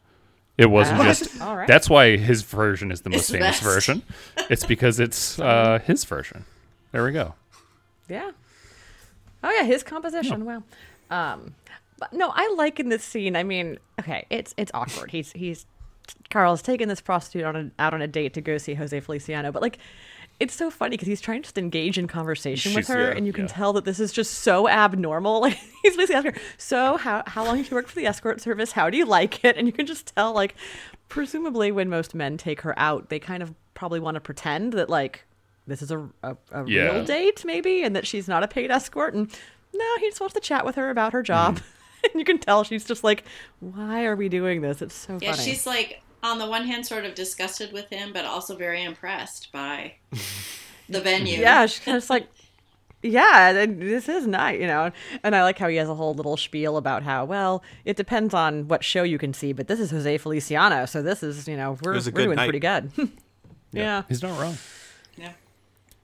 Speaker 2: It wasn't
Speaker 3: Wow.
Speaker 2: just.
Speaker 3: All right.
Speaker 2: That's why his version is the most
Speaker 5: It's the
Speaker 2: famous
Speaker 5: best.
Speaker 2: version. It's because it's uh, his version. There we go.
Speaker 3: yeah. Oh yeah, his composition. Wow. Um, But no, I like in this scene. I mean, okay, it's it's awkward. He's he's Carl's taking this prostitute on a, out on a date to go see Jose Feliciano, but like. It's so funny because he's trying to just engage in conversation with
Speaker 2: She's-
Speaker 3: her,
Speaker 2: yeah,
Speaker 3: and you can
Speaker 2: yeah.
Speaker 3: tell that this is just so abnormal. Like he's basically asking her, "So, how how long have you worked for the escort service? How do you like it?" And you can just tell, like, presumably when most men take her out, they kind of probably want to pretend that like this is a a, a
Speaker 2: Yeah.
Speaker 3: real date, maybe, and that she's not a paid escort. And no, he just wants to chat with her about her job.
Speaker 2: Mm-hmm.
Speaker 3: and you can tell she's just like, "Why are we doing this? It's so
Speaker 5: Yeah,
Speaker 3: funny."
Speaker 5: she's like on the one hand sort of disgusted with him, but also very impressed by the venue.
Speaker 3: yeah, she's kind of just like, yeah, th- this is nice, you know. And I like how he has a whole little spiel about how, well, it depends on what show you can see, but this is Jose Feliciano, so this is, you know, we're, we're
Speaker 4: It was a good
Speaker 3: doing
Speaker 4: night.
Speaker 3: pretty good. yeah.
Speaker 2: He's not wrong.
Speaker 5: Yeah.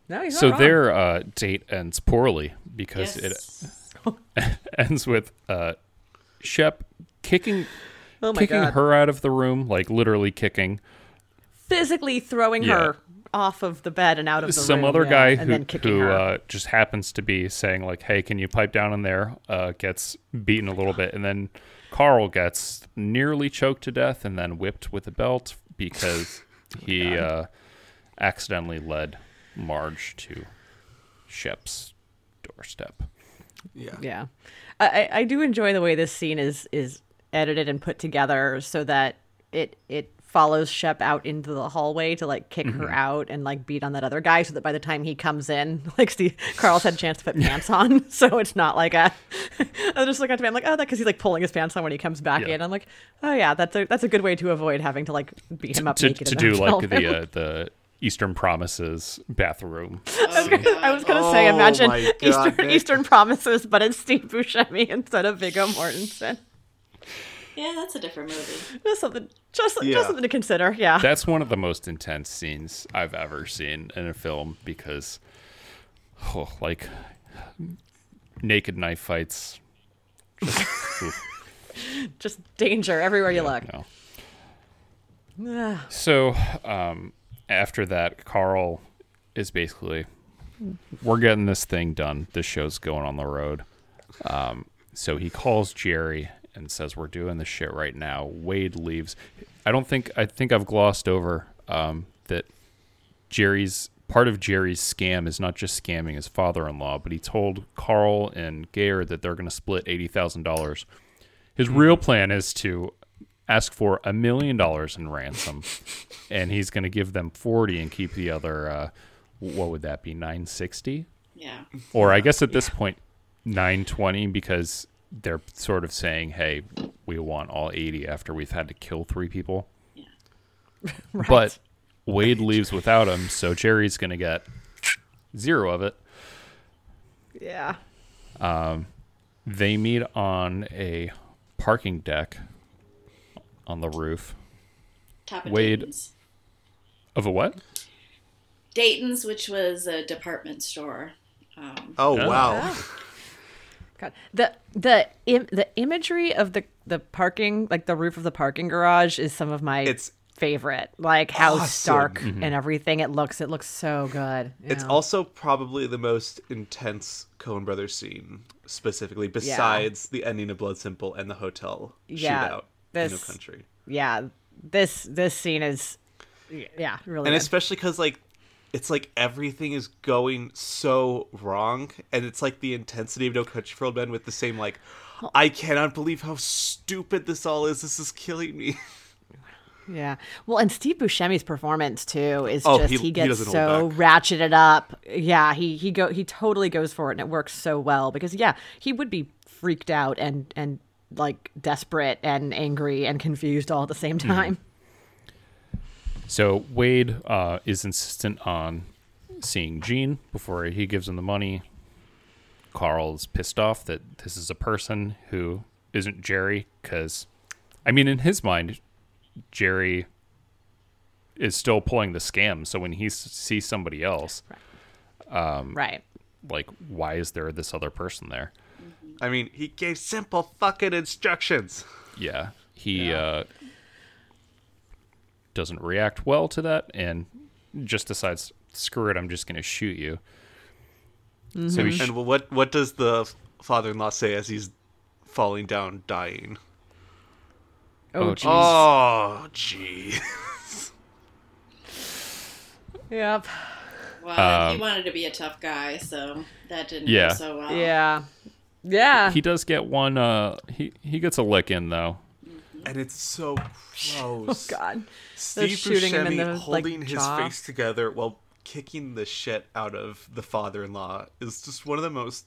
Speaker 3: No, he's
Speaker 2: so
Speaker 3: not wrong.
Speaker 2: their uh, date ends poorly because
Speaker 5: Yes.
Speaker 2: it ends with uh, Shep kicking
Speaker 3: oh my
Speaker 2: kicking
Speaker 3: God.
Speaker 2: her out of the room, like literally kicking
Speaker 3: physically throwing
Speaker 2: Yeah.
Speaker 3: her off of the bed and out of the
Speaker 2: some
Speaker 3: room,
Speaker 2: other
Speaker 3: yeah,
Speaker 2: guy
Speaker 3: and
Speaker 2: who
Speaker 3: then kicking
Speaker 2: who
Speaker 3: her.
Speaker 2: uh, just happens to be saying like, "Hey, can you pipe down in there?" Uh, gets beaten a little bit, and then Carl gets nearly choked to death and then whipped with a belt because
Speaker 3: Oh
Speaker 2: he uh, accidentally led Marge to Shep's doorstep.
Speaker 3: yeah I, I I do enjoy the way this scene is is edited and put together so that it it follows shep out into the hallway to like kick
Speaker 2: Mm-hmm.
Speaker 3: her out and like beat on that other guy so that by the time he comes in like steve carl's had a chance to put pants on so it's not like a i just like at him like oh that because he's like pulling his pants on when he comes back
Speaker 2: Yeah.
Speaker 3: in i'm like oh yeah that's a that's a good way to avoid having to like beat him up
Speaker 2: to,
Speaker 3: naked
Speaker 2: to
Speaker 3: in
Speaker 2: do
Speaker 3: hotel
Speaker 2: like
Speaker 3: room.
Speaker 2: the uh, the Eastern Promises bathroom.
Speaker 3: I was gonna say, imagine
Speaker 4: Oh my God,
Speaker 3: Eastern,
Speaker 4: Nick.
Speaker 3: Eastern Promises, but it's Steve Buscemi instead of Viggo Mortensen.
Speaker 5: Yeah, that's a different movie.
Speaker 3: Just something, just,
Speaker 4: Yeah.
Speaker 3: just something to consider. Yeah,
Speaker 2: That's one of the most intense scenes I've ever seen in a film because, oh, like naked knife fights. Just, oof,
Speaker 3: just danger everywhere you look.
Speaker 2: no.
Speaker 3: Ugh.
Speaker 2: So um, after that, Carl is basically, we're getting this thing done. This show's going on the road. Um, so he calls Jerry and says, "We're doing this shit right now." Wade leaves. I don't think I think I've glossed over um, that Jerry's part of Jerry's scam is not just scamming his father-in-law, but he told Carl and Gayer that they're going to split eighty thousand dollars. His real plan is to ask for a million dollars in ransom, and he's going to give them forty and keep the other. Uh, what would that be? Nine sixty,
Speaker 5: Yeah.
Speaker 2: or I guess at this point, nine twenty, because they're sort of saying, "Hey, we want all eighty after we've had to kill three people." But Wade leaves without him, so Jerry's going to get zero of it.
Speaker 3: Yeah,
Speaker 2: They meet on a parking deck on the roof
Speaker 5: Top of
Speaker 2: Wade.
Speaker 5: Dayton's.
Speaker 2: of a what?
Speaker 5: Dayton's, which was a department store. Um,
Speaker 4: Oh wow.
Speaker 3: God. the the Im- the imagery of the the parking, like the roof of the parking garage, is some of my
Speaker 4: It's
Speaker 3: favorite. Like how
Speaker 4: awesome.
Speaker 3: stark and everything it looks. It looks so good. you
Speaker 4: It's
Speaker 3: know?
Speaker 4: also probably the most intense Coen Brothers scene, specifically besides the ending of Blood Simple and the hotel
Speaker 3: Yeah,
Speaker 4: shootout in
Speaker 3: this-
Speaker 4: the country,
Speaker 3: yeah. This this scene is yeah really
Speaker 4: and
Speaker 3: good.
Speaker 4: especially because like it's like everything is going so wrong, and it's like the intensity of No Country for Old Men with the same like, I cannot believe how stupid this all is. This is killing me.
Speaker 3: Yeah. Well, and Steve Buscemi's performance too is
Speaker 4: Oh,
Speaker 3: just
Speaker 4: he-
Speaker 3: he,
Speaker 4: he
Speaker 3: gets
Speaker 4: doesn't hold
Speaker 3: so
Speaker 4: back.
Speaker 3: ratcheted up. Yeah, he he go he totally goes for it and it works so well because yeah, he would be freaked out and and like desperate and angry and confused all at the same
Speaker 4: Mm-hmm.
Speaker 3: time.
Speaker 2: So Wade uh, is insistent on seeing Gene before he gives him the money. Carl's pissed off that this is a person who isn't Jerry because, I mean, in his mind, Jerry is still pulling the scam. So when he s- sees somebody else,
Speaker 4: Um,
Speaker 3: Right.
Speaker 2: like, why is there this other person there?
Speaker 4: I mean, he gave simple fucking instructions.
Speaker 2: Yeah, he Uh, doesn't react well to that, and just decides, "Screw it, I'm just going to shoot you." So he sh-
Speaker 3: Mm-hmm.
Speaker 2: oh,
Speaker 4: And what what does the father-in-law say as he's falling down, dying.
Speaker 2: Oh, geez.
Speaker 4: Oh, gee.
Speaker 3: Yep.
Speaker 5: Well, he wanted to be a tough guy, so that didn't
Speaker 2: Um, Yeah.
Speaker 5: go so well.
Speaker 3: Yeah. Yeah.
Speaker 2: He does get one. Uh, he he gets a lick in though.
Speaker 4: and it's so gross.
Speaker 3: Oh, God.
Speaker 4: Steve
Speaker 3: shooting him in
Speaker 4: Buscemi
Speaker 3: the, like,
Speaker 4: holding his
Speaker 3: jaw.
Speaker 4: face together while kicking the shit out of the father-in-law is just one of the most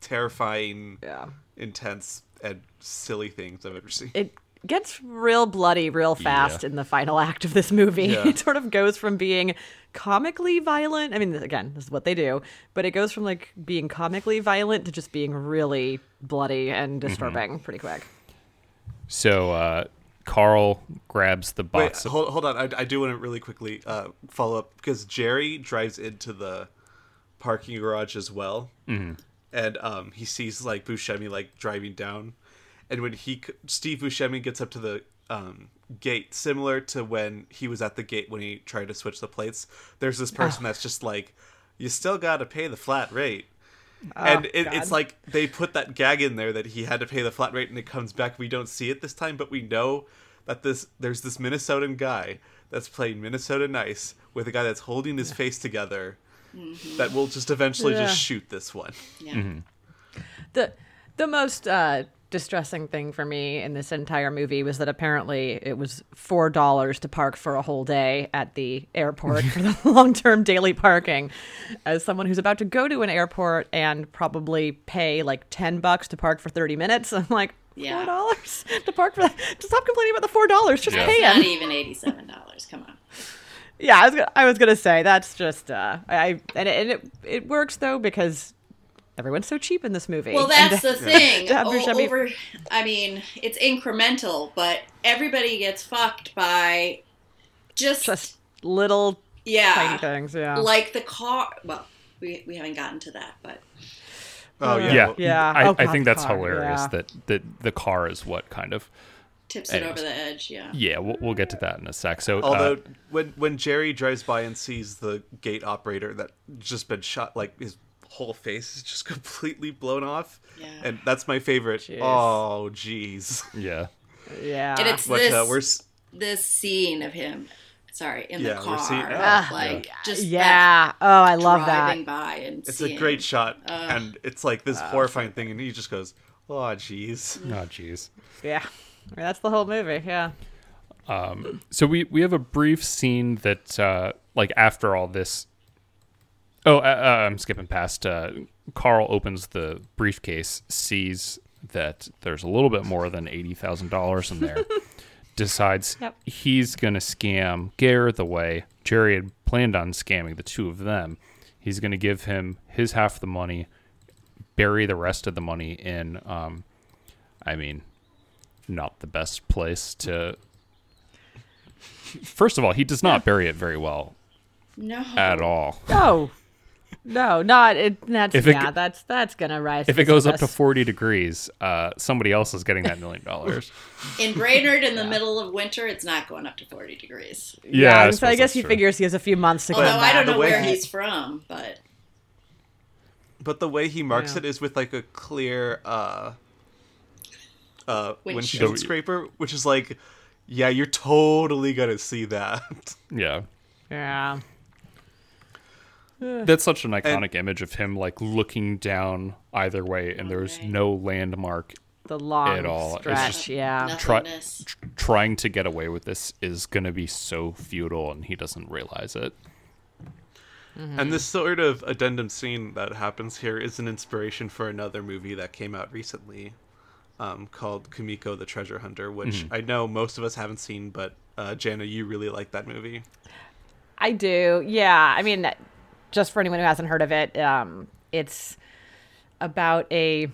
Speaker 4: terrifying,
Speaker 3: Yeah.
Speaker 4: intense, and silly things I've ever seen.
Speaker 3: It gets real bloody real fast in the final act of this movie.
Speaker 4: Yeah.
Speaker 3: It sort of goes from being comically violent. I mean, again, this is what they do, but it goes from like being comically violent to just being really bloody and disturbing pretty quick.
Speaker 2: So uh, Carl grabs the
Speaker 4: Wait,
Speaker 2: box. of-
Speaker 4: hold, hold on. I, I do want to really quickly uh, follow up because Jerry drives into the parking garage as well,
Speaker 2: Mm-hmm.
Speaker 4: and um, he sees like Buscemi like driving down, and when he c- Steve Buscemi gets up to the um, gate, similar to when he was at the gate when he tried to switch the plates. There's this person that's just like, "You still got to pay the flat rate." and it, it's like they put that gag in there that he had to pay the flat rate and it comes back we don't see it this time but we know that this there's this minnesotan guy that's playing minnesota nice with a guy that's holding his face together that will just eventually just
Speaker 3: Yeah.
Speaker 4: shoot this one
Speaker 5: Yeah.
Speaker 3: the the most uh, distressing thing for me in this entire movie was that apparently it was four dollars to park for a whole day at the airport for the long term daily parking. As someone who's about to go to an airport and probably pay like ten bucks to park for thirty minutes, I'm like.
Speaker 5: Yeah.
Speaker 3: Four dollars to park for that. Stop complaining about the four dollars. Just pay
Speaker 5: It's
Speaker 3: it.
Speaker 5: not even eighty-seven dollars. Come on.
Speaker 3: Yeah, I was gonna, I was gonna say that's just uh, I and it, and it it works though because everyone's so cheap in this movie.
Speaker 5: Well,
Speaker 3: And
Speaker 5: that's
Speaker 3: to-
Speaker 5: the thing.
Speaker 3: to have
Speaker 5: O-
Speaker 3: Buscemi-
Speaker 5: over, I mean, it's incremental, but everybody gets fucked by just,
Speaker 3: just little
Speaker 5: yeah,
Speaker 3: tiny things. Yeah.
Speaker 5: like the car. Well, we we haven't gotten to that, but
Speaker 4: oh yeah
Speaker 2: yeah,
Speaker 4: well,
Speaker 3: yeah.
Speaker 2: I,
Speaker 3: Oh,
Speaker 2: I
Speaker 3: God,
Speaker 2: think that's
Speaker 3: car,
Speaker 2: hilarious
Speaker 3: yeah.
Speaker 2: that, that the car is what kind of.
Speaker 5: tips it
Speaker 2: Anyways.
Speaker 5: over the edge. Yeah.
Speaker 2: Yeah, we'll, we'll get to that in a sec. So,
Speaker 4: although
Speaker 2: uh,
Speaker 4: when when jerry drives by and sees the gate operator that just been shot like his whole face is just completely blown off
Speaker 5: Yeah.
Speaker 4: and that's my favorite oh jeez
Speaker 2: yeah,
Speaker 3: Yeah.
Speaker 5: And it's
Speaker 4: But
Speaker 5: this
Speaker 4: uh, we're s-
Speaker 5: this scene of him, sorry, in
Speaker 4: Yeah,
Speaker 5: the
Speaker 4: we're
Speaker 5: car,
Speaker 4: seeing-
Speaker 5: like just that
Speaker 3: yeah. Oh, I love that.
Speaker 5: driving by and
Speaker 4: It's
Speaker 5: seeing.
Speaker 4: a great shot, and it's like this horrifying thing, and he just goes, "Oh, jeez."
Speaker 3: Mm.
Speaker 2: oh jeez.
Speaker 3: Yeah. I mean, that's the whole movie. Yeah.
Speaker 2: So we we have a brief scene that uh, like after all this. Oh, uh, uh, I'm skipping past. Uh, Carl opens the briefcase, sees that there's a little bit more than eighty thousand dollars in there, decides
Speaker 3: Yep.
Speaker 2: he's gonna scam Garrett away. Jerry had planned on scamming the two of them. He's gonna give him his half of the money, bury the rest of the money in. Um, I mean, not the best place to First of all, he does not bury it very well
Speaker 5: No.
Speaker 2: at all.
Speaker 3: No. No, not it. That's
Speaker 2: If it
Speaker 3: yeah.
Speaker 2: g-
Speaker 3: that's that's gonna rise.
Speaker 2: If
Speaker 3: to
Speaker 2: it goes up to
Speaker 3: surface.
Speaker 2: 40 degrees, uh, somebody else is getting that million dollars.
Speaker 5: In Brainerd in the middle of winter, it's not going up to 40 degrees.
Speaker 3: yeah.
Speaker 2: I
Speaker 3: so I
Speaker 2: suppose
Speaker 3: guess
Speaker 2: that's
Speaker 3: he
Speaker 2: true.
Speaker 3: figures he has a few months to.
Speaker 5: Although
Speaker 3: come
Speaker 5: I
Speaker 3: back.
Speaker 5: don't
Speaker 4: the
Speaker 5: know
Speaker 4: way
Speaker 5: where
Speaker 4: he-
Speaker 5: he's from, but
Speaker 4: But the way he marks
Speaker 3: Yeah.
Speaker 4: it is with like a clear uh, uh,
Speaker 5: Windshield.
Speaker 4: windshield scraper, which is like, yeah, you're totally gonna see that.
Speaker 2: Yeah.
Speaker 3: Yeah.
Speaker 2: That's such an iconic image of him, like, looking down either way, and there's no landmark.
Speaker 3: The long
Speaker 2: At all. It's
Speaker 3: stretch.
Speaker 2: just-
Speaker 3: yeah.
Speaker 2: Try-
Speaker 5: uh, nothingness.
Speaker 2: tr- trying to get away with this is going to be so futile, and he doesn't realize it.
Speaker 3: Mm-hmm.
Speaker 4: And this sort of addendum scene that happens here is an inspiration for another movie that came out recently, um, called Kumiko the Treasure Hunter, which I know most of us haven't seen, but uh, Jana, you really like that movie.
Speaker 3: I do. Yeah. I mean, just for anyone who hasn't heard of it, um, it's about a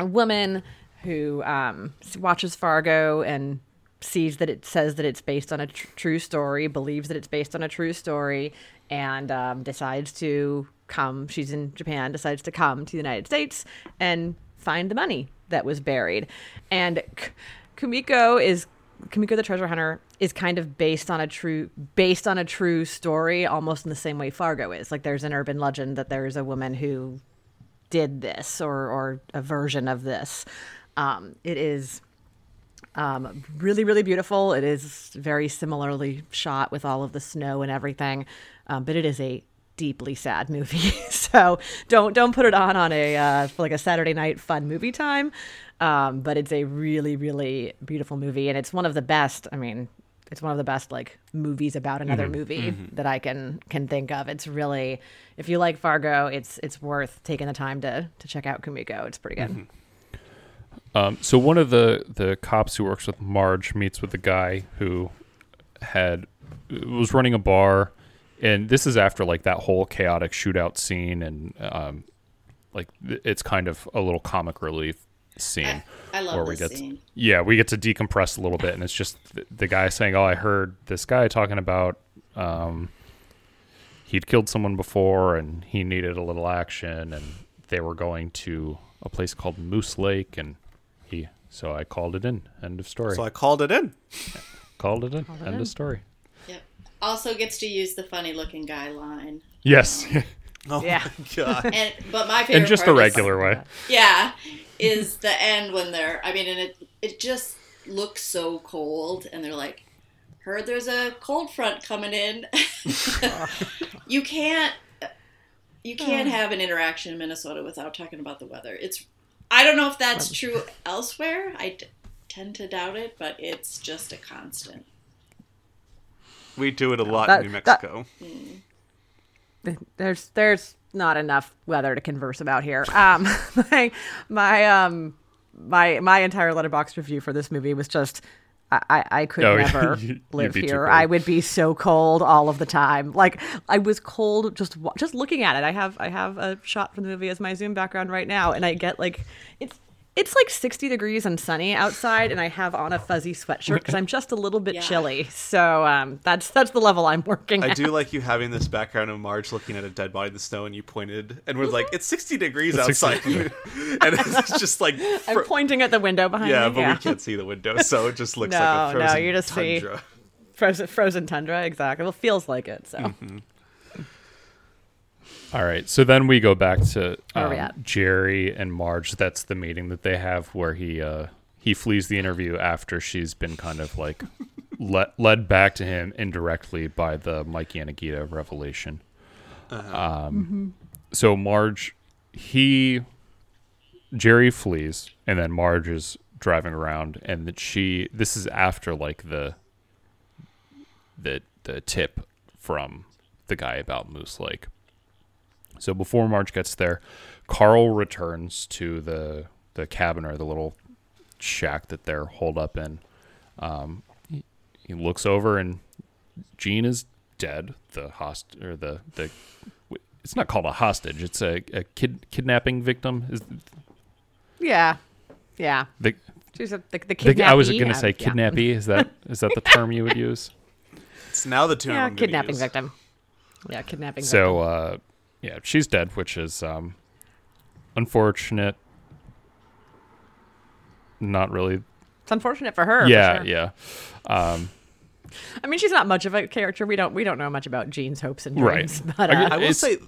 Speaker 3: a woman who um, s- watches Fargo and sees that it says that it's based on a tr- true story, believes that it's based on a true story, and um, decides to come. She's in Japan, decides to come to the United States and find the money that was buried. And K- Kumiko is Kumiko the Treasure Hunter is kind of based on a true based on a true story, almost in the same way Fargo is. Like there's an urban legend that there is a woman who did this or or a version of this Um, it is um, really, really beautiful. It is very similarly shot with all of the snow and everything, um, but it is a deeply sad movie. so don't don't put it on on a uh, for like a Saturday night fun movie time. Um, but it's a really, really beautiful movie, and it's one of the best. I mean, it's one of the best like movies about another movie that I can can think of. It's really, if you like Fargo, it's it's worth taking the time to to check out Kumiko. It's pretty good.
Speaker 2: Um, so one of the the cops who works with Marge meets with the guy who had was running a bar, and this is after like that whole chaotic shootout scene, and um, like th- it's kind of a little comic relief scene.
Speaker 5: I love
Speaker 2: where we
Speaker 5: this
Speaker 2: get
Speaker 5: scene.
Speaker 2: yeah we get to decompress a little bit, and it's just th- the guy saying, "Oh, I heard this guy talking about." Um, he'd killed someone before and he needed a little action and they were going to a place called Moose Lake and he so I called it in. End of story.
Speaker 4: So I called it in.
Speaker 2: called it in. End
Speaker 3: in.
Speaker 2: of story.
Speaker 5: Yep. Also gets to use the funny looking guy line.
Speaker 2: Yes.
Speaker 4: Oh
Speaker 3: Yeah.
Speaker 4: my god.
Speaker 5: And but my favorite
Speaker 2: in just the
Speaker 5: part is-
Speaker 2: regular way.
Speaker 5: yeah, is the end when they're. I mean, and it it just looks so cold, and they're like, "Heard there's a cold front coming in." you can't you can't have an interaction in Minnesota without talking about the weather. It's I don't know if that's true elsewhere. I d- tend to doubt it, but it's just a constant.
Speaker 4: We do it a lot
Speaker 3: That-
Speaker 4: in New
Speaker 3: that-
Speaker 4: Mexico.
Speaker 3: there's there's not enough weather to converse about here. Um, my my um my my entire letterbox review for this movie was just I, I I could
Speaker 2: Oh, yeah.
Speaker 3: never
Speaker 2: You- you'd
Speaker 3: live
Speaker 2: be too
Speaker 3: here.
Speaker 2: cold.
Speaker 3: I would be so cold all of the time. Like I was cold just wa- just looking at it. I have I have a shot from the movie as my Zoom background right now, and I get like it's. It's like 60 degrees and sunny outside, and I have on a fuzzy sweatshirt because I'm just a little bit
Speaker 5: Yeah.
Speaker 3: chilly. So um, that's that's the level I'm working.
Speaker 4: I
Speaker 3: at.
Speaker 4: do like you having this background of Marge looking at a dead body in the snow, and you pointed, and we're like, "It's sixty degrees outside," and it's just like, fr-
Speaker 3: I'm pointing at the window behind
Speaker 4: yeah,
Speaker 3: me.
Speaker 4: but we can't see the window, so it just looks like a
Speaker 3: No, no,
Speaker 4: frozen
Speaker 3: you just see-
Speaker 4: tundra.
Speaker 3: frozen, frozen tundra. Exactly. Well, feels like it. So
Speaker 4: Mm-hmm.
Speaker 2: All right. So then we go back to
Speaker 3: Where
Speaker 2: um,
Speaker 3: we at?
Speaker 2: Jerry and Marge. That's the meeting that they have where he uh, he flees the interview after she's been kind of like le- led back to him indirectly by the Mikey and Agita revelation.
Speaker 3: Mm-hmm.
Speaker 2: Um, So Marge, he Jerry flees, and then Marge is driving around, and that she. This is after like the the the tip from the guy about Moose Lake. So before Marge gets there, Carl returns to the the cabin or the little shack that they're holed up in. Um, he- he looks over and Jean is dead. The host or the the it's not called a hostage. It's a, a kid kidnapping victim. Is
Speaker 3: yeah, yeah.
Speaker 2: the,
Speaker 3: She's a, the the
Speaker 2: the I was
Speaker 3: kidnappee,
Speaker 2: going to
Speaker 3: um,
Speaker 2: say
Speaker 3: yeah.
Speaker 2: kidnappee. Is that is that the term you would use?
Speaker 4: It's now the tune.
Speaker 3: Yeah,
Speaker 4: I'm gonna
Speaker 3: kidnapping
Speaker 4: use.
Speaker 3: victim. Yeah, kidnapping. victim.
Speaker 2: So uh, yeah, she's dead, which is um, unfortunate. Not really.
Speaker 3: it's unfortunate for her. for
Speaker 2: yeah,
Speaker 3: sure.
Speaker 2: yeah,
Speaker 3: I mean, she's not much of a character. We don't we don't know much about Jean's hopes and dreams.
Speaker 2: right.
Speaker 3: But uh,
Speaker 4: I will
Speaker 2: it's-
Speaker 4: say,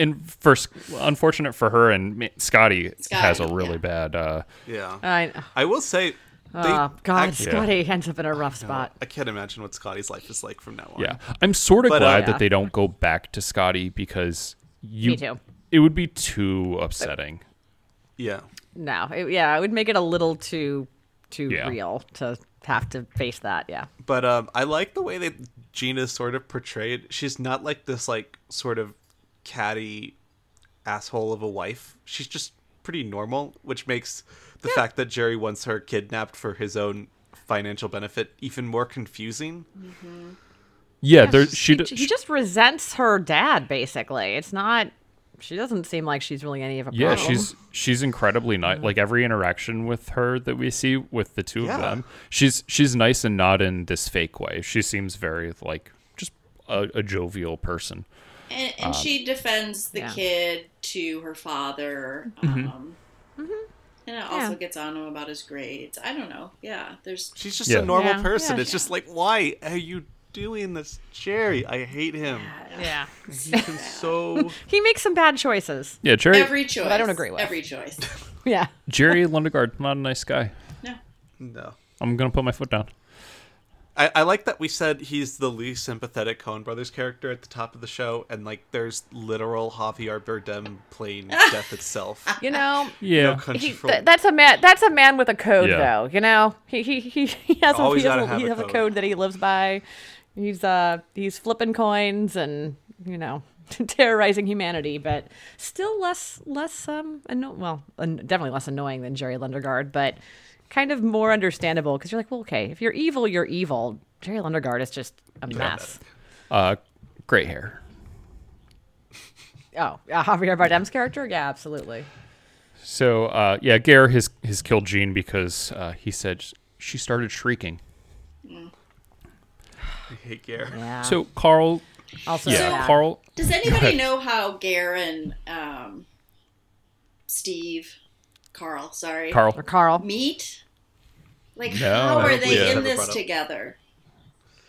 Speaker 2: and first, unfortunate for her and ma- Scotty,
Speaker 5: Scotty,
Speaker 2: has a really
Speaker 5: yeah.
Speaker 2: bad. Uh,
Speaker 4: yeah,
Speaker 3: I,
Speaker 4: I will say, they,
Speaker 3: oh, God,
Speaker 4: I,
Speaker 3: Scotty ends up in a rough spot.
Speaker 4: I can't imagine what Scotty's life is like from now on.
Speaker 2: yeah, I'm sort of
Speaker 4: But, uh,
Speaker 2: glad
Speaker 3: Yeah.
Speaker 2: that they don't go back to Scotty because you.
Speaker 3: Me too.
Speaker 2: It would be too upsetting.
Speaker 4: yeah.
Speaker 3: No, it, yeah, it would make it a little too too
Speaker 2: Yeah.
Speaker 3: real to have to face that. Yeah,
Speaker 4: But um, I like the way that Gina is sort of portrayed. She's not like this like sort of catty asshole of a wife. She's just pretty normal, which makes the fact that Jerry wants her kidnapped for his own financial benefit even more confusing.
Speaker 2: Yeah, there. She,
Speaker 3: he,
Speaker 2: d-
Speaker 3: he just resents her dad. Basically, it's not. She doesn't seem like she's really any of a
Speaker 2: Yeah,
Speaker 3: problem.
Speaker 2: she's she's incredibly nice. Like every interaction with her that we see with the two
Speaker 4: Yeah.
Speaker 2: of them, she's she's nice and not in this fake way. She seems very like just a, a jovial person.
Speaker 5: And, and
Speaker 2: Uh,
Speaker 5: she defends the
Speaker 3: yeah.
Speaker 5: kid to her father.
Speaker 2: Mm-hmm.
Speaker 5: Um, And it also
Speaker 3: Mm-hmm. Yeah.
Speaker 5: gets on him about his grades. I don't know. Yeah, there's
Speaker 4: She's just
Speaker 2: Yeah.
Speaker 4: a normal
Speaker 3: Yeah.
Speaker 4: person.
Speaker 3: Yeah.
Speaker 4: it's just like, why are you doing this, Jerry? I hate him.
Speaker 3: Yeah.
Speaker 4: He's been so
Speaker 3: He makes some bad choices.
Speaker 2: Yeah, Cherry.
Speaker 5: every choice.
Speaker 3: I don't agree with.
Speaker 5: every choice.
Speaker 3: Yeah.
Speaker 2: Jerry Lundegaard, not a nice guy.
Speaker 5: No.
Speaker 4: No.
Speaker 2: I'm gonna put my foot down.
Speaker 4: I, I like that we said he's the least sympathetic Coen Brothers character at the top of the show, and like there's literal Javier Bardem playing death itself.
Speaker 3: You know,
Speaker 2: Yeah.
Speaker 4: No country
Speaker 3: he,
Speaker 4: for
Speaker 3: th- that's a man. That's a man with a code,
Speaker 2: Yeah.
Speaker 3: though. You know, he he he, he has a,
Speaker 4: Always
Speaker 3: he, has
Speaker 4: gotta
Speaker 3: a,
Speaker 4: have
Speaker 3: he
Speaker 4: a
Speaker 3: has a
Speaker 4: code.
Speaker 3: code that he lives by. He's uh he's flipping coins and you know terrorizing humanity, but still less less um anno- well an- definitely less annoying than Jerry Lundegaard, but kind of more understandable because you're like, well, okay, if you're evil, you're evil. Jerry Lundegaard is just a mess.
Speaker 2: Uh, gray hair.
Speaker 3: Oh, uh, Javier Bardem's character, yeah, absolutely.
Speaker 2: So uh, yeah, Gare has has killed Jean because uh, he said sh- she started shrieking.
Speaker 4: I hate Gare.
Speaker 3: Yeah.
Speaker 2: So Carl,
Speaker 3: also,
Speaker 2: yeah,
Speaker 3: sad.
Speaker 2: Carl.
Speaker 5: Does
Speaker 2: ahead.
Speaker 5: anybody know how Garen, um, Steve, Carl, sorry,
Speaker 3: or
Speaker 2: Carl.
Speaker 3: Carl.
Speaker 5: meet? Like,
Speaker 2: No.
Speaker 5: how are
Speaker 4: Yeah.
Speaker 5: they
Speaker 4: Never
Speaker 5: in this
Speaker 4: brought up.
Speaker 5: together?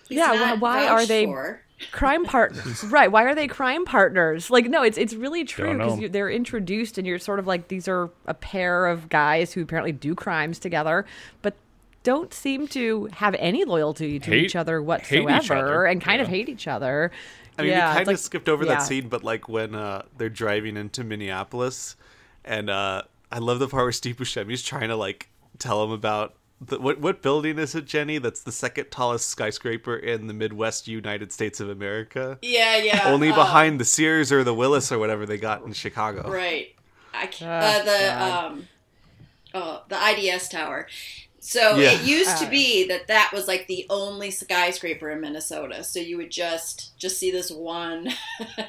Speaker 5: He's
Speaker 3: Yeah,
Speaker 5: not
Speaker 3: wh- why are
Speaker 5: vouched
Speaker 3: they-
Speaker 5: for.
Speaker 3: crime partners right why are they crime partners like no it's it's really true
Speaker 2: know.
Speaker 3: because they're introduced and you're sort of like these are a pair of guys who apparently do crimes together but don't seem to have any loyalty to
Speaker 2: Hate-
Speaker 3: each other
Speaker 2: hate each
Speaker 3: whatsoever
Speaker 2: other,
Speaker 3: and kind of
Speaker 2: yeah.
Speaker 3: hate each other
Speaker 4: I mean,
Speaker 3: yeah,
Speaker 4: we
Speaker 3: it's
Speaker 4: kind of
Speaker 3: like-
Speaker 4: skipped over
Speaker 3: yeah.
Speaker 4: that scene, but like when uh, they're driving into Minneapolis, and uh, I love the part where Steve Buscemi's trying to like tell him about the, what what building is it, Jenny? That's the second tallest skyscraper in the Midwest United States of America,
Speaker 5: Yeah, yeah.
Speaker 4: only
Speaker 5: uh,
Speaker 4: behind the Sears or the Willis or whatever they got in Chicago.
Speaker 5: Right. I can't,
Speaker 3: Ah,
Speaker 5: uh, the um, oh, the IDS tower. So
Speaker 4: Yeah.
Speaker 5: it used
Speaker 3: Oh,
Speaker 5: to be that that was like the only skyscraper in Minnesota. So you would just just see this one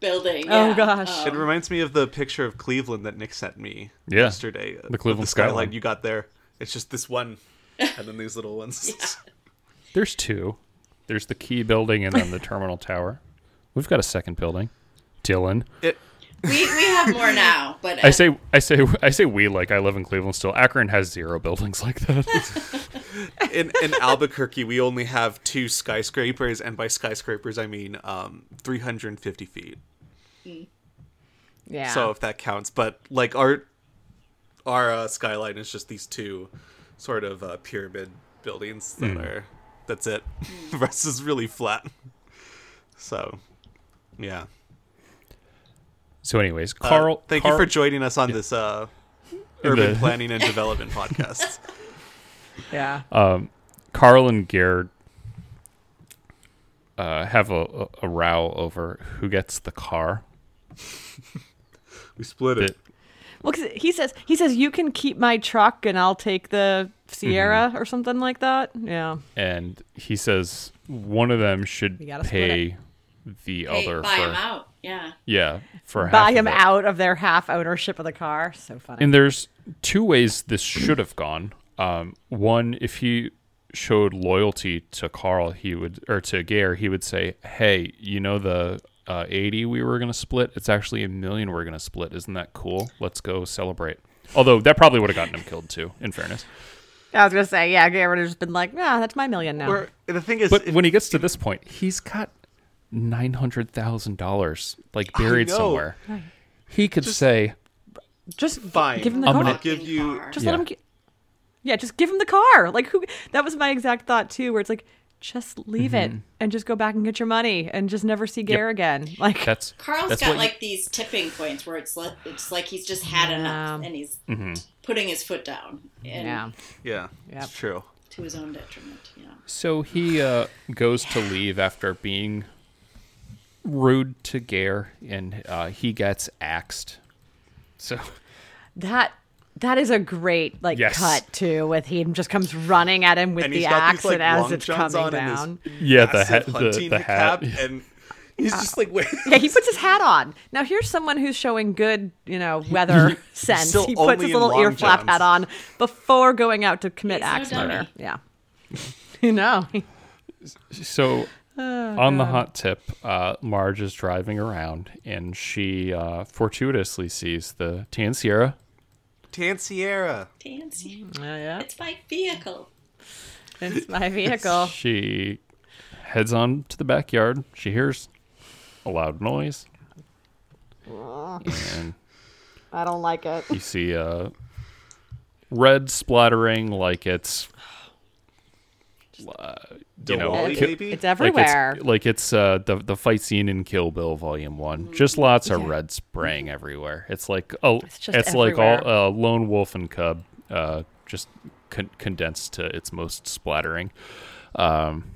Speaker 5: building.
Speaker 3: Oh,
Speaker 5: yeah.
Speaker 3: gosh.
Speaker 4: It reminds me of the picture of Cleveland that Nick sent me
Speaker 2: Um, Yeah.
Speaker 4: yesterday. of
Speaker 2: Cleveland
Speaker 4: skyline.
Speaker 2: skyline.
Speaker 4: you got there. It's just this one, and then these little ones.
Speaker 2: There's two. There's the key building and then the terminal tower. We've got a second building. Dylan.
Speaker 4: It
Speaker 5: we, we have more now, but
Speaker 2: I say I say I say we like I live in Cleveland still. Akron has zero buildings like that.
Speaker 4: in, in Albuquerque, we only have two skyscrapers, and by skyscrapers, I mean um, 350 feet.
Speaker 3: yeah
Speaker 4: So if that counts, but like our our uh, skyline is just these two sort of uh, pyramid buildings
Speaker 2: Hmm.
Speaker 4: that are. That's it. the rest is really flat. So, yeah.
Speaker 2: So anyways,
Speaker 4: Uh,
Speaker 2: Carl
Speaker 4: thank
Speaker 2: Carl-
Speaker 4: you for joining us on this uh, urban
Speaker 2: The-
Speaker 4: planning and development podcast.
Speaker 3: yeah
Speaker 2: uh, Carl and Gerd uh, have a, a, a row over who gets the car.
Speaker 4: We split
Speaker 2: it.
Speaker 3: well 'cause he says he says you can keep my truck and i'll take the sierra
Speaker 2: Mm-hmm.
Speaker 3: or something like that yeah
Speaker 2: and he says one of them should
Speaker 3: You gotta split
Speaker 2: pay the
Speaker 5: hey,
Speaker 2: other
Speaker 5: buy
Speaker 2: for
Speaker 5: him out. Yeah.
Speaker 2: yeah for half
Speaker 3: buy
Speaker 2: of
Speaker 3: him
Speaker 2: it.
Speaker 3: out of their half ownership of the car so funny
Speaker 2: And there's two ways this should have gone. Um, one, if he showed loyalty to Carl, he would or to Gare, he would say, "Hey, you know the uh, 80 we were gonna split. It's actually a million we're gonna split. Isn't that cool? Let's go celebrate." Although that probably would have gotten him killed too. In fairness,
Speaker 3: i was gonna say yeah gary would have just been like nah that's my million now
Speaker 4: Or, the thing is,
Speaker 2: but
Speaker 4: if-
Speaker 2: when he gets to this point, he's got nine hundred thousand dollars like buried
Speaker 4: know.
Speaker 2: somewhere. He could say,
Speaker 3: Just g-
Speaker 4: Fine.
Speaker 3: Give him the
Speaker 2: I'm
Speaker 3: car.
Speaker 2: gonna-
Speaker 4: I'll give you
Speaker 3: Just
Speaker 2: Yeah.
Speaker 3: let him. Ge- yeah, just give him the car. Like who? That was my exact thought too. Where it's like, just leave
Speaker 2: Mm-hmm.
Speaker 3: it and just go back and get your money and just never see Gare again. Like
Speaker 2: "That's
Speaker 5: Carl's
Speaker 2: that's
Speaker 5: got
Speaker 2: what you-
Speaker 5: like these tipping points where it's like, it's like he's just had enough and he's putting his foot down and
Speaker 3: yeah,
Speaker 4: Yeah,
Speaker 3: Yep.
Speaker 4: it's true.
Speaker 5: to his own detriment. Yeah.
Speaker 2: So he uh, goes to leave after being rude to Gare, and uh, he gets axed. So
Speaker 3: that that is a great like
Speaker 2: Yes.
Speaker 3: cut too. With him just comes running at him with
Speaker 4: And
Speaker 3: the
Speaker 4: he's got
Speaker 3: axe
Speaker 4: these, like,
Speaker 3: and as
Speaker 4: long
Speaker 3: it's
Speaker 4: johns
Speaker 3: coming
Speaker 4: on and his-
Speaker 3: down.
Speaker 2: yeah,
Speaker 4: Massive hunting cap, and he's just like, wait,
Speaker 3: Yeah, he puts his hat on. Now here's someone who's showing good, you know, weather sense.
Speaker 4: still
Speaker 3: He puts
Speaker 4: only
Speaker 3: his
Speaker 4: in
Speaker 3: little
Speaker 4: long
Speaker 3: ear flap
Speaker 4: johns.
Speaker 3: hat on before going out to commit
Speaker 5: He's no
Speaker 3: axe
Speaker 5: dummy.
Speaker 3: murder. Yeah, you know.
Speaker 2: So
Speaker 5: Oh,
Speaker 2: on the hot tip, uh, Marge is driving around, and she uh, fortuitously sees the Tan Sierra.
Speaker 4: Tanciera.
Speaker 5: Fancy.
Speaker 3: yeah.
Speaker 5: It's my vehicle.
Speaker 3: It's my vehicle.
Speaker 2: She heads on to the backyard. She hears a loud noise, and
Speaker 3: I don't like it.
Speaker 2: You see uh, red splattering like it's uh, you know,
Speaker 4: Diwali,
Speaker 2: ki-
Speaker 4: maybe?
Speaker 3: It's everywhere.
Speaker 2: Like it's, like it's uh, the the fight scene in Kill Bill Volume One.
Speaker 3: Mm.
Speaker 2: Just lots of red spraying everywhere. It's like oh,
Speaker 3: It's
Speaker 2: it's,
Speaker 3: just
Speaker 2: like all
Speaker 3: everywhere.
Speaker 2: uh, lone wolf and cub, uh, just con- condensed to its most splattering. Um,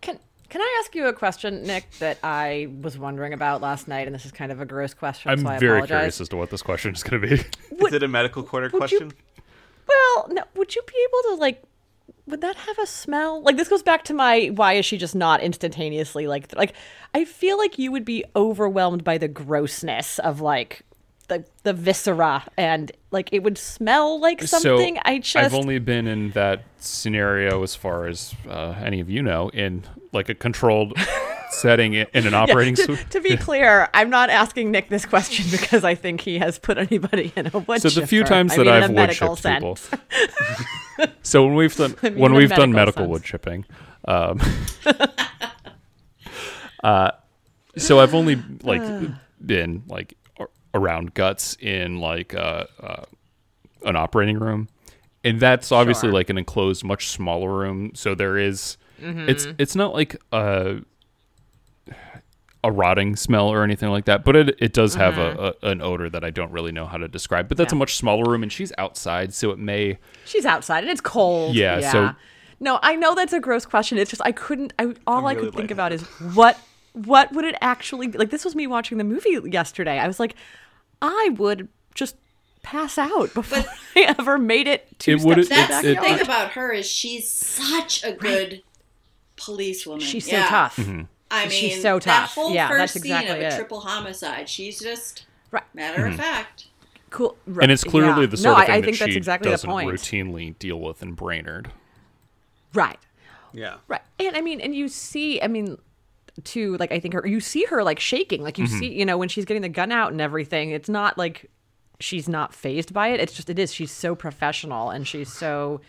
Speaker 3: Can Can I ask you a question, Nick? That I was wondering about last night, and this is kind of a gross question.
Speaker 2: I'm
Speaker 3: so I
Speaker 2: very
Speaker 3: apologize.
Speaker 2: curious as to what this question is going to be.
Speaker 4: Is it a medical corner
Speaker 3: would you-
Speaker 4: question?
Speaker 3: Well, no, would you be able to like? Would that have a smell? Like this goes back to my why is she just not instantaneously like like I feel like you would be overwhelmed by the grossness of like the the viscera and like it would smell like something.
Speaker 2: So
Speaker 3: I just
Speaker 2: I've only been in that scenario as far as uh, any of you know in like a controlled setting in in an operating
Speaker 3: to,
Speaker 2: suite.
Speaker 3: to be clear, I'm not asking Nick this question because I think he has put anybody in a wood
Speaker 2: so the few
Speaker 3: chipper.
Speaker 2: times
Speaker 3: I
Speaker 2: that
Speaker 3: mean, in
Speaker 2: I've
Speaker 3: a
Speaker 2: wood
Speaker 3: medical
Speaker 2: chipped
Speaker 3: sense.
Speaker 2: people, so when we've done
Speaker 3: mean,
Speaker 2: when
Speaker 3: in a
Speaker 2: we've done medical
Speaker 3: medical sense.
Speaker 2: wood chipping, um, uh, so I've only like been like ar- around guts in like uh, uh, an operating room, and that's obviously
Speaker 3: Sure.
Speaker 2: like an enclosed, much smaller room. So there is-
Speaker 3: Mm-hmm.
Speaker 2: it's it's not like a a rotting smell or anything like that, but it it does have a,
Speaker 3: Mm-hmm.
Speaker 2: a an odor that I don't really know how to describe. But that's a much smaller room, and she's outside, so it may.
Speaker 3: She's outside and it's cold.
Speaker 2: Yeah, so-
Speaker 3: no, I know that's a gross question. It's just I couldn't. I all I
Speaker 4: really
Speaker 3: could think
Speaker 4: lightheaded.
Speaker 3: about is what what would it actually be? like? This was me watching the movie yesterday. I was like, I would just pass out before I ever made it two
Speaker 2: It would-
Speaker 3: steps
Speaker 2: it-
Speaker 5: That's
Speaker 3: to the
Speaker 2: it-
Speaker 5: the thing
Speaker 3: backyard.
Speaker 5: about her is she's such a good policewoman.
Speaker 3: She's so
Speaker 5: Yeah.
Speaker 3: tough.
Speaker 2: Mm-hmm.
Speaker 5: I mean,
Speaker 3: She's so
Speaker 5: That
Speaker 3: tough.
Speaker 5: whole
Speaker 3: Yeah,
Speaker 5: first
Speaker 3: that's exactly
Speaker 5: scene of
Speaker 3: it.
Speaker 5: a triple homicide. She's just
Speaker 3: Right.
Speaker 5: matter of fact.
Speaker 3: Cool. Right.
Speaker 2: And it's clearly
Speaker 3: Yeah.
Speaker 2: the sort
Speaker 3: no,
Speaker 2: of thing
Speaker 3: I, I
Speaker 2: that
Speaker 3: think that's
Speaker 2: she
Speaker 3: exactly
Speaker 2: doesn't
Speaker 3: the point.
Speaker 2: routinely deal with in Brainerd.
Speaker 3: Right.
Speaker 4: Yeah.
Speaker 3: Right. And I mean, and you see, I mean, too, like, I think her, you see her, like, shaking. Like, you
Speaker 4: Mm-hmm.
Speaker 3: see, you know, when she's getting the gun out and everything, it's not like she's not phased by it. It's just, it is. She's so professional and she's so,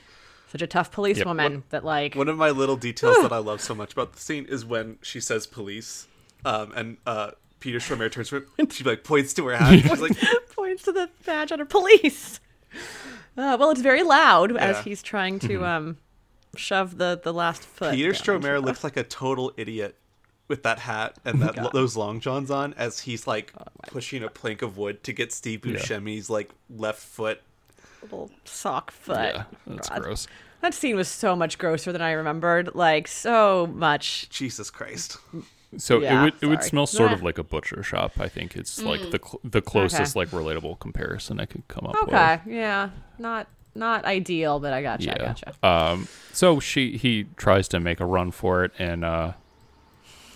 Speaker 3: such a tough policewoman that, like,
Speaker 4: One of my little details that I love so much about the scene is when she says police, um, and uh, Peter Stormare turns to her, she like points to her hat. and She's like,
Speaker 3: points to the badge under police. Uh, well, it's very loud as
Speaker 4: Yeah. Mm-hmm.
Speaker 3: he's trying to, um, shove the, the last foot.
Speaker 4: Peter
Speaker 3: down into
Speaker 4: Stormare
Speaker 3: the-
Speaker 4: looks like a total idiot with that hat and that those long johns on as he's like pushing a plank of wood to get Steve Buscemi's like left foot.
Speaker 3: little sock foot.
Speaker 2: Yeah, that's
Speaker 3: Uh, God.
Speaker 2: gross.
Speaker 3: That scene was so much grosser than I remembered. Like, so much
Speaker 4: Jesus Christ!
Speaker 2: So
Speaker 3: Yeah,
Speaker 2: it would it would
Speaker 3: sorry.
Speaker 2: smell sort of
Speaker 3: Meh. Mm.
Speaker 2: like a butcher shop. I think it's like the cl- the closest like relatable comparison I could come up with.
Speaker 3: Okay. Yeah. Not not ideal, but I gotcha. I
Speaker 2: Yeah.
Speaker 3: gotcha.
Speaker 2: Um. So she he tries to make a run for it, and uh,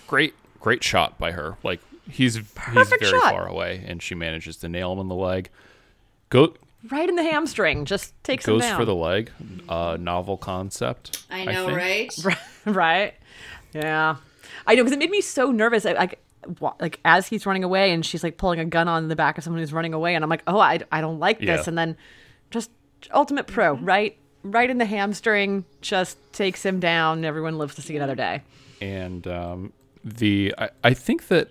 Speaker 2: great great shot by her. Like he's
Speaker 3: Perfect
Speaker 2: he's very
Speaker 3: shot.
Speaker 2: far away, and she manages to nail him in the leg. Go
Speaker 3: Right in the hamstring. Just takes him
Speaker 2: goes
Speaker 3: down.
Speaker 2: for the leg. Uh, novel concept.
Speaker 5: I know,
Speaker 2: think.
Speaker 5: right?
Speaker 3: right. Yeah. I know because it made me so nervous. I, like wa- like as he's running away, and she's like pulling a gun on the back of someone who's running away, and I'm like, oh, I, I don't like this.
Speaker 2: Yeah.
Speaker 3: And then just ultimate pro, right? Right in the hamstring, just takes him down. Everyone lives to see another day.
Speaker 2: and um, the I, I think that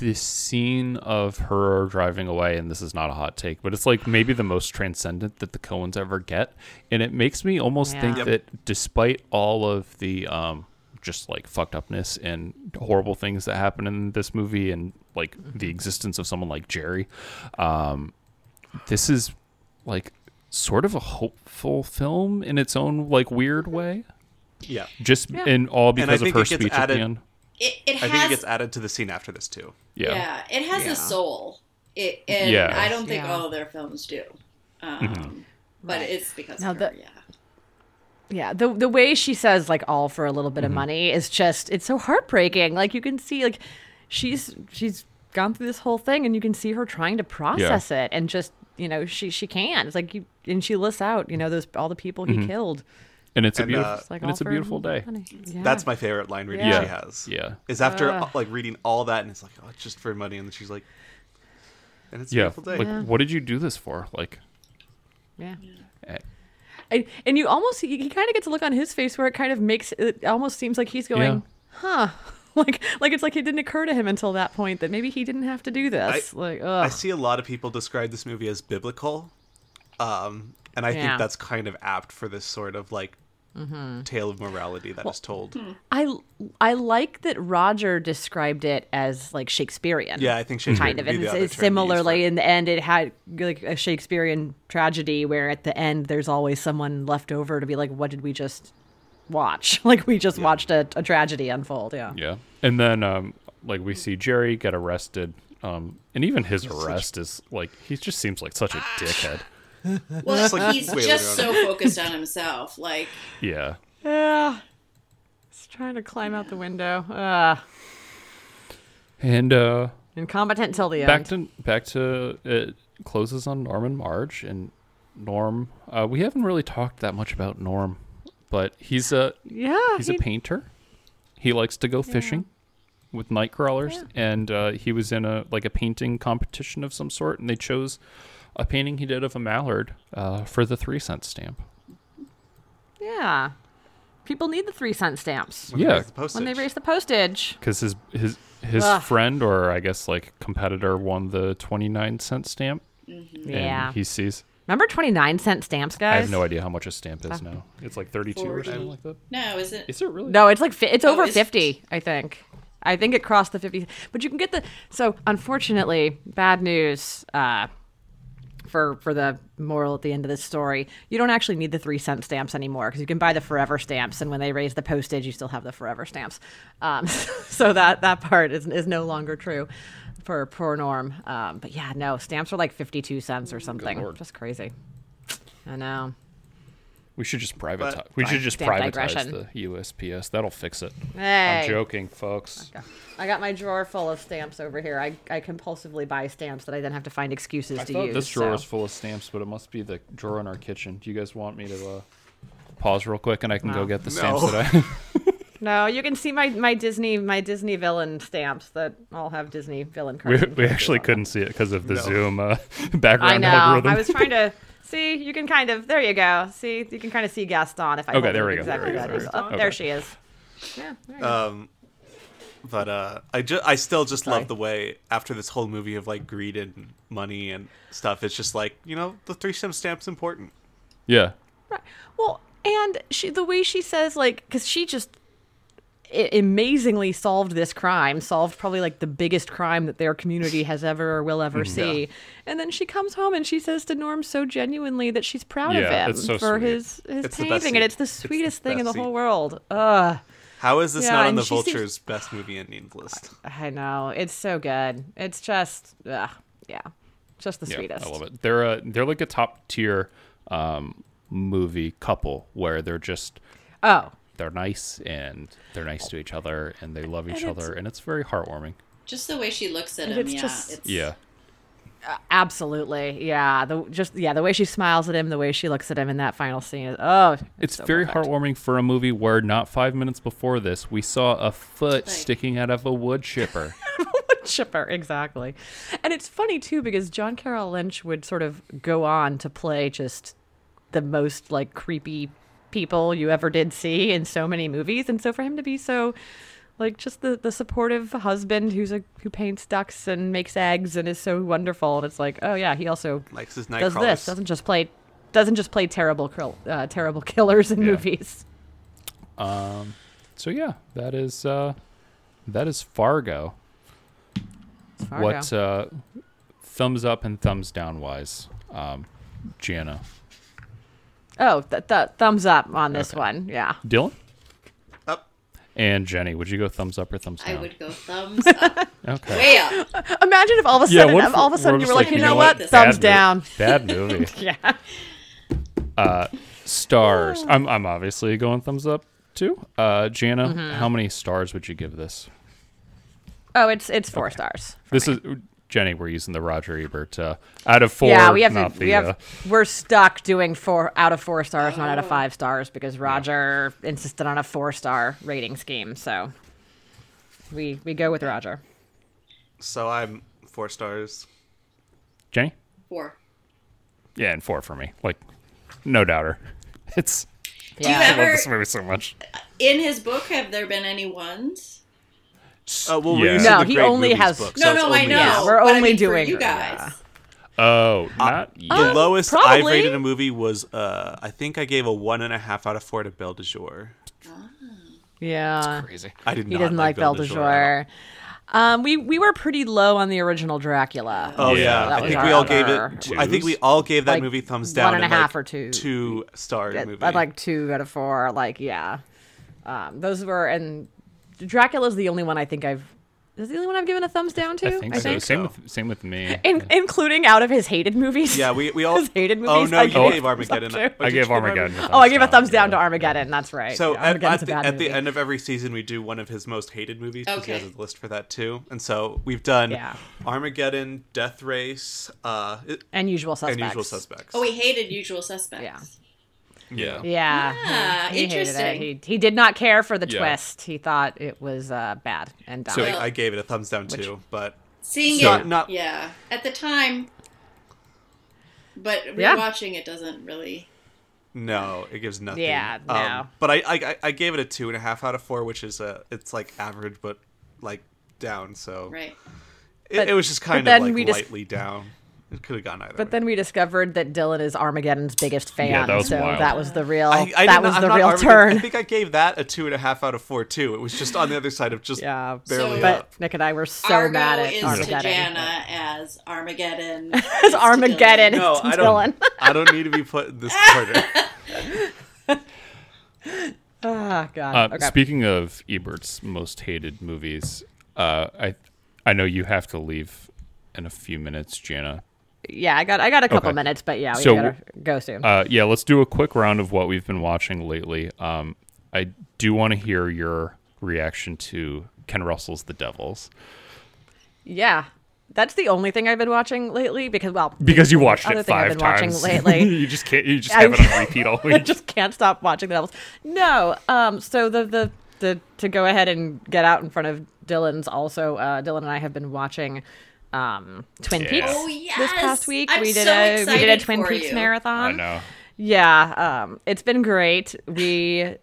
Speaker 2: the scene of her driving away and this is not a hot take but it's like maybe the most transcendent that the coens ever get and it makes me almost think
Speaker 3: Yeah.
Speaker 2: that despite all of the um, just like fucked upness and horrible things that happen in this movie and like the existence of someone like jerry um, this is like sort of a hopeful film in its own like weird way
Speaker 4: Yeah,
Speaker 2: just in all
Speaker 4: I
Speaker 2: because of
Speaker 4: think
Speaker 2: her
Speaker 4: it gets
Speaker 2: speech at
Speaker 4: added-
Speaker 2: the end.
Speaker 5: It, it
Speaker 4: I think it
Speaker 5: has
Speaker 4: gets added to the scene after this too.
Speaker 2: Yeah.
Speaker 5: Yeah, it has a soul. It, and
Speaker 2: Yeah.
Speaker 5: I don't think
Speaker 3: Yeah.
Speaker 5: all of their films do. Um, But it's because
Speaker 3: Now
Speaker 5: of her,
Speaker 3: the-
Speaker 5: yeah.
Speaker 3: Yeah, the the way she says like all for a little
Speaker 2: Mm-hmm.
Speaker 3: bit of money is just it's so heartbreaking. Like you can see like she's she's gone through this whole thing and you can see her trying to process it and just you know she she can. It's like you and she lists out you know those all the people he killed.
Speaker 2: And it's
Speaker 4: And,
Speaker 2: a beautiful
Speaker 4: uh,
Speaker 3: It's like
Speaker 2: Mm-hmm. and
Speaker 3: all
Speaker 2: it's a
Speaker 3: for
Speaker 2: beautiful day.
Speaker 3: money. Yeah.
Speaker 4: That's my favorite line reading
Speaker 3: Yeah.
Speaker 4: she has.
Speaker 2: Yeah.
Speaker 4: is after uh, like reading all that and it's like, oh, it's just for money, and then she's like, and it's a
Speaker 2: Yeah.
Speaker 4: beautiful day.
Speaker 2: Like what did you do this for? Like
Speaker 3: yeah.
Speaker 2: eh,
Speaker 3: And, and you almost he kind of gets a look on his face where it kind of makes it almost seems like he's going,
Speaker 2: yeah.
Speaker 3: huh? like like it's like it didn't occur to him until that point that maybe he didn't have to do this.
Speaker 4: I-
Speaker 3: like
Speaker 4: I
Speaker 3: ugh.
Speaker 4: see a lot of people describe this movie as biblical, um, and I
Speaker 3: Yeah. Mm-hmm.
Speaker 4: think that's kind of apt for this sort of like tale of morality that is told.
Speaker 5: Hmm.
Speaker 3: I I like that Roger described it as like Shakespearean.
Speaker 4: Yeah, I think Shakespeare
Speaker 3: kind of,
Speaker 4: would be
Speaker 3: and
Speaker 4: the
Speaker 3: it's,
Speaker 4: other
Speaker 3: it's
Speaker 4: term he used for
Speaker 3: similarly
Speaker 4: it.
Speaker 3: in the end it had like a Shakespearean tragedy where at the end there's always someone left over to be like, what did we just watch? Like we just watched a, a tragedy unfold. Yeah.
Speaker 2: Yeah. And then um like we see Jerry get arrested. Um and even his arrest is like he just seems like such a
Speaker 4: Ah.
Speaker 2: dickhead.
Speaker 5: Well,
Speaker 4: like
Speaker 5: he's
Speaker 4: way
Speaker 5: just
Speaker 4: later
Speaker 5: so focused on himself. Like,
Speaker 2: Yeah.
Speaker 3: Yeah. It's trying to climb out the window. Ah,
Speaker 2: And uh
Speaker 3: incompetent till the
Speaker 2: back
Speaker 3: end.
Speaker 2: to back to it closes on Norm and Marge and Norm. Uh we haven't really talked that much about Norm, but he's uh, a
Speaker 3: yeah.
Speaker 2: he's
Speaker 3: he-
Speaker 2: a painter. He likes to go fishing with night crawlers, and uh, he was in a like a painting competition of some sort, and they chose a painting he did of a mallard uh, for the three cent stamp.
Speaker 3: yeah. People need the three cent stamps
Speaker 4: When they
Speaker 2: Yeah.
Speaker 4: raise the
Speaker 3: when they
Speaker 4: postage.
Speaker 3: raise the postage.
Speaker 2: Because his his his
Speaker 3: Ugh.
Speaker 2: friend or I guess like competitor won the twenty nine cent stamp. And
Speaker 3: Yeah.
Speaker 2: he sees.
Speaker 3: Remember 29 cent stamps, guys?
Speaker 2: I have no idea how much a stamp is now. It's like thirty two or something like that.
Speaker 5: no, is it?
Speaker 2: Is it really?
Speaker 3: No, it's like fi- it's over
Speaker 5: it's-
Speaker 3: 50, I think. I think it crossed the 50. But you can get the So, unfortunately, bad news uh for for the moral at the end of this story. You don't actually need the 3 cent stamps anymore cuz you can buy the forever stamps and when they raise the postage, you still have the forever stamps. Um so that that part is is no longer true for poor Norm. Um but yeah, no, stamps are like 52 cents or something. Just crazy. I know.
Speaker 2: We should just privatize. we should just
Speaker 3: Stamp
Speaker 2: privatize
Speaker 3: digression.
Speaker 2: the USPS. That'll fix it.
Speaker 3: Hey.
Speaker 2: I'm joking, folks.
Speaker 3: I got my drawer full of stamps over here. I, I compulsively buy stamps that I then have to find excuses
Speaker 2: I
Speaker 3: to
Speaker 2: thought
Speaker 3: use.
Speaker 2: this drawer is
Speaker 3: so.
Speaker 2: full of stamps, but it must be the drawer in our kitchen. Do you guys want me to uh, pause real quick and I can go get the stamps
Speaker 4: No.
Speaker 2: that I?
Speaker 3: No, you can see my, my Disney my Disney villain stamps that all have Disney villain
Speaker 2: we,
Speaker 3: cards.
Speaker 2: we actually couldn't see it because of the
Speaker 4: No.
Speaker 2: Zoom uh,
Speaker 3: I
Speaker 2: background
Speaker 3: know.
Speaker 2: algorithm.
Speaker 3: I was trying to see. You can kind of there you go. See, you can kind of see Gaston if I.
Speaker 2: Okay,
Speaker 3: hold
Speaker 2: there we
Speaker 3: it
Speaker 2: go, there we
Speaker 3: Exactly.
Speaker 2: go,
Speaker 3: that
Speaker 2: there we go.
Speaker 3: is. Oh,
Speaker 2: Okay.
Speaker 3: there she is. Yeah. there you go.
Speaker 4: But uh, I ju- I still just
Speaker 3: Sorry.
Speaker 4: love the way after this whole movie of like greed and money and stuff, it's just like you know the three cent stamp's important.
Speaker 2: yeah,
Speaker 3: Right. Well, and she the way she says like because she just i amazingly solved this crime, solved probably like the biggest crime that their community has ever or will ever see. And then she comes home and she says to Norm so genuinely that she's proud
Speaker 2: Yeah,
Speaker 3: of him
Speaker 2: it's so
Speaker 3: for
Speaker 2: sweet.
Speaker 3: his his
Speaker 4: It's the best
Speaker 3: painting, and
Speaker 4: scene.
Speaker 3: it's the
Speaker 4: It's the
Speaker 3: sweetest thing in the
Speaker 4: best
Speaker 3: whole
Speaker 4: scene.
Speaker 3: world. Ugh,
Speaker 4: How is this
Speaker 3: Yeah,
Speaker 4: not on
Speaker 3: and
Speaker 4: the
Speaker 3: she seems-
Speaker 4: Vulture's best movie endings list?
Speaker 3: I know it's so good. It's just ugh, yeah, just the
Speaker 2: yeah,
Speaker 3: sweetest.
Speaker 2: I love it. They're a, they're like a top tier um, movie couple where they're just
Speaker 3: Oh,
Speaker 2: they're nice and they're nice to each other and they love each other and it's very heartwarming.
Speaker 5: Just the way she looks at
Speaker 3: And
Speaker 5: him.
Speaker 3: it's
Speaker 5: yeah.
Speaker 3: just-
Speaker 5: it's,
Speaker 2: Yeah,
Speaker 3: absolutely, yeah. The just yeah, the way she smiles at him, the way she looks at him in that final scene is oh,
Speaker 2: it's
Speaker 3: so
Speaker 2: very
Speaker 3: perfect.
Speaker 2: heartwarming for a movie where not five minutes before this we saw a foot
Speaker 5: Right.
Speaker 2: sticking out of a wood chipper.
Speaker 3: Chipper, exactly. And it's funny too because John Carroll Lynch would sort of go on to play just the most like creepy people you ever did see in so many movies, and so for him to be so like just the the supportive husband who's a who paints ducks and makes eggs and is so wonderful, and it's like oh yeah, he also
Speaker 4: Likes his
Speaker 3: does this
Speaker 4: Nightcrawlers.
Speaker 3: doesn't just play doesn't just play terrible krill- uh, terrible killers in
Speaker 2: Yeah.
Speaker 3: movies.
Speaker 2: so yeah, that is uh, that is Fargo. What uh, thumbs up and thumbs down wise, um, Jana,
Speaker 3: Oh, th- th- thumbs up on this
Speaker 2: Okay.
Speaker 3: one. Yeah.
Speaker 2: Dylan,
Speaker 4: Up.
Speaker 2: and Jenny. Would you go thumbs up or thumbs
Speaker 5: I
Speaker 2: down?
Speaker 5: would go thumbs up,
Speaker 2: Okay.
Speaker 5: way up.
Speaker 3: Imagine if all of a
Speaker 2: Yeah,
Speaker 3: sudden,
Speaker 2: what if
Speaker 3: all of a
Speaker 2: we're
Speaker 3: sudden you
Speaker 2: just
Speaker 3: were like, you know what?
Speaker 5: this
Speaker 3: Thumbs
Speaker 2: Bad mo- bad
Speaker 3: down.
Speaker 2: movie.
Speaker 3: Yeah.
Speaker 2: Stars. I'm I'm obviously going thumbs up too. Uh, Jana,
Speaker 3: Mm-hmm.
Speaker 2: how many stars would you give this?
Speaker 3: Oh, it's it's four stars.
Speaker 2: This is Jenny. We're using the Roger Ebert. Uh, out of four.
Speaker 3: yeah, we have to,
Speaker 2: not the,
Speaker 3: we have
Speaker 2: uh,
Speaker 3: we're stuck doing four out of four stars, not out of five stars, because Roger insisted on a four star rating scheme. So we we go with Roger.
Speaker 4: So I'm four stars.
Speaker 2: Jenny.
Speaker 5: Four.
Speaker 2: Yeah, and four for me. Like, no doubter. It's
Speaker 5: Do you
Speaker 3: Yeah.
Speaker 2: I love
Speaker 5: ever,
Speaker 2: this movie so much.
Speaker 5: in his book, have there been any ones?
Speaker 4: Uh, well, we're
Speaker 2: Yeah.
Speaker 4: using
Speaker 3: No,
Speaker 4: the
Speaker 3: he
Speaker 4: Greg
Speaker 3: only
Speaker 4: Movies
Speaker 3: has-
Speaker 4: book, so
Speaker 5: No,
Speaker 4: it's
Speaker 5: no, I
Speaker 4: only
Speaker 5: know.
Speaker 3: Yeah, we're
Speaker 5: but I
Speaker 3: only
Speaker 5: mean, for
Speaker 3: doing-
Speaker 5: you guys.
Speaker 2: Oh,
Speaker 3: Uh,
Speaker 2: not yet.
Speaker 4: The lowest I've
Speaker 3: Um, probably.
Speaker 4: rated a movie was uh, I think I gave a one and a half out of four to Belle de Jour.
Speaker 3: Yeah.
Speaker 10: Crazy.
Speaker 4: I did
Speaker 3: He
Speaker 4: not
Speaker 3: doesn't like Belle de
Speaker 4: at all.
Speaker 3: Jour. Um, we we were pretty low on the original Dracula.
Speaker 4: Oh
Speaker 2: Yeah.
Speaker 4: yeah,
Speaker 2: That
Speaker 4: I
Speaker 3: was
Speaker 4: think
Speaker 3: our
Speaker 4: we all gave
Speaker 3: other-
Speaker 4: it. I think we all gave that
Speaker 3: Like,
Speaker 4: movie thumbs
Speaker 3: one
Speaker 4: down.
Speaker 3: and a
Speaker 4: in, like,
Speaker 3: half or two.
Speaker 4: Two star
Speaker 3: I-
Speaker 4: movie.
Speaker 3: I like two out of four. Like yeah, um, those were and Dracula's the only one I think I've. Is the only one I've given a thumbs down to?
Speaker 2: I think so. Same with same with me.
Speaker 3: In, including out of his hated movies.
Speaker 4: Yeah, we we all
Speaker 3: his hated movies.
Speaker 4: Oh no,
Speaker 3: I
Speaker 4: you
Speaker 3: gave a
Speaker 4: gave
Speaker 3: thumbs
Speaker 4: Armageddon.
Speaker 3: up
Speaker 2: I
Speaker 3: to.
Speaker 4: but did
Speaker 2: gave
Speaker 4: you give
Speaker 2: Armageddon. a
Speaker 3: Oh, I gave a
Speaker 2: down,
Speaker 3: thumbs down
Speaker 2: yeah.
Speaker 3: to Armageddon. That's right.
Speaker 4: So
Speaker 3: Yeah,
Speaker 4: at,
Speaker 3: Armageddon's
Speaker 4: at
Speaker 3: a
Speaker 4: the,
Speaker 3: bad
Speaker 4: at the
Speaker 3: movie.
Speaker 4: end of every season, we do one of his most hated movies because
Speaker 5: Okay.
Speaker 4: he has a list for that too. And so we've done
Speaker 3: Yeah.
Speaker 4: Armageddon, Death Race, uh, it-
Speaker 3: and usual suspects.
Speaker 4: and Usual Suspects.
Speaker 5: Oh, we hated Usual Suspects.
Speaker 3: Yeah.
Speaker 10: Yeah.
Speaker 3: Yeah.
Speaker 5: Ah,
Speaker 3: He hated it.
Speaker 5: interesting.
Speaker 3: He, he did not care for the
Speaker 10: Yeah.
Speaker 3: twist. He thought it was uh, bad and dumb.
Speaker 10: So-
Speaker 4: I, I gave it a thumbs down too, but
Speaker 5: Seeing
Speaker 4: So-
Speaker 5: it,
Speaker 4: Not-
Speaker 5: yeah, at the time, but
Speaker 3: Yeah.
Speaker 5: rewatching it doesn't really.
Speaker 4: no, it gives nothing.
Speaker 3: Yeah,
Speaker 4: Um,
Speaker 3: no.
Speaker 4: but I, I I- I gave it a two and a half out of four, which is a it's like average, but like down. So
Speaker 5: Right.
Speaker 4: it,
Speaker 3: But-
Speaker 4: it was just
Speaker 3: but
Speaker 4: kind of
Speaker 3: then
Speaker 4: like
Speaker 3: we just-
Speaker 4: lightly down. It could have gone either.
Speaker 3: but
Speaker 4: way.
Speaker 3: then we discovered that Dylan is Armageddon's biggest fan.
Speaker 2: Yeah, that was
Speaker 3: so
Speaker 2: wild.
Speaker 3: that was the real
Speaker 4: I, I
Speaker 3: that
Speaker 4: did
Speaker 3: was
Speaker 4: not-
Speaker 3: the
Speaker 4: I'm not
Speaker 3: real
Speaker 4: arguing- I
Speaker 3: turn.
Speaker 4: think I gave that a two and a half out of four too. It was just on the other side of just
Speaker 3: Yeah.
Speaker 4: barely
Speaker 5: So-
Speaker 4: up.
Speaker 3: But Nick and I were so
Speaker 5: Argo
Speaker 3: mad at
Speaker 5: is
Speaker 3: Armageddon.
Speaker 5: to Jana as Armageddon.
Speaker 3: It's Armageddon.
Speaker 4: No,
Speaker 3: It's
Speaker 4: I don't.
Speaker 3: Dylan.
Speaker 4: I don't need to be put in this corner.
Speaker 3: Ah, God.
Speaker 2: Uh,
Speaker 3: okay.
Speaker 2: Speaking of Ebert's most hated movies, uh, I I know you have to leave in a few minutes, Jana.
Speaker 3: yeah, I got I got a couple
Speaker 2: Okay.
Speaker 3: minutes, but yeah, we
Speaker 2: So-
Speaker 3: gotta go soon.
Speaker 2: Uh, yeah, let's do a quick round of what we've been watching lately. Um, I do want to hear your reaction to Ken Russell's The Devils
Speaker 3: yeah. That's the only thing I've been watching lately because well
Speaker 2: because you watched
Speaker 3: Other
Speaker 2: it
Speaker 3: thing I've
Speaker 2: five
Speaker 3: been watching
Speaker 2: times
Speaker 3: lately.
Speaker 2: you just can't. You just
Speaker 3: I-
Speaker 2: have it on repeat all
Speaker 3: I
Speaker 2: week.
Speaker 3: just can't stop watching the Devils. No, um, so the the the to go ahead and get out in front of Dylan's also. Uh, Dylan and I have been watching um, Twin
Speaker 2: Yeah.
Speaker 3: Peaks
Speaker 5: Oh yes.
Speaker 3: this past week.
Speaker 5: I'm
Speaker 3: we did
Speaker 5: so
Speaker 3: a we did a
Speaker 5: excited
Speaker 3: Twin
Speaker 5: for
Speaker 3: Peaks
Speaker 5: you.
Speaker 2: I
Speaker 3: marathon.
Speaker 2: know.
Speaker 3: Yeah, um, it's been great. We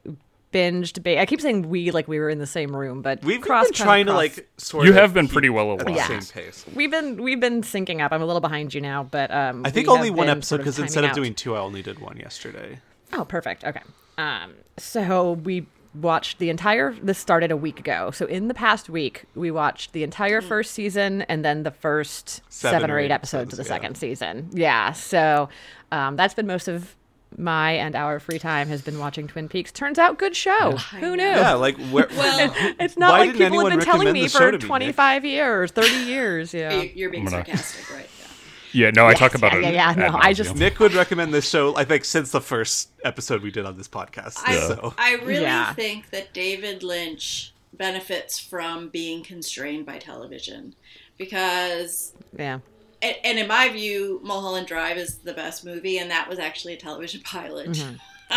Speaker 3: binged. Ba- I keep saying we like we were in the same room, but
Speaker 4: We've
Speaker 3: cross
Speaker 4: been trying to
Speaker 3: cross-
Speaker 4: like sort.
Speaker 2: You
Speaker 4: of
Speaker 2: have been
Speaker 4: keep
Speaker 2: pretty well
Speaker 4: at the
Speaker 2: aligned.
Speaker 4: same
Speaker 3: Yeah.
Speaker 4: pace.
Speaker 3: We've been we've been syncing up. I'm a little behind you now, but um,
Speaker 4: I think
Speaker 3: we
Speaker 4: only
Speaker 3: have
Speaker 4: one
Speaker 3: been
Speaker 4: episode
Speaker 3: sort
Speaker 4: because
Speaker 3: timing
Speaker 4: instead of
Speaker 3: out.
Speaker 4: doing two, I only did one yesterday.
Speaker 3: Oh, perfect. Okay. Um, so we watched the entire. This started a week ago. So in the past week, we watched the entire
Speaker 4: Mm.
Speaker 3: first season and then the first seven, or eight episodes of the
Speaker 4: yeah.
Speaker 3: second season. Yeah. So um, that's been most of my and our free time has been watching Twin Peaks. Turns out, good show. Who knew?
Speaker 4: Yeah, like where,
Speaker 5: Well,
Speaker 3: It's not
Speaker 4: Why
Speaker 3: like
Speaker 4: didn't
Speaker 3: people have
Speaker 4: anyone
Speaker 3: been telling
Speaker 4: recommend
Speaker 3: me
Speaker 4: the show
Speaker 3: for
Speaker 4: to me, Nick?
Speaker 3: 25 years, 30 years.
Speaker 5: you-
Speaker 3: Yeah.
Speaker 5: you're being
Speaker 2: I'm gonna-
Speaker 5: sarcastic, right? Yeah.
Speaker 2: Yeah, no, I talk about
Speaker 3: yeah,
Speaker 2: it.
Speaker 3: yeah,
Speaker 2: ad
Speaker 3: no, I
Speaker 2: nauseam.
Speaker 3: just-
Speaker 4: Nick would recommend this show. I think since the first episode we did on this podcast.
Speaker 5: I,
Speaker 4: So
Speaker 5: I really
Speaker 3: Yeah.
Speaker 5: think that David Lynch benefits from being constrained by television because
Speaker 3: Yeah.
Speaker 5: and, and in my view mulholland drive is the best movie and that was actually a television pilot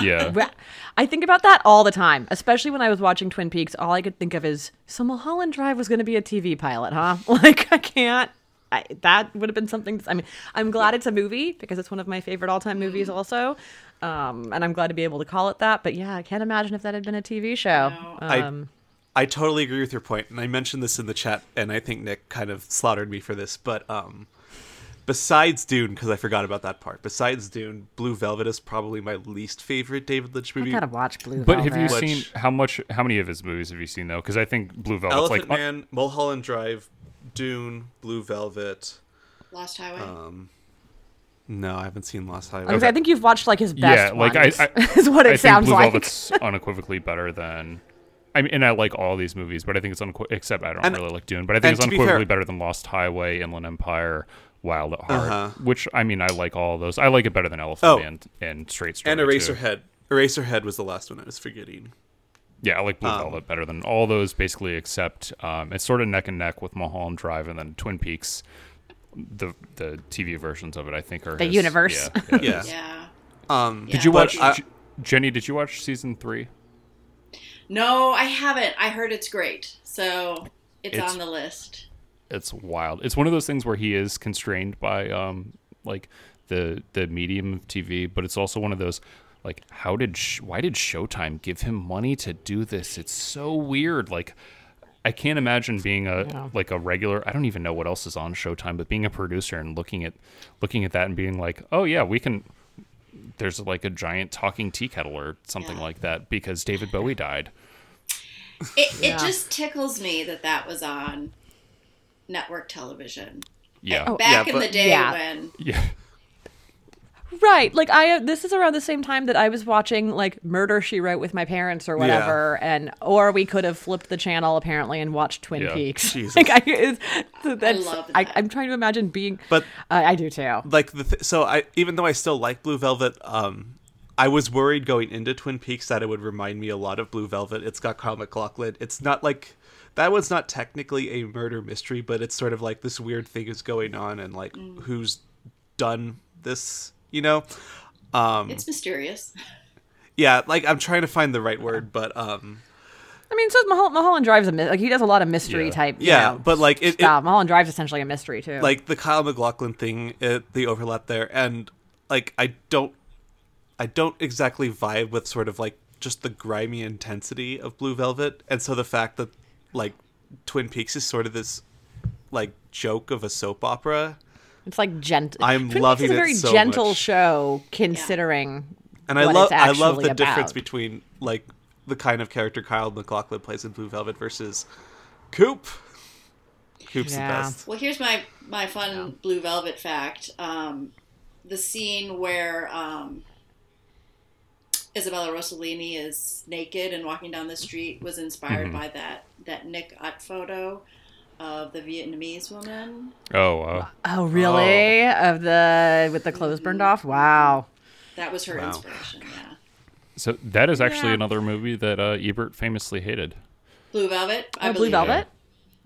Speaker 2: yeah.
Speaker 3: Well, I think about that all the time, especially when I was watching Twin Peaks. All I could think of is, so Mulholland Drive was going to be a TV pilot, huh? Like, I can't. I, that would have been something. I mean, I'm glad it's a movie because it's one of my favorite all time movies, also. Um, and I'm glad to be able to call it that. But yeah, I can't imagine if that had been a TV show.
Speaker 4: I,
Speaker 3: um,
Speaker 4: I totally agree with your point, and I mentioned this in the chat, and I think Nick kind of slaughtered me for this, but um, besides Dune, because I forgot about that part. Besides Dune, Blue Velvet is probably my least favorite David Lynch
Speaker 3: I
Speaker 4: movie.
Speaker 3: gotta watch Blue
Speaker 2: But have you
Speaker 3: Velvet.
Speaker 4: Which-
Speaker 2: seen how much? How many of his movies have you seen though? Because I think Blue Velvet's
Speaker 4: Elephant
Speaker 2: like uh,
Speaker 4: Man, Mulholland Drive, Dune, Blue Velvet.
Speaker 5: lost highway
Speaker 4: Uh, No, I haven't seen Lost Highway.
Speaker 3: I was gonna say, I think you've watched like his best
Speaker 2: yeah, like I,
Speaker 3: ones,
Speaker 2: I
Speaker 3: is what it
Speaker 2: I
Speaker 3: sounds
Speaker 2: think Blue
Speaker 3: like.
Speaker 2: Velvet's unequivocally better than. I mean, and I like all these movies, but I think it's unequ- except I don't
Speaker 4: And-
Speaker 2: really like Dune, but I
Speaker 4: and
Speaker 2: think it's
Speaker 4: to be fair-
Speaker 2: unequivocally better than Lost Highway, Inland Empire, Wild at Heart, which I mean, I like all those. I like it better than Elephant
Speaker 4: Uh-huh. Oh.
Speaker 2: Man and Straight Story
Speaker 4: and
Speaker 2: too.
Speaker 4: Eraserhead. Eraserhead was the last one I was forgetting.
Speaker 2: Yeah, I like Blue Velvet better than all those, basically, except um, it's sort of neck and neck with Mulholland Drive and then Twin Peaks. The the TV versions of it, I think, are
Speaker 3: The
Speaker 2: his-
Speaker 3: universe.
Speaker 2: Yeah, yeah.
Speaker 4: Yeah.
Speaker 5: yeah
Speaker 4: Um,
Speaker 5: Yeah.
Speaker 2: Did you
Speaker 5: But
Speaker 2: watch
Speaker 4: I-
Speaker 2: J- Jenny? Did you watch season three?
Speaker 5: no i haven't i heard it's great so it's,
Speaker 2: It's-
Speaker 5: on the list
Speaker 2: it's wild. It's one of those things where he is constrained by um like the the medium of TV, but it's also one of those like how did sh- why did Showtime give him money to do this? It's so weird. Like I can't imagine being a like a regular. I don't even know what else is on Showtime, but being a producer and looking at looking at that and being like, oh yeah, we can. There's like a giant talking tea kettle or something
Speaker 5: Yeah.
Speaker 2: like that because David Bowie died.
Speaker 5: It, it just tickles me that that was on network television
Speaker 2: Yeah,
Speaker 5: back
Speaker 4: Yeah,
Speaker 5: in the
Speaker 4: but-
Speaker 5: day
Speaker 3: Yeah.
Speaker 5: when
Speaker 2: Oh, yeah,
Speaker 3: Right. Like I this is around the same time that I was watching like Murder She Wrote with my parents or whatever and or we could have flipped the channel apparently and watched Twin
Speaker 2: Yeah.
Speaker 3: Peaks.
Speaker 4: Jesus.
Speaker 3: Like I it's, that's, I
Speaker 5: love that.
Speaker 3: I, am trying to imagine being
Speaker 4: But-
Speaker 3: I I do too.
Speaker 4: like the th- so I even though I still like Blue Velvet, um, I was worried going into Twin Peaks that it would remind me a lot of Blue Velvet. It's got Kyle MacLachlan. It's not like that one's not technically a murder mystery, but it's sort of like this weird thing is going on and like who's done this, you know? Um,
Speaker 5: it's mysterious.
Speaker 4: yeah, like I'm trying to find the right word, but um,
Speaker 3: I mean, so is Mahal- Mulholland Drive's a mi- like he does a lot of mystery
Speaker 2: Yeah.
Speaker 3: type. you
Speaker 4: yeah,
Speaker 3: know,
Speaker 4: but like it, it-
Speaker 3: stuff. Mulholland Drive's essentially a mystery too.
Speaker 4: like the Kyle McLaughlin thing, it, the overlap there, and like I don't, I don't exactly vibe with sort of like just the grimy intensity of Blue Velvet, and so the fact that like Twin Peaks is sort of this like joke of a soap opera,
Speaker 3: it's like gentle.
Speaker 4: I'm loving
Speaker 3: It's a
Speaker 4: it
Speaker 3: very
Speaker 4: so
Speaker 3: gentle
Speaker 4: much.
Speaker 3: show considering.
Speaker 4: and I
Speaker 3: what
Speaker 4: love,
Speaker 3: it's
Speaker 4: I love the
Speaker 3: actually
Speaker 4: difference
Speaker 3: about.
Speaker 4: between like the kind of character Kyle McLaughlin plays in Blue Velvet versus Coop. Coop's
Speaker 3: Yeah.
Speaker 4: the best.
Speaker 5: Well, here's my my fun blue velvet fact: um, the scene where um, Isabella Rossellini is naked and walking down the street was inspired
Speaker 2: Mm-hmm.
Speaker 5: by that that Nick Ut photo of the Vietnamese woman.
Speaker 2: Oh, uh,
Speaker 3: Oh really?
Speaker 4: Oh.
Speaker 3: Of the with the clothes burned off? Wow.
Speaker 5: That was her inspiration. Yeah,
Speaker 2: so that is actually another movie that uh, Ebert famously hated.
Speaker 5: blue velvet. I
Speaker 3: Oh, Blue
Speaker 5: believe it.
Speaker 3: Velvet.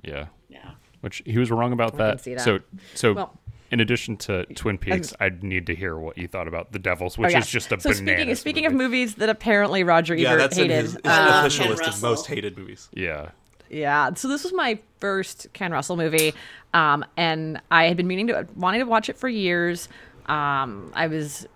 Speaker 2: Yeah,
Speaker 5: Yeah.
Speaker 2: which he was wrong about that.
Speaker 3: see that.
Speaker 2: So, so
Speaker 3: Well-
Speaker 2: in addition to Twin Peaks, I'd need to hear what you thought about The Devils,
Speaker 3: Oh,
Speaker 2: which
Speaker 3: yeah.
Speaker 2: is just a
Speaker 3: so
Speaker 2: banana.
Speaker 3: speaking speaking of movies that apparently Roger Ebert
Speaker 4: Yeah, that's in
Speaker 3: hated.
Speaker 4: his, his
Speaker 3: uh,
Speaker 4: official
Speaker 5: Ken
Speaker 4: list of
Speaker 5: Russell.
Speaker 4: most hated movies.
Speaker 2: yeah,
Speaker 3: yeah, so this was my first Ken Russell movie, um, and I had been meaning to wanting to watch it for years. Um, I was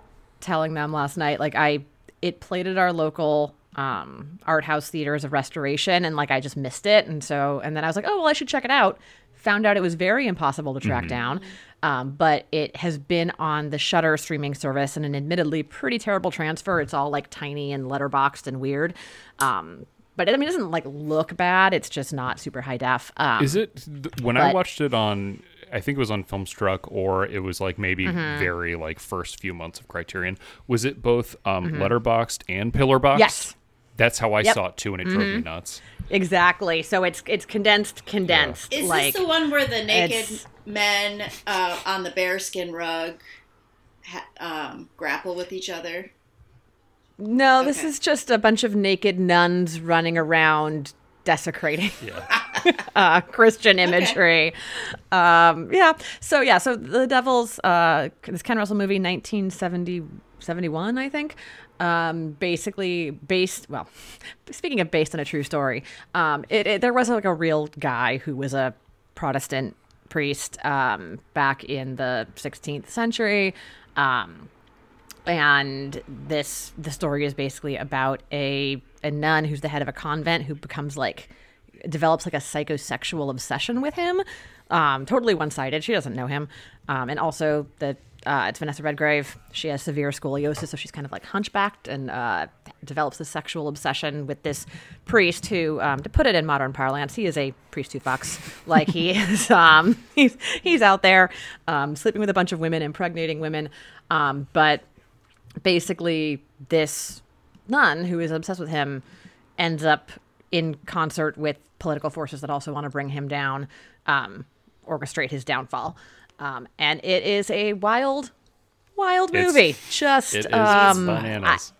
Speaker 3: telling them last night, like I it played at our local um, art house theater as a restoration, and like I just missed it, and so and then I was like, oh well, I should check it out. Found out it was very impossible to track down, um, but it has been on the Shutter streaming service in an admittedly pretty terrible transfer. It's all like tiny and letterboxed and weird. Um, but it, I mean, it doesn't like look bad. It's just not super high def. Um,
Speaker 2: is it th- when I
Speaker 3: But-
Speaker 2: watched it on? I think it was on Filmstruck, or it was like maybe
Speaker 3: Mm-hmm.
Speaker 2: very like first few months of Criterion. Was it both um, letterboxed and pillar boxed?
Speaker 3: Mm-hmm. Yes.
Speaker 2: That's how I
Speaker 3: Yep. Mm-hmm.
Speaker 2: saw it too, and it drove me nuts.
Speaker 3: exactly. So it's it's condensed, condensed.
Speaker 5: Is
Speaker 3: like
Speaker 5: this the one where the naked
Speaker 3: it's-
Speaker 5: men uh, on the bearskin rug ha- um, grapple with each other?
Speaker 3: no, this
Speaker 5: Okay.
Speaker 3: is just a bunch of naked nuns running around desecrating uh, Christian imagery. Um, yeah. So yeah. So the Devils, uh, this Ken Russell movie, 1970, 71, I think. Um, basically based. Well, speaking of based on a true story, um, it, it there was like a real guy who was a Protestant priest um, back in the 16th century. Um, and this the story is basically about a a nun who's the head of a convent who becomes like develops like a psychosexual obsession with him um totally one-sided she doesn't know him um and also the uh, it's Vanessa Redgrave. She has severe scoliosis, so she's kind of like hunchbacked and uh, develops this sexual obsession with this priest who, um, to put it in modern parlance, he is a priest toothbox. like he is, um, he's he's out there um, sleeping with a bunch of women, impregnating women. Um, but basically this nun who is obsessed with him ends up in concert with political forces that also want to bring him down um, orchestrate his downfall um, and it is a wild wild
Speaker 2: It's-
Speaker 3: movie just
Speaker 2: It is
Speaker 3: um,
Speaker 2: bananas.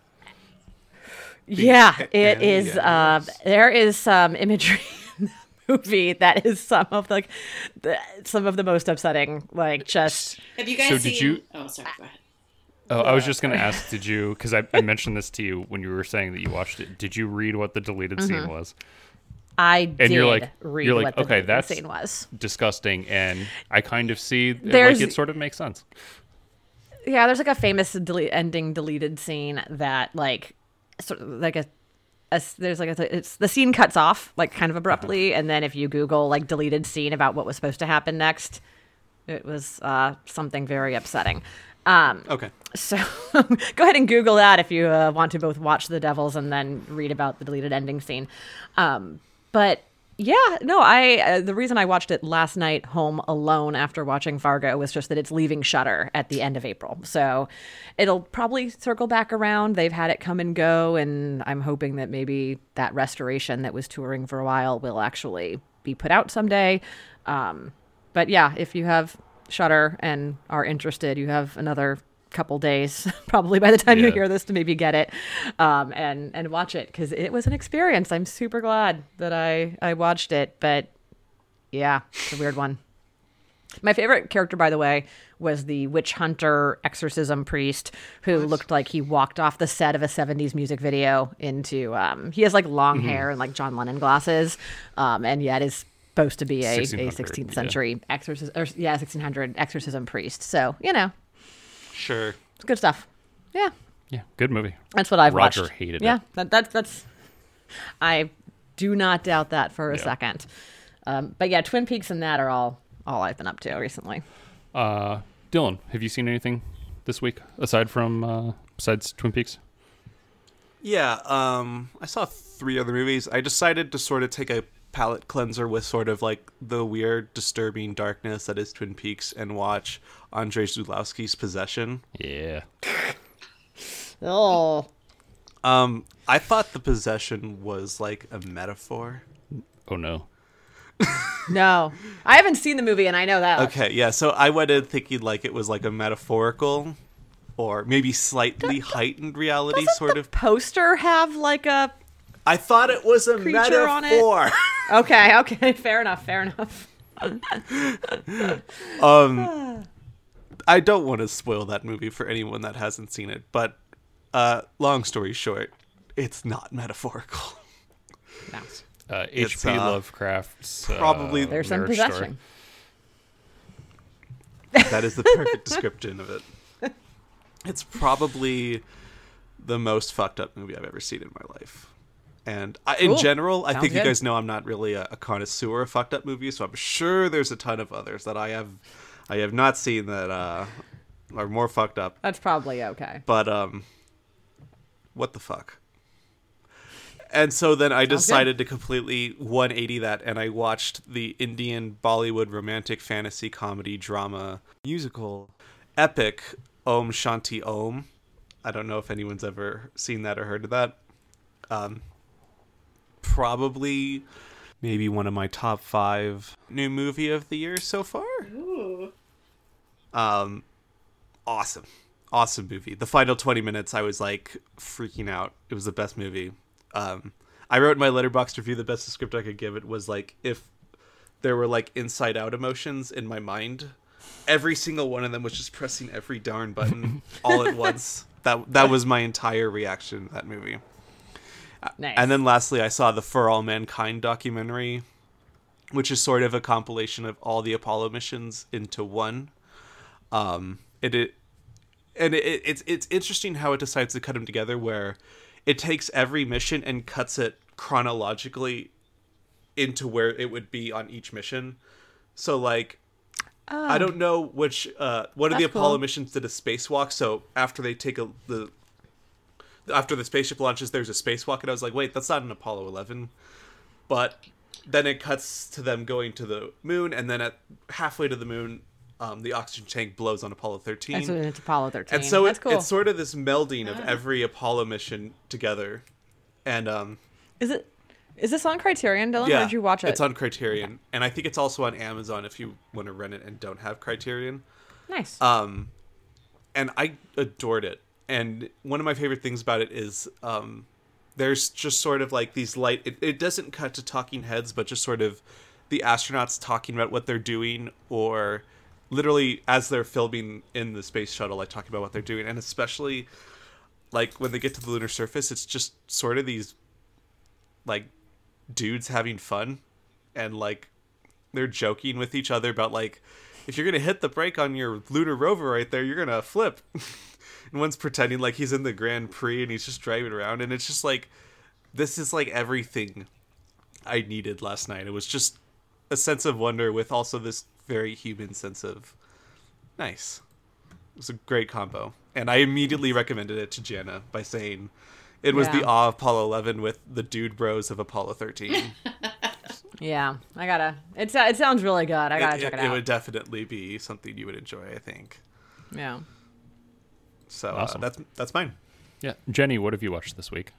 Speaker 3: yeah it
Speaker 4: and
Speaker 3: is uh, there is some imagery in the movie that is some of the, the some of the most upsetting like just
Speaker 5: Have you guys
Speaker 2: So
Speaker 5: seen?
Speaker 2: did you-
Speaker 5: Oh, sorry. Go ahead.
Speaker 2: oh, I was just going to ask, did you? Because I, I mentioned this to you when you were saying that you watched it. Did you read what the deleted
Speaker 3: Mm-hmm.
Speaker 2: scene was?
Speaker 3: i did
Speaker 2: you're like-
Speaker 3: read
Speaker 2: you're like,
Speaker 3: what the
Speaker 2: okay,
Speaker 3: deleted
Speaker 2: that's-
Speaker 3: scene was
Speaker 2: disgusting and i kind of see like
Speaker 3: There's-
Speaker 2: it sort of makes sense
Speaker 3: Yeah, there's like a famous delete ending deleted scene that like sort of like a, a a s- there's like a, it's the scene cuts off like kind of abruptly, and then if you Google like deleted scene about what was supposed to happen next, it was uh, something very upsetting. Um,
Speaker 4: Okay.
Speaker 3: so go ahead and Google that if you uh, want to both watch The Devils and then read about the deleted ending scene. Um, but yeah, no, I uh, the reason I watched it last night home alone after watching Fargo was just that it's leaving Shutter at the end of April, so it'll probably circle back around. They've had it come and go, and I'm hoping that maybe that restoration that was touring for a while will actually be put out someday. Um, but yeah, if you have Shutter and are interested, you have another couple days probably by the time you
Speaker 2: Yeah.
Speaker 3: hear this to maybe get it um, and and watch it because it was an experience. I'm super glad that I I watched it, but yeah, it's a weird one. My favorite character, by the way, was the witch hunter exorcism priest who looked like he walked off the set of a 70s music video into. Um, he has like long
Speaker 2: Mm-hmm.
Speaker 3: hair and like John Lennon glasses, um, and yet is supposed to be a, a
Speaker 2: 1600,
Speaker 3: 16th
Speaker 2: yeah.
Speaker 3: century exorcism, or, yeah, 1600 exorcism priest. So, you know,
Speaker 4: Sure.
Speaker 3: it's good stuff. Yeah,
Speaker 2: Yeah, good movie.
Speaker 3: that's what I've
Speaker 2: Roger
Speaker 3: watched.
Speaker 2: hated
Speaker 3: yeah,
Speaker 2: it.
Speaker 3: that, that's that's. I do not doubt that for a second. Um, but yeah, Twin Peaks and that are all all I've been up to recently.
Speaker 2: Uh, Dylan, have you seen anything this week aside from uh, besides Twin Peaks?
Speaker 4: Yeah, um, I saw three other movies. I decided to sort of take a palate cleanser with sort of like the weird, disturbing darkness that is Twin Peaks and watch Andrzej Zulowski's Possession.
Speaker 2: Yeah.
Speaker 3: Oh,
Speaker 4: Um, I thought the possession was like a metaphor.
Speaker 2: Oh no.
Speaker 3: No, I haven't seen the movie, and I know that.
Speaker 4: Okay, yeah, so I went in thinking like it was like a metaphorical or maybe slightly heightened reality
Speaker 3: Doesn't
Speaker 4: sort
Speaker 3: the
Speaker 4: of.
Speaker 3: poster have like a?
Speaker 4: I thought it was a
Speaker 3: creature on it?
Speaker 4: metaphor.
Speaker 3: Okay, okay, fair enough, fair enough.
Speaker 4: I don't want to spoil that movie for anyone that hasn't seen it, but uh, long story short, it's not metaphorical.
Speaker 3: No.
Speaker 2: Uh,
Speaker 4: It's,
Speaker 2: H.P.
Speaker 4: uh,
Speaker 2: Lovecraft's uh,
Speaker 4: probably-
Speaker 3: There's some
Speaker 2: marriage
Speaker 3: possession.
Speaker 4: That is the perfect description of it. It's probably the most fucked up movie I've ever seen in my life. And I, in
Speaker 3: Cool.
Speaker 4: general, I
Speaker 3: Sounds
Speaker 4: think you
Speaker 3: good.
Speaker 4: guys know I'm not really a, a connoisseur of fucked up movies, so I'm sure there's a ton of others that I have I have not seen that uh, are more fucked up.
Speaker 3: That's probably okay.
Speaker 4: but um what the fuck and so then i decided to completely 180 that and i watched the indian bollywood romantic fantasy comedy drama musical epic om shanti om i don't know if anyone's ever seen that or heard of that um probably maybe one of my top five new movie of the year so far
Speaker 5: Ooh.
Speaker 4: um awesome awesome movie the final 20 minutes i was like freaking out it was the best movie um i wrote in my letterbox review the best script i could give it was like if there were like inside out emotions in my mind every single one of them was just pressing every darn button all at once that that was my entire reaction to that movie
Speaker 3: Nice.
Speaker 4: and then lastly, I saw the For All Mankind documentary, which is sort of a compilation of all the Apollo missions into one. Um, it, it and it, it's it's interesting how it decides to cut them together, where it takes every mission and cuts it chronologically into where it would be on each mission. So like. I don't know which uh, one of the
Speaker 3: Oh. That's cool.
Speaker 4: Apollo missions did a spacewalk. So after they take a, the after the spaceship launches, there's a spacewalk, and I was like, wait, that's not an Apollo 11. But then it cuts to them going to the moon, and then at halfway to the moon, um, the oxygen tank blows on Apollo 13.
Speaker 3: That's what it's Apollo 13.
Speaker 4: and so
Speaker 3: That's
Speaker 4: it-
Speaker 3: cool. Ah.
Speaker 4: it's sort of this melding of every Apollo mission together. And um,
Speaker 3: is it? Is this on Criterion, Dylan?
Speaker 4: yeah,
Speaker 3: or did you watch it?
Speaker 4: it's on Criterion, and I think it's also on Amazon if you want to rent it and don't have Criterion.
Speaker 3: nice.
Speaker 4: um and i adored it and one of my favorite things about it is um there's just sort of like these light it, it doesn't cut to talking heads but just sort of the astronauts talking about what they're doing or literally as they're filming in the space shuttle like talking about what they're doing and especially like when they get to the lunar surface it's just sort of these like dudes having fun and like they're joking with each other about like if you're gonna hit the brake on your lunar rover right there you're gonna flip and one's pretending like he's in the grand prix and he's just driving around and it's just like this is like everything I needed last night. It was just a sense of wonder with also this very human sense of nice. It was a great combo. And I immediately recommended it to Jana by saying it was the
Speaker 3: Yeah.
Speaker 4: awe of Apollo 11 with the dude bros of Apollo 13.
Speaker 3: Yeah, I gotta. It so- it sounds really good. I gotta check it, out.
Speaker 4: would definitely be something you would enjoy, I think.
Speaker 3: Yeah.
Speaker 4: So uh,
Speaker 2: Awesome.
Speaker 4: that's that's mine.
Speaker 2: Yeah. Jenny, what have you watched this week?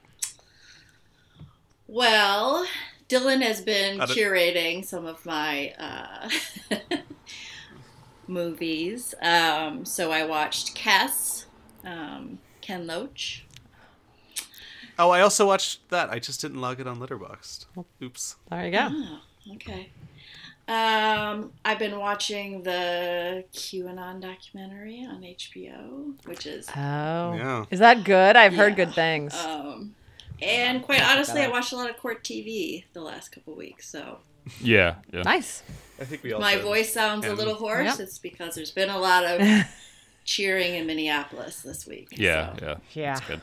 Speaker 5: Well, Dylan has been
Speaker 4: I don't-
Speaker 5: curating some of my uh, movies. Um, so I watched Cass, um, Ken Loach.
Speaker 4: Oh, I also watched that. I just didn't log it on Letterboxd. Oops.
Speaker 3: There you go.
Speaker 5: Okay. Um, I've been watching the QAnon documentary on HBO, which is
Speaker 3: Oh,
Speaker 4: Yeah.
Speaker 3: is that good? I've heard good things.
Speaker 5: um, and quite honestly, I watched a lot of court TV the last couple weeks, so
Speaker 2: Yeah. Yeah.
Speaker 3: nice.
Speaker 4: I think we all
Speaker 5: my
Speaker 4: did.
Speaker 5: voice sounds a
Speaker 4: And-
Speaker 5: little hoarse.
Speaker 3: Yep.
Speaker 5: It's because there's been a lot of cheering in Minneapolis this week.
Speaker 2: Yeah.
Speaker 5: so,
Speaker 2: Yeah.
Speaker 3: Yeah.
Speaker 2: That's good.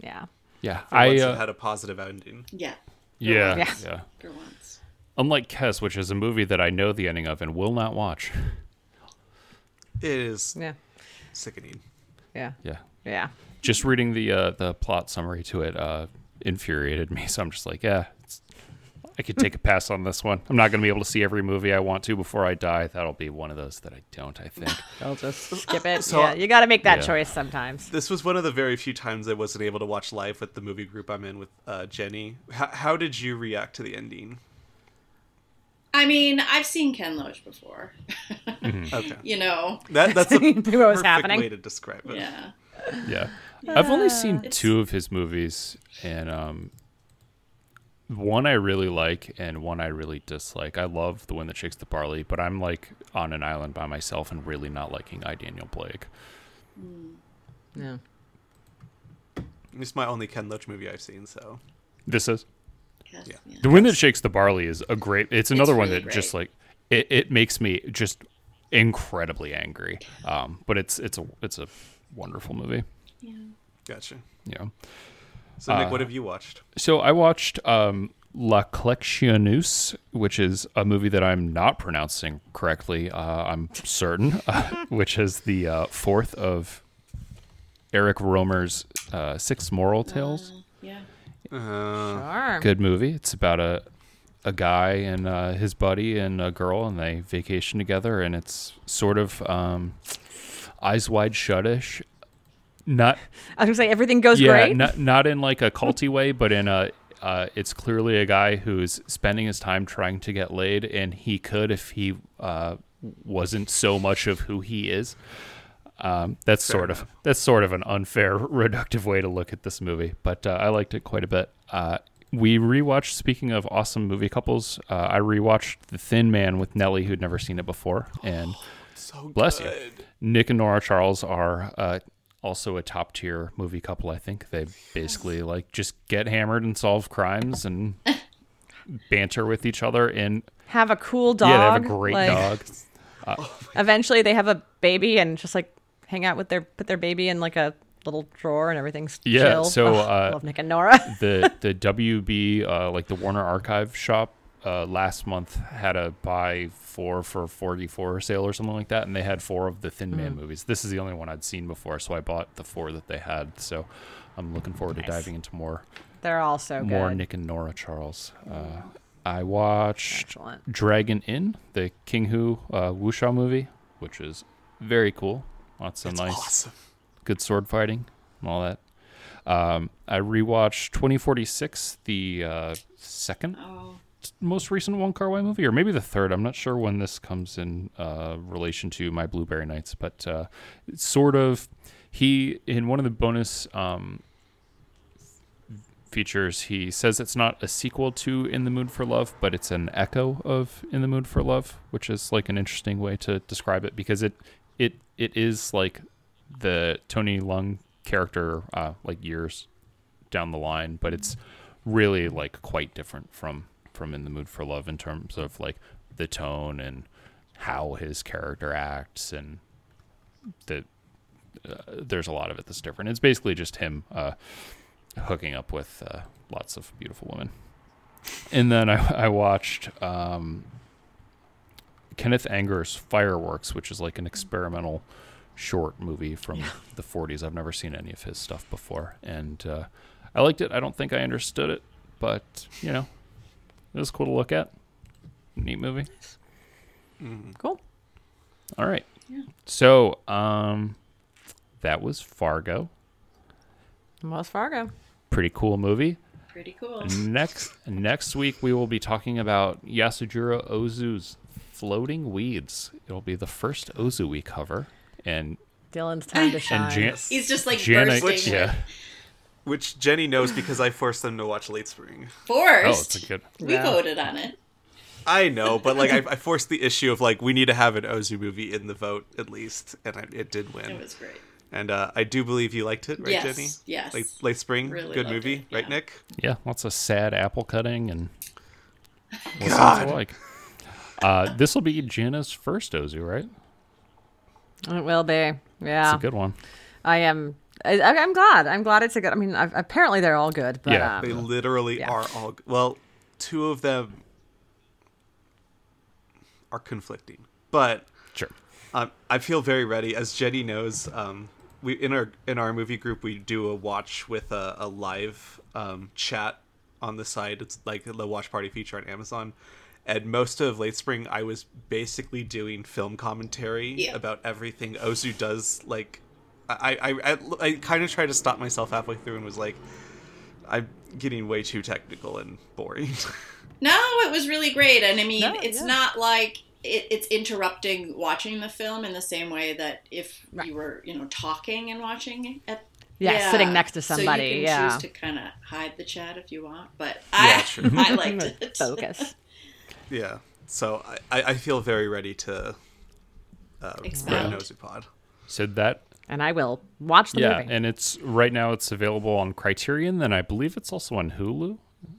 Speaker 3: Yeah.
Speaker 2: Yeah.
Speaker 4: For once
Speaker 2: I.
Speaker 4: it
Speaker 2: Uh,
Speaker 4: had a positive ending.
Speaker 5: yeah,
Speaker 2: yeah.
Speaker 3: Yeah.
Speaker 2: Yeah.
Speaker 5: for once.
Speaker 2: Unlike Kes, which is a movie that I know the ending of and will not watch.
Speaker 4: It is
Speaker 3: Yeah.
Speaker 4: sickening.
Speaker 3: Yeah.
Speaker 2: Yeah.
Speaker 3: Yeah.
Speaker 2: Just reading the uh, the plot summary to it uh, infuriated me, so I'm just like, yeah, it's, I could take a pass on this one. I'm not going to be able to see every movie I want to before I die. That'll be one of those that I don't. I think.
Speaker 3: I'll just skip it.
Speaker 4: So-
Speaker 3: yeah, you gotta make that
Speaker 2: Yeah.
Speaker 3: choice sometimes.
Speaker 4: This was one of the very few times I wasn't able to watch live with the movie group I'm in with uh, Jenny. H- how did you react to the ending?
Speaker 5: I mean, I've seen Ken Loach before.
Speaker 2: Mm-hmm.
Speaker 4: Okay,
Speaker 5: You know,
Speaker 4: that that's a
Speaker 3: What was
Speaker 4: perfect
Speaker 3: happening?
Speaker 4: way to describe it.
Speaker 5: yeah.
Speaker 2: yeah. I've only seen two of his movies, and um, one I really like and one I really dislike. I love The Wind That Shakes the Barley, but I'm like on an island by myself and really not liking I, Daniel Blake.
Speaker 3: Yeah.
Speaker 4: It's my only Ken Loach movie I've seen, so
Speaker 2: This is
Speaker 5: Cass, yeah.
Speaker 2: The Wind That Shakes the Barley is a great. It's another one
Speaker 5: really
Speaker 2: that just
Speaker 5: great.
Speaker 2: like it, it makes me just incredibly angry. Um, but it's it's a it's a wonderful movie.
Speaker 4: gotcha.
Speaker 2: Yeah.
Speaker 4: So
Speaker 2: Uh.
Speaker 4: Nick, what have you watched?
Speaker 2: So I watched um, La Collectionneuse, which is a movie that I'm not pronouncing correctly. Uh, I'm certain, uh, which is the uh, fourth of Eric Romer's uh, six moral tales.
Speaker 5: yeah.
Speaker 4: Uh,
Speaker 3: Sure.
Speaker 2: Good movie. It's about a a guy and uh, his buddy and a girl, and they vacation together, and it's sort of um, eyes wide shutish. Not
Speaker 3: I was gonna say everything goes
Speaker 2: yeah,
Speaker 3: great.
Speaker 2: not not in like a culty way, but in a uh, it's clearly a guy who's spending his time trying to get laid, and he could if he uh, wasn't so much of who he is. Um, that's sort of that's sort of an unfair, reductive way to look at this movie, but uh, I liked it quite a bit. Uh, we rewatched. Speaking of awesome movie couples, uh, I rewatched The Thin Man with Nellie, who'd never seen it before, and
Speaker 4: So
Speaker 2: bless you. Nick and Nora Charles are uh, also a top tier movie couple. I think they basically like just get hammered and solve crimes and banter with each other. And
Speaker 3: Have a cool dog.
Speaker 2: yeah, they have a great
Speaker 3: like,
Speaker 2: dog.
Speaker 3: Eventually, they have a baby and just like hang out with their put their baby in like a little drawer and everything's
Speaker 2: Yeah,
Speaker 3: chill.
Speaker 2: so,
Speaker 3: Ugh,
Speaker 2: uh,
Speaker 3: I love Nick and Nora.
Speaker 2: the the WB uh, like the Warner Archive shop uh, last month had a buy four for forty four sale or something like that, and they had four of the Thin Man movies. This is the only one I'd seen before, so I bought the four that they had. So I'm looking forward to diving into more
Speaker 3: They're all so good.
Speaker 2: more Nick and Nora Charles. Uh, I watched
Speaker 3: Excellent.
Speaker 2: Dragon Inn, the King Hu uh, Wuxia movie, which is very cool. Lots of nice,
Speaker 4: Awesome.
Speaker 2: good sword fighting and all that. Um, I rewatched 2046, the uh, second
Speaker 5: Oh,
Speaker 2: most recent Wong Kar Wai movie, or maybe the third. I'm not sure when this comes in uh, relation to My Blueberry Nights, but uh, it's sort of he in one of the bonus um, features he says it's not a sequel to In the Mood for Love, but it's an echo of In the Mood for Love, which is like an interesting way to describe it because it it it is like the Tony Lung character uh, like years down the line, but it's really like quite different from from In the Mood for Love in terms of like the tone and how his character acts and the uh, there's a lot of it that's different. It's basically just him uh hooking up with uh, lots of beautiful women. And then I, I watched um, Kenneth Anger's Fireworks, which is like an experimental short movie from the 40s. I've never seen any of his stuff before, and uh, I liked it. I don't think I understood it, but you know, it was cool to look at. Neat movie.
Speaker 3: Cool.
Speaker 2: All right. So, um, that was Fargo.
Speaker 3: Wells Fargo.
Speaker 2: Pretty cool movie.
Speaker 5: Pretty cool.
Speaker 2: Mm. Next next week we will be talking about Yasujiro Ozu's Floating Weeds. It'll be the first Ozu we cover, and
Speaker 3: Dylan's time to
Speaker 2: and
Speaker 3: shine.
Speaker 2: Jan-
Speaker 5: He's just like
Speaker 2: Janet,
Speaker 5: bursting.
Speaker 2: yeah,
Speaker 4: Which Jenny knows because I forced them to watch Late Spring.
Speaker 2: oh, it's
Speaker 5: Forced.
Speaker 2: a good.
Speaker 5: we
Speaker 3: Yeah.
Speaker 5: voted on it.
Speaker 4: I know, but like I, I forced the issue of like we need to have an Ozu movie in the vote at least, and I, it did
Speaker 5: It
Speaker 4: win.
Speaker 5: was great.
Speaker 4: And uh, I do believe you liked it, right,
Speaker 5: Yes,
Speaker 4: Jenny?
Speaker 5: yes.
Speaker 4: Late, Late Spring,
Speaker 5: Really
Speaker 4: good
Speaker 5: loved
Speaker 4: movie,
Speaker 5: it,
Speaker 4: right,
Speaker 5: yeah.
Speaker 4: Nick?
Speaker 2: Yeah, lots of sad apple cutting and what's
Speaker 4: God.
Speaker 2: like. Uh, this will be Jana's first Ozu, right?
Speaker 3: It will be.
Speaker 2: It's
Speaker 3: Yeah.
Speaker 2: a good one.
Speaker 3: I am. I, I- I'm glad. I'm glad it's a good. I mean, i apparently they're all good, but
Speaker 2: Yeah.
Speaker 4: They
Speaker 3: um,
Speaker 4: literally are all well. Two of them are conflicting, but
Speaker 2: Sure.
Speaker 4: um, I feel very ready. As Jenny knows, um, we in our in our movie group we do a watch with a, a live um, chat on the side. It's like the watch party feature on Amazon. And most of late spring, I was basically doing film commentary
Speaker 5: Yeah.
Speaker 4: about everything Ozu does. Like, I I, I, I kind of tried to stop myself halfway through and was like, I'm getting way too technical and boring.
Speaker 5: No, it was really great. And I mean,
Speaker 3: No,
Speaker 5: it's
Speaker 3: yeah.
Speaker 5: not like it, it's interrupting watching the film in the same way that if you were, you know, talking and watching at
Speaker 3: Yeah, sitting next to somebody,
Speaker 5: So you can
Speaker 3: yeah.
Speaker 5: choose to kind of hide the chat if you want, but
Speaker 4: Yeah,
Speaker 5: I,
Speaker 4: true.
Speaker 5: I liked it.
Speaker 3: focus.
Speaker 4: yeah. So I, I I feel very ready to uh, run
Speaker 5: Expand.
Speaker 4: an Ozu pod.
Speaker 2: So that
Speaker 3: And I will watch the
Speaker 2: yeah,
Speaker 3: movie.
Speaker 2: and it's right now it's available on Criterion. Then I believe it's also on Hulu.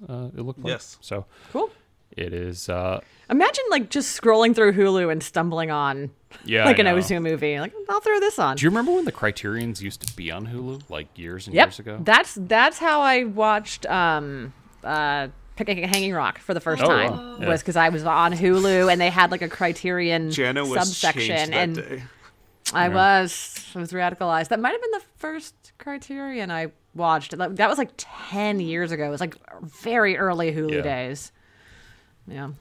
Speaker 2: Uh, it looked like
Speaker 4: Yes.
Speaker 2: So
Speaker 3: cool.
Speaker 2: it is. Uh,
Speaker 3: Imagine like just scrolling through Hulu and stumbling on
Speaker 2: yeah,
Speaker 3: like
Speaker 2: I
Speaker 3: an
Speaker 2: know.
Speaker 3: Ozu movie. Like I'll throw this on.
Speaker 2: Do you remember when the Criterion's used to be on Hulu, like years and
Speaker 3: yep.
Speaker 2: years ago?
Speaker 3: That's that's how I watched um uh Picking Hanging Rock for the first
Speaker 2: Oh,
Speaker 3: time
Speaker 2: wow. Yeah.
Speaker 3: was because I was on Hulu and they had like a Criterion
Speaker 4: Jana was changed
Speaker 3: subsection
Speaker 4: that
Speaker 3: and
Speaker 4: day.
Speaker 3: I was I was radicalized. That might have been the first Criterion I watched. That that was like ten years ago. It was like very early Hulu
Speaker 2: Yeah.
Speaker 3: days. Yeah.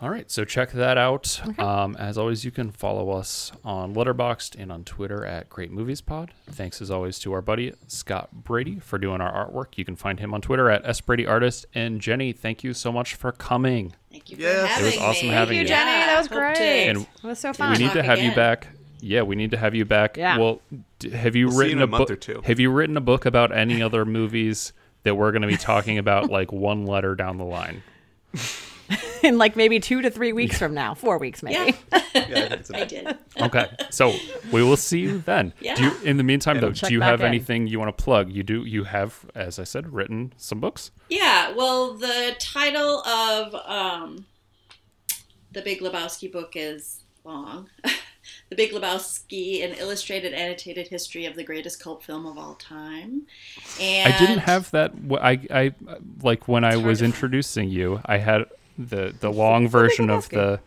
Speaker 2: All right, so check that out. Um, as always, you can follow us on Letterboxd and on Twitter at Great Movies Pod. Thanks as always to our buddy Scott Brady for doing our artwork. You can find him on Twitter at S Brady Artist. And Jenny, thank you so much for coming.
Speaker 5: Thank you for
Speaker 4: Yes. It
Speaker 5: having
Speaker 4: was
Speaker 2: awesome
Speaker 5: me.
Speaker 2: having Thank you, you. Jenny.
Speaker 5: Yeah,
Speaker 3: that was
Speaker 5: hope to-
Speaker 3: great.
Speaker 2: And
Speaker 3: It was so
Speaker 2: we
Speaker 3: fun.
Speaker 2: need to
Speaker 5: Talk
Speaker 2: have you
Speaker 5: again.
Speaker 2: back. Yeah, we need to have you back.
Speaker 3: Yeah.
Speaker 2: Well, d- have you
Speaker 4: you
Speaker 2: written
Speaker 4: in a month
Speaker 2: book?
Speaker 4: or two.
Speaker 2: Have you written a book about any other movies that we're going to be talking about, like one letter down the line?
Speaker 3: In like maybe two to three weeks from now, four weeks maybe.
Speaker 4: Yeah,
Speaker 5: Yeah,
Speaker 4: I think it's a-
Speaker 5: I did.
Speaker 2: Okay, so we will see you then. Do you, in the meantime, though,
Speaker 3: check
Speaker 2: do you
Speaker 3: back
Speaker 2: have
Speaker 3: in.
Speaker 2: anything you want to plug? You do. You have, as I said, written some books.
Speaker 5: Yeah, well, the title of um, the Big Lebowski book is long. the Big Lebowski: An Illustrated Annotated History of the Greatest Cult Film of All Time. And
Speaker 2: I didn't have that. wh- I, I like when I was
Speaker 5: to find.
Speaker 2: introducing you. I had the the long version of
Speaker 3: Lebowski.
Speaker 2: the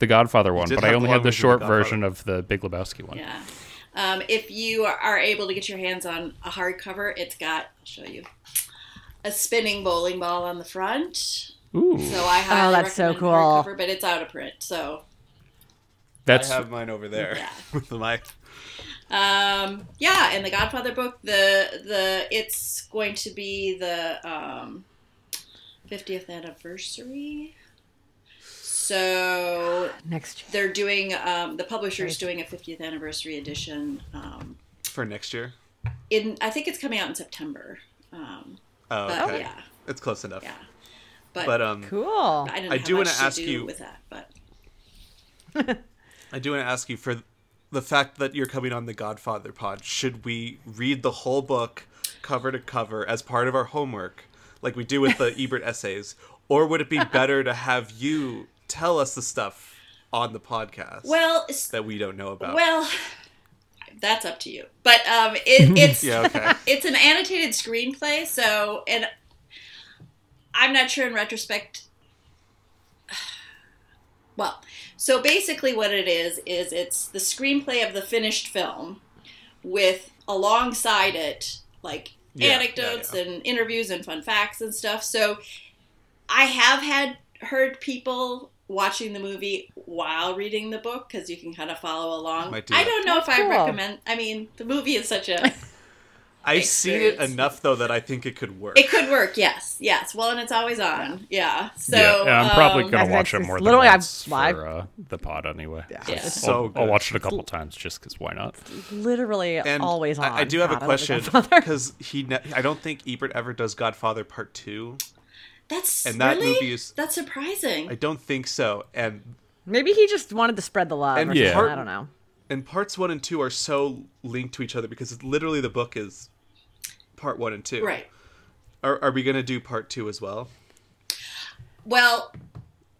Speaker 2: the Godfather one,
Speaker 4: did
Speaker 2: but I
Speaker 4: have the
Speaker 2: only
Speaker 4: long
Speaker 2: had the
Speaker 4: version of
Speaker 2: short
Speaker 4: The Godfather.
Speaker 2: version of the Big Lebowski one.
Speaker 5: Yeah. Um, if you are able to get your hands on a hardcover, it's got, I'll show you, a spinning bowling ball on the front.
Speaker 2: Ooh,
Speaker 5: So I highly
Speaker 3: that's so
Speaker 5: recommend
Speaker 3: cool.
Speaker 5: hardcover, but it's out of print. So,
Speaker 4: I
Speaker 2: that's
Speaker 4: have mine over there
Speaker 5: Yeah.
Speaker 4: with my
Speaker 5: um, yeah, and the Godfather book, the the it's going to be the um, 50th anniversary. So
Speaker 3: Next year.
Speaker 5: they're doing um, the publisher's doing a 50th anniversary edition um,
Speaker 4: for next year.
Speaker 5: in I think it's coming out in September. Um,
Speaker 4: Oh,
Speaker 5: But,
Speaker 4: okay.
Speaker 5: yeah.
Speaker 4: It's close enough.
Speaker 5: Yeah. But,
Speaker 4: But um
Speaker 3: Cool.
Speaker 5: I, don't
Speaker 4: I
Speaker 5: know
Speaker 4: do
Speaker 5: how much
Speaker 4: wanna
Speaker 5: to
Speaker 4: ask
Speaker 5: do
Speaker 4: you-
Speaker 5: with that, but
Speaker 4: I do want to ask you for the fact that you're coming on the Godfather pod, should we read the whole book cover to cover as part of our homework like we do with the Ebert essays or would it be better to have you tell us the stuff on the podcast
Speaker 5: well, s-
Speaker 4: that we don't know about?
Speaker 5: well, That's up to you. But um, it, it's
Speaker 4: Yeah, okay.
Speaker 5: it's an annotated screenplay, so and I'm not sure in retrospect. Well, so basically, what it is is it's the screenplay of the finished film, with alongside it like
Speaker 4: Yeah, yeah,
Speaker 5: anecdotes
Speaker 4: yeah.
Speaker 5: and interviews and fun facts and stuff. So I have had heard people watching the movie while reading the book because you can kind of follow along.
Speaker 4: Might do
Speaker 5: I
Speaker 4: that.
Speaker 5: don't know if I
Speaker 3: cool.
Speaker 5: recommend. I mean, the movie is such a
Speaker 4: I see it
Speaker 5: Experience.
Speaker 4: enough though that I think it could work.
Speaker 5: it could work. Yes, yes. Well, and it's always on. Yeah. So
Speaker 2: yeah, and I'm probably
Speaker 5: um,
Speaker 2: gonna
Speaker 3: I've-
Speaker 2: watch it
Speaker 3: it's
Speaker 2: more
Speaker 3: literally,
Speaker 2: than
Speaker 3: I've-
Speaker 2: once
Speaker 3: I've-
Speaker 2: for uh, the pod anyway. Yeah.
Speaker 5: yeah.
Speaker 4: so good.
Speaker 2: I'll watch it a couple times just because why not?
Speaker 3: Literally
Speaker 4: And
Speaker 3: always on.
Speaker 4: I, I do have
Speaker 3: God, I
Speaker 4: a
Speaker 3: love The
Speaker 4: question
Speaker 3: Godfather.
Speaker 4: because he. Ne- I don't think Ebert ever does Godfather Part Two.
Speaker 5: That's
Speaker 4: And that
Speaker 5: really?
Speaker 4: movie is-
Speaker 5: that's surprising.
Speaker 4: I don't think so. And
Speaker 3: Maybe he just wanted to spread the love.
Speaker 4: And
Speaker 3: or
Speaker 2: Yeah.
Speaker 3: something, I don't know.
Speaker 4: and parts one and two are so linked to each other because it's literally the book is part one and two.
Speaker 5: right.
Speaker 4: Are, are we gonna do part two as well?
Speaker 5: Well,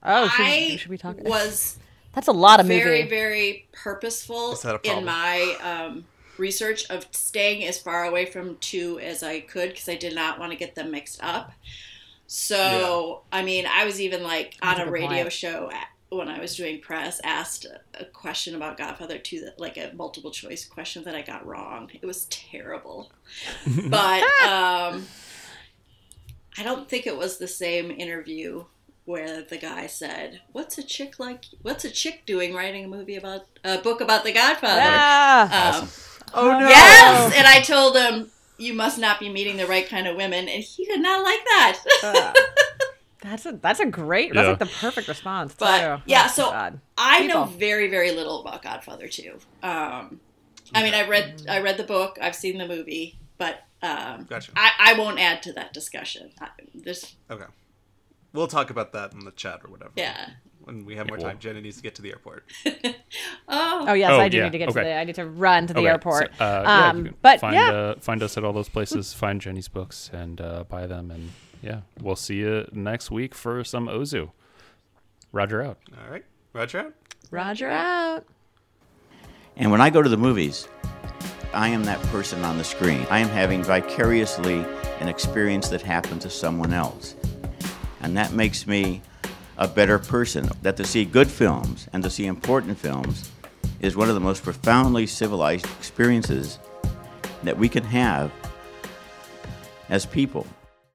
Speaker 3: Oh, should,
Speaker 5: I
Speaker 3: should we talk?
Speaker 5: was
Speaker 3: That's a lot of
Speaker 5: very
Speaker 3: movie.
Speaker 5: very purposeful
Speaker 4: Is that a problem?
Speaker 5: in my um, research of staying as far away from two as i could because i did not want to get them mixed up so i mean i was even like
Speaker 3: That's a
Speaker 5: on a
Speaker 3: good
Speaker 5: radio
Speaker 3: point.
Speaker 5: show a- when i was doing press asked a question about godfather 2 that like a multiple choice question that i got wrong it was terrible but um I don't think it was the same interview where the guy said, "What's a chick like? What's a chick doing writing a movie about a book about the Godfather?"
Speaker 3: Ah,
Speaker 5: Um,
Speaker 4: Oh no!
Speaker 5: yes, and I told him, "You must not be meeting the right kind of women," and he did not like that.
Speaker 3: that's a that's a great.
Speaker 2: Yeah.
Speaker 3: That's like the perfect response.
Speaker 5: but
Speaker 3: too.
Speaker 5: yeah,
Speaker 3: Oh,
Speaker 5: so
Speaker 3: God.
Speaker 5: I know
Speaker 3: People.
Speaker 5: very very little about Godfather Two. Um, I mean, I read I read the book, I've seen the movie, but um,
Speaker 4: Gotcha.
Speaker 5: I, I won't add to that discussion. I, there's
Speaker 4: Okay. We'll talk about that in the chat or whatever.
Speaker 5: yeah.
Speaker 4: When we have more
Speaker 2: Yeah, we'll-
Speaker 4: time, Jenny needs to get to the airport.
Speaker 5: Oh,
Speaker 3: Oh yes,
Speaker 2: Oh,
Speaker 3: I do
Speaker 2: yeah,
Speaker 3: need to get
Speaker 2: okay.
Speaker 3: to the. I need to run to the
Speaker 2: Okay,
Speaker 3: airport.
Speaker 2: so, uh, yeah, you
Speaker 3: um,
Speaker 2: can
Speaker 3: but
Speaker 2: find,
Speaker 3: yeah,
Speaker 2: uh, find us at all those places. Find Jenny's books and uh, buy them. And yeah, we'll see you next week for some Ozu. Roger out.
Speaker 4: All right, Roger. out.
Speaker 3: Roger out.
Speaker 1: And when I go to the movies, I am that person on the screen. I am having vicariously an experience that happened to someone else. And that makes me a better person. That to see good films and to see important films is one of the most profoundly civilized experiences that we can have as people.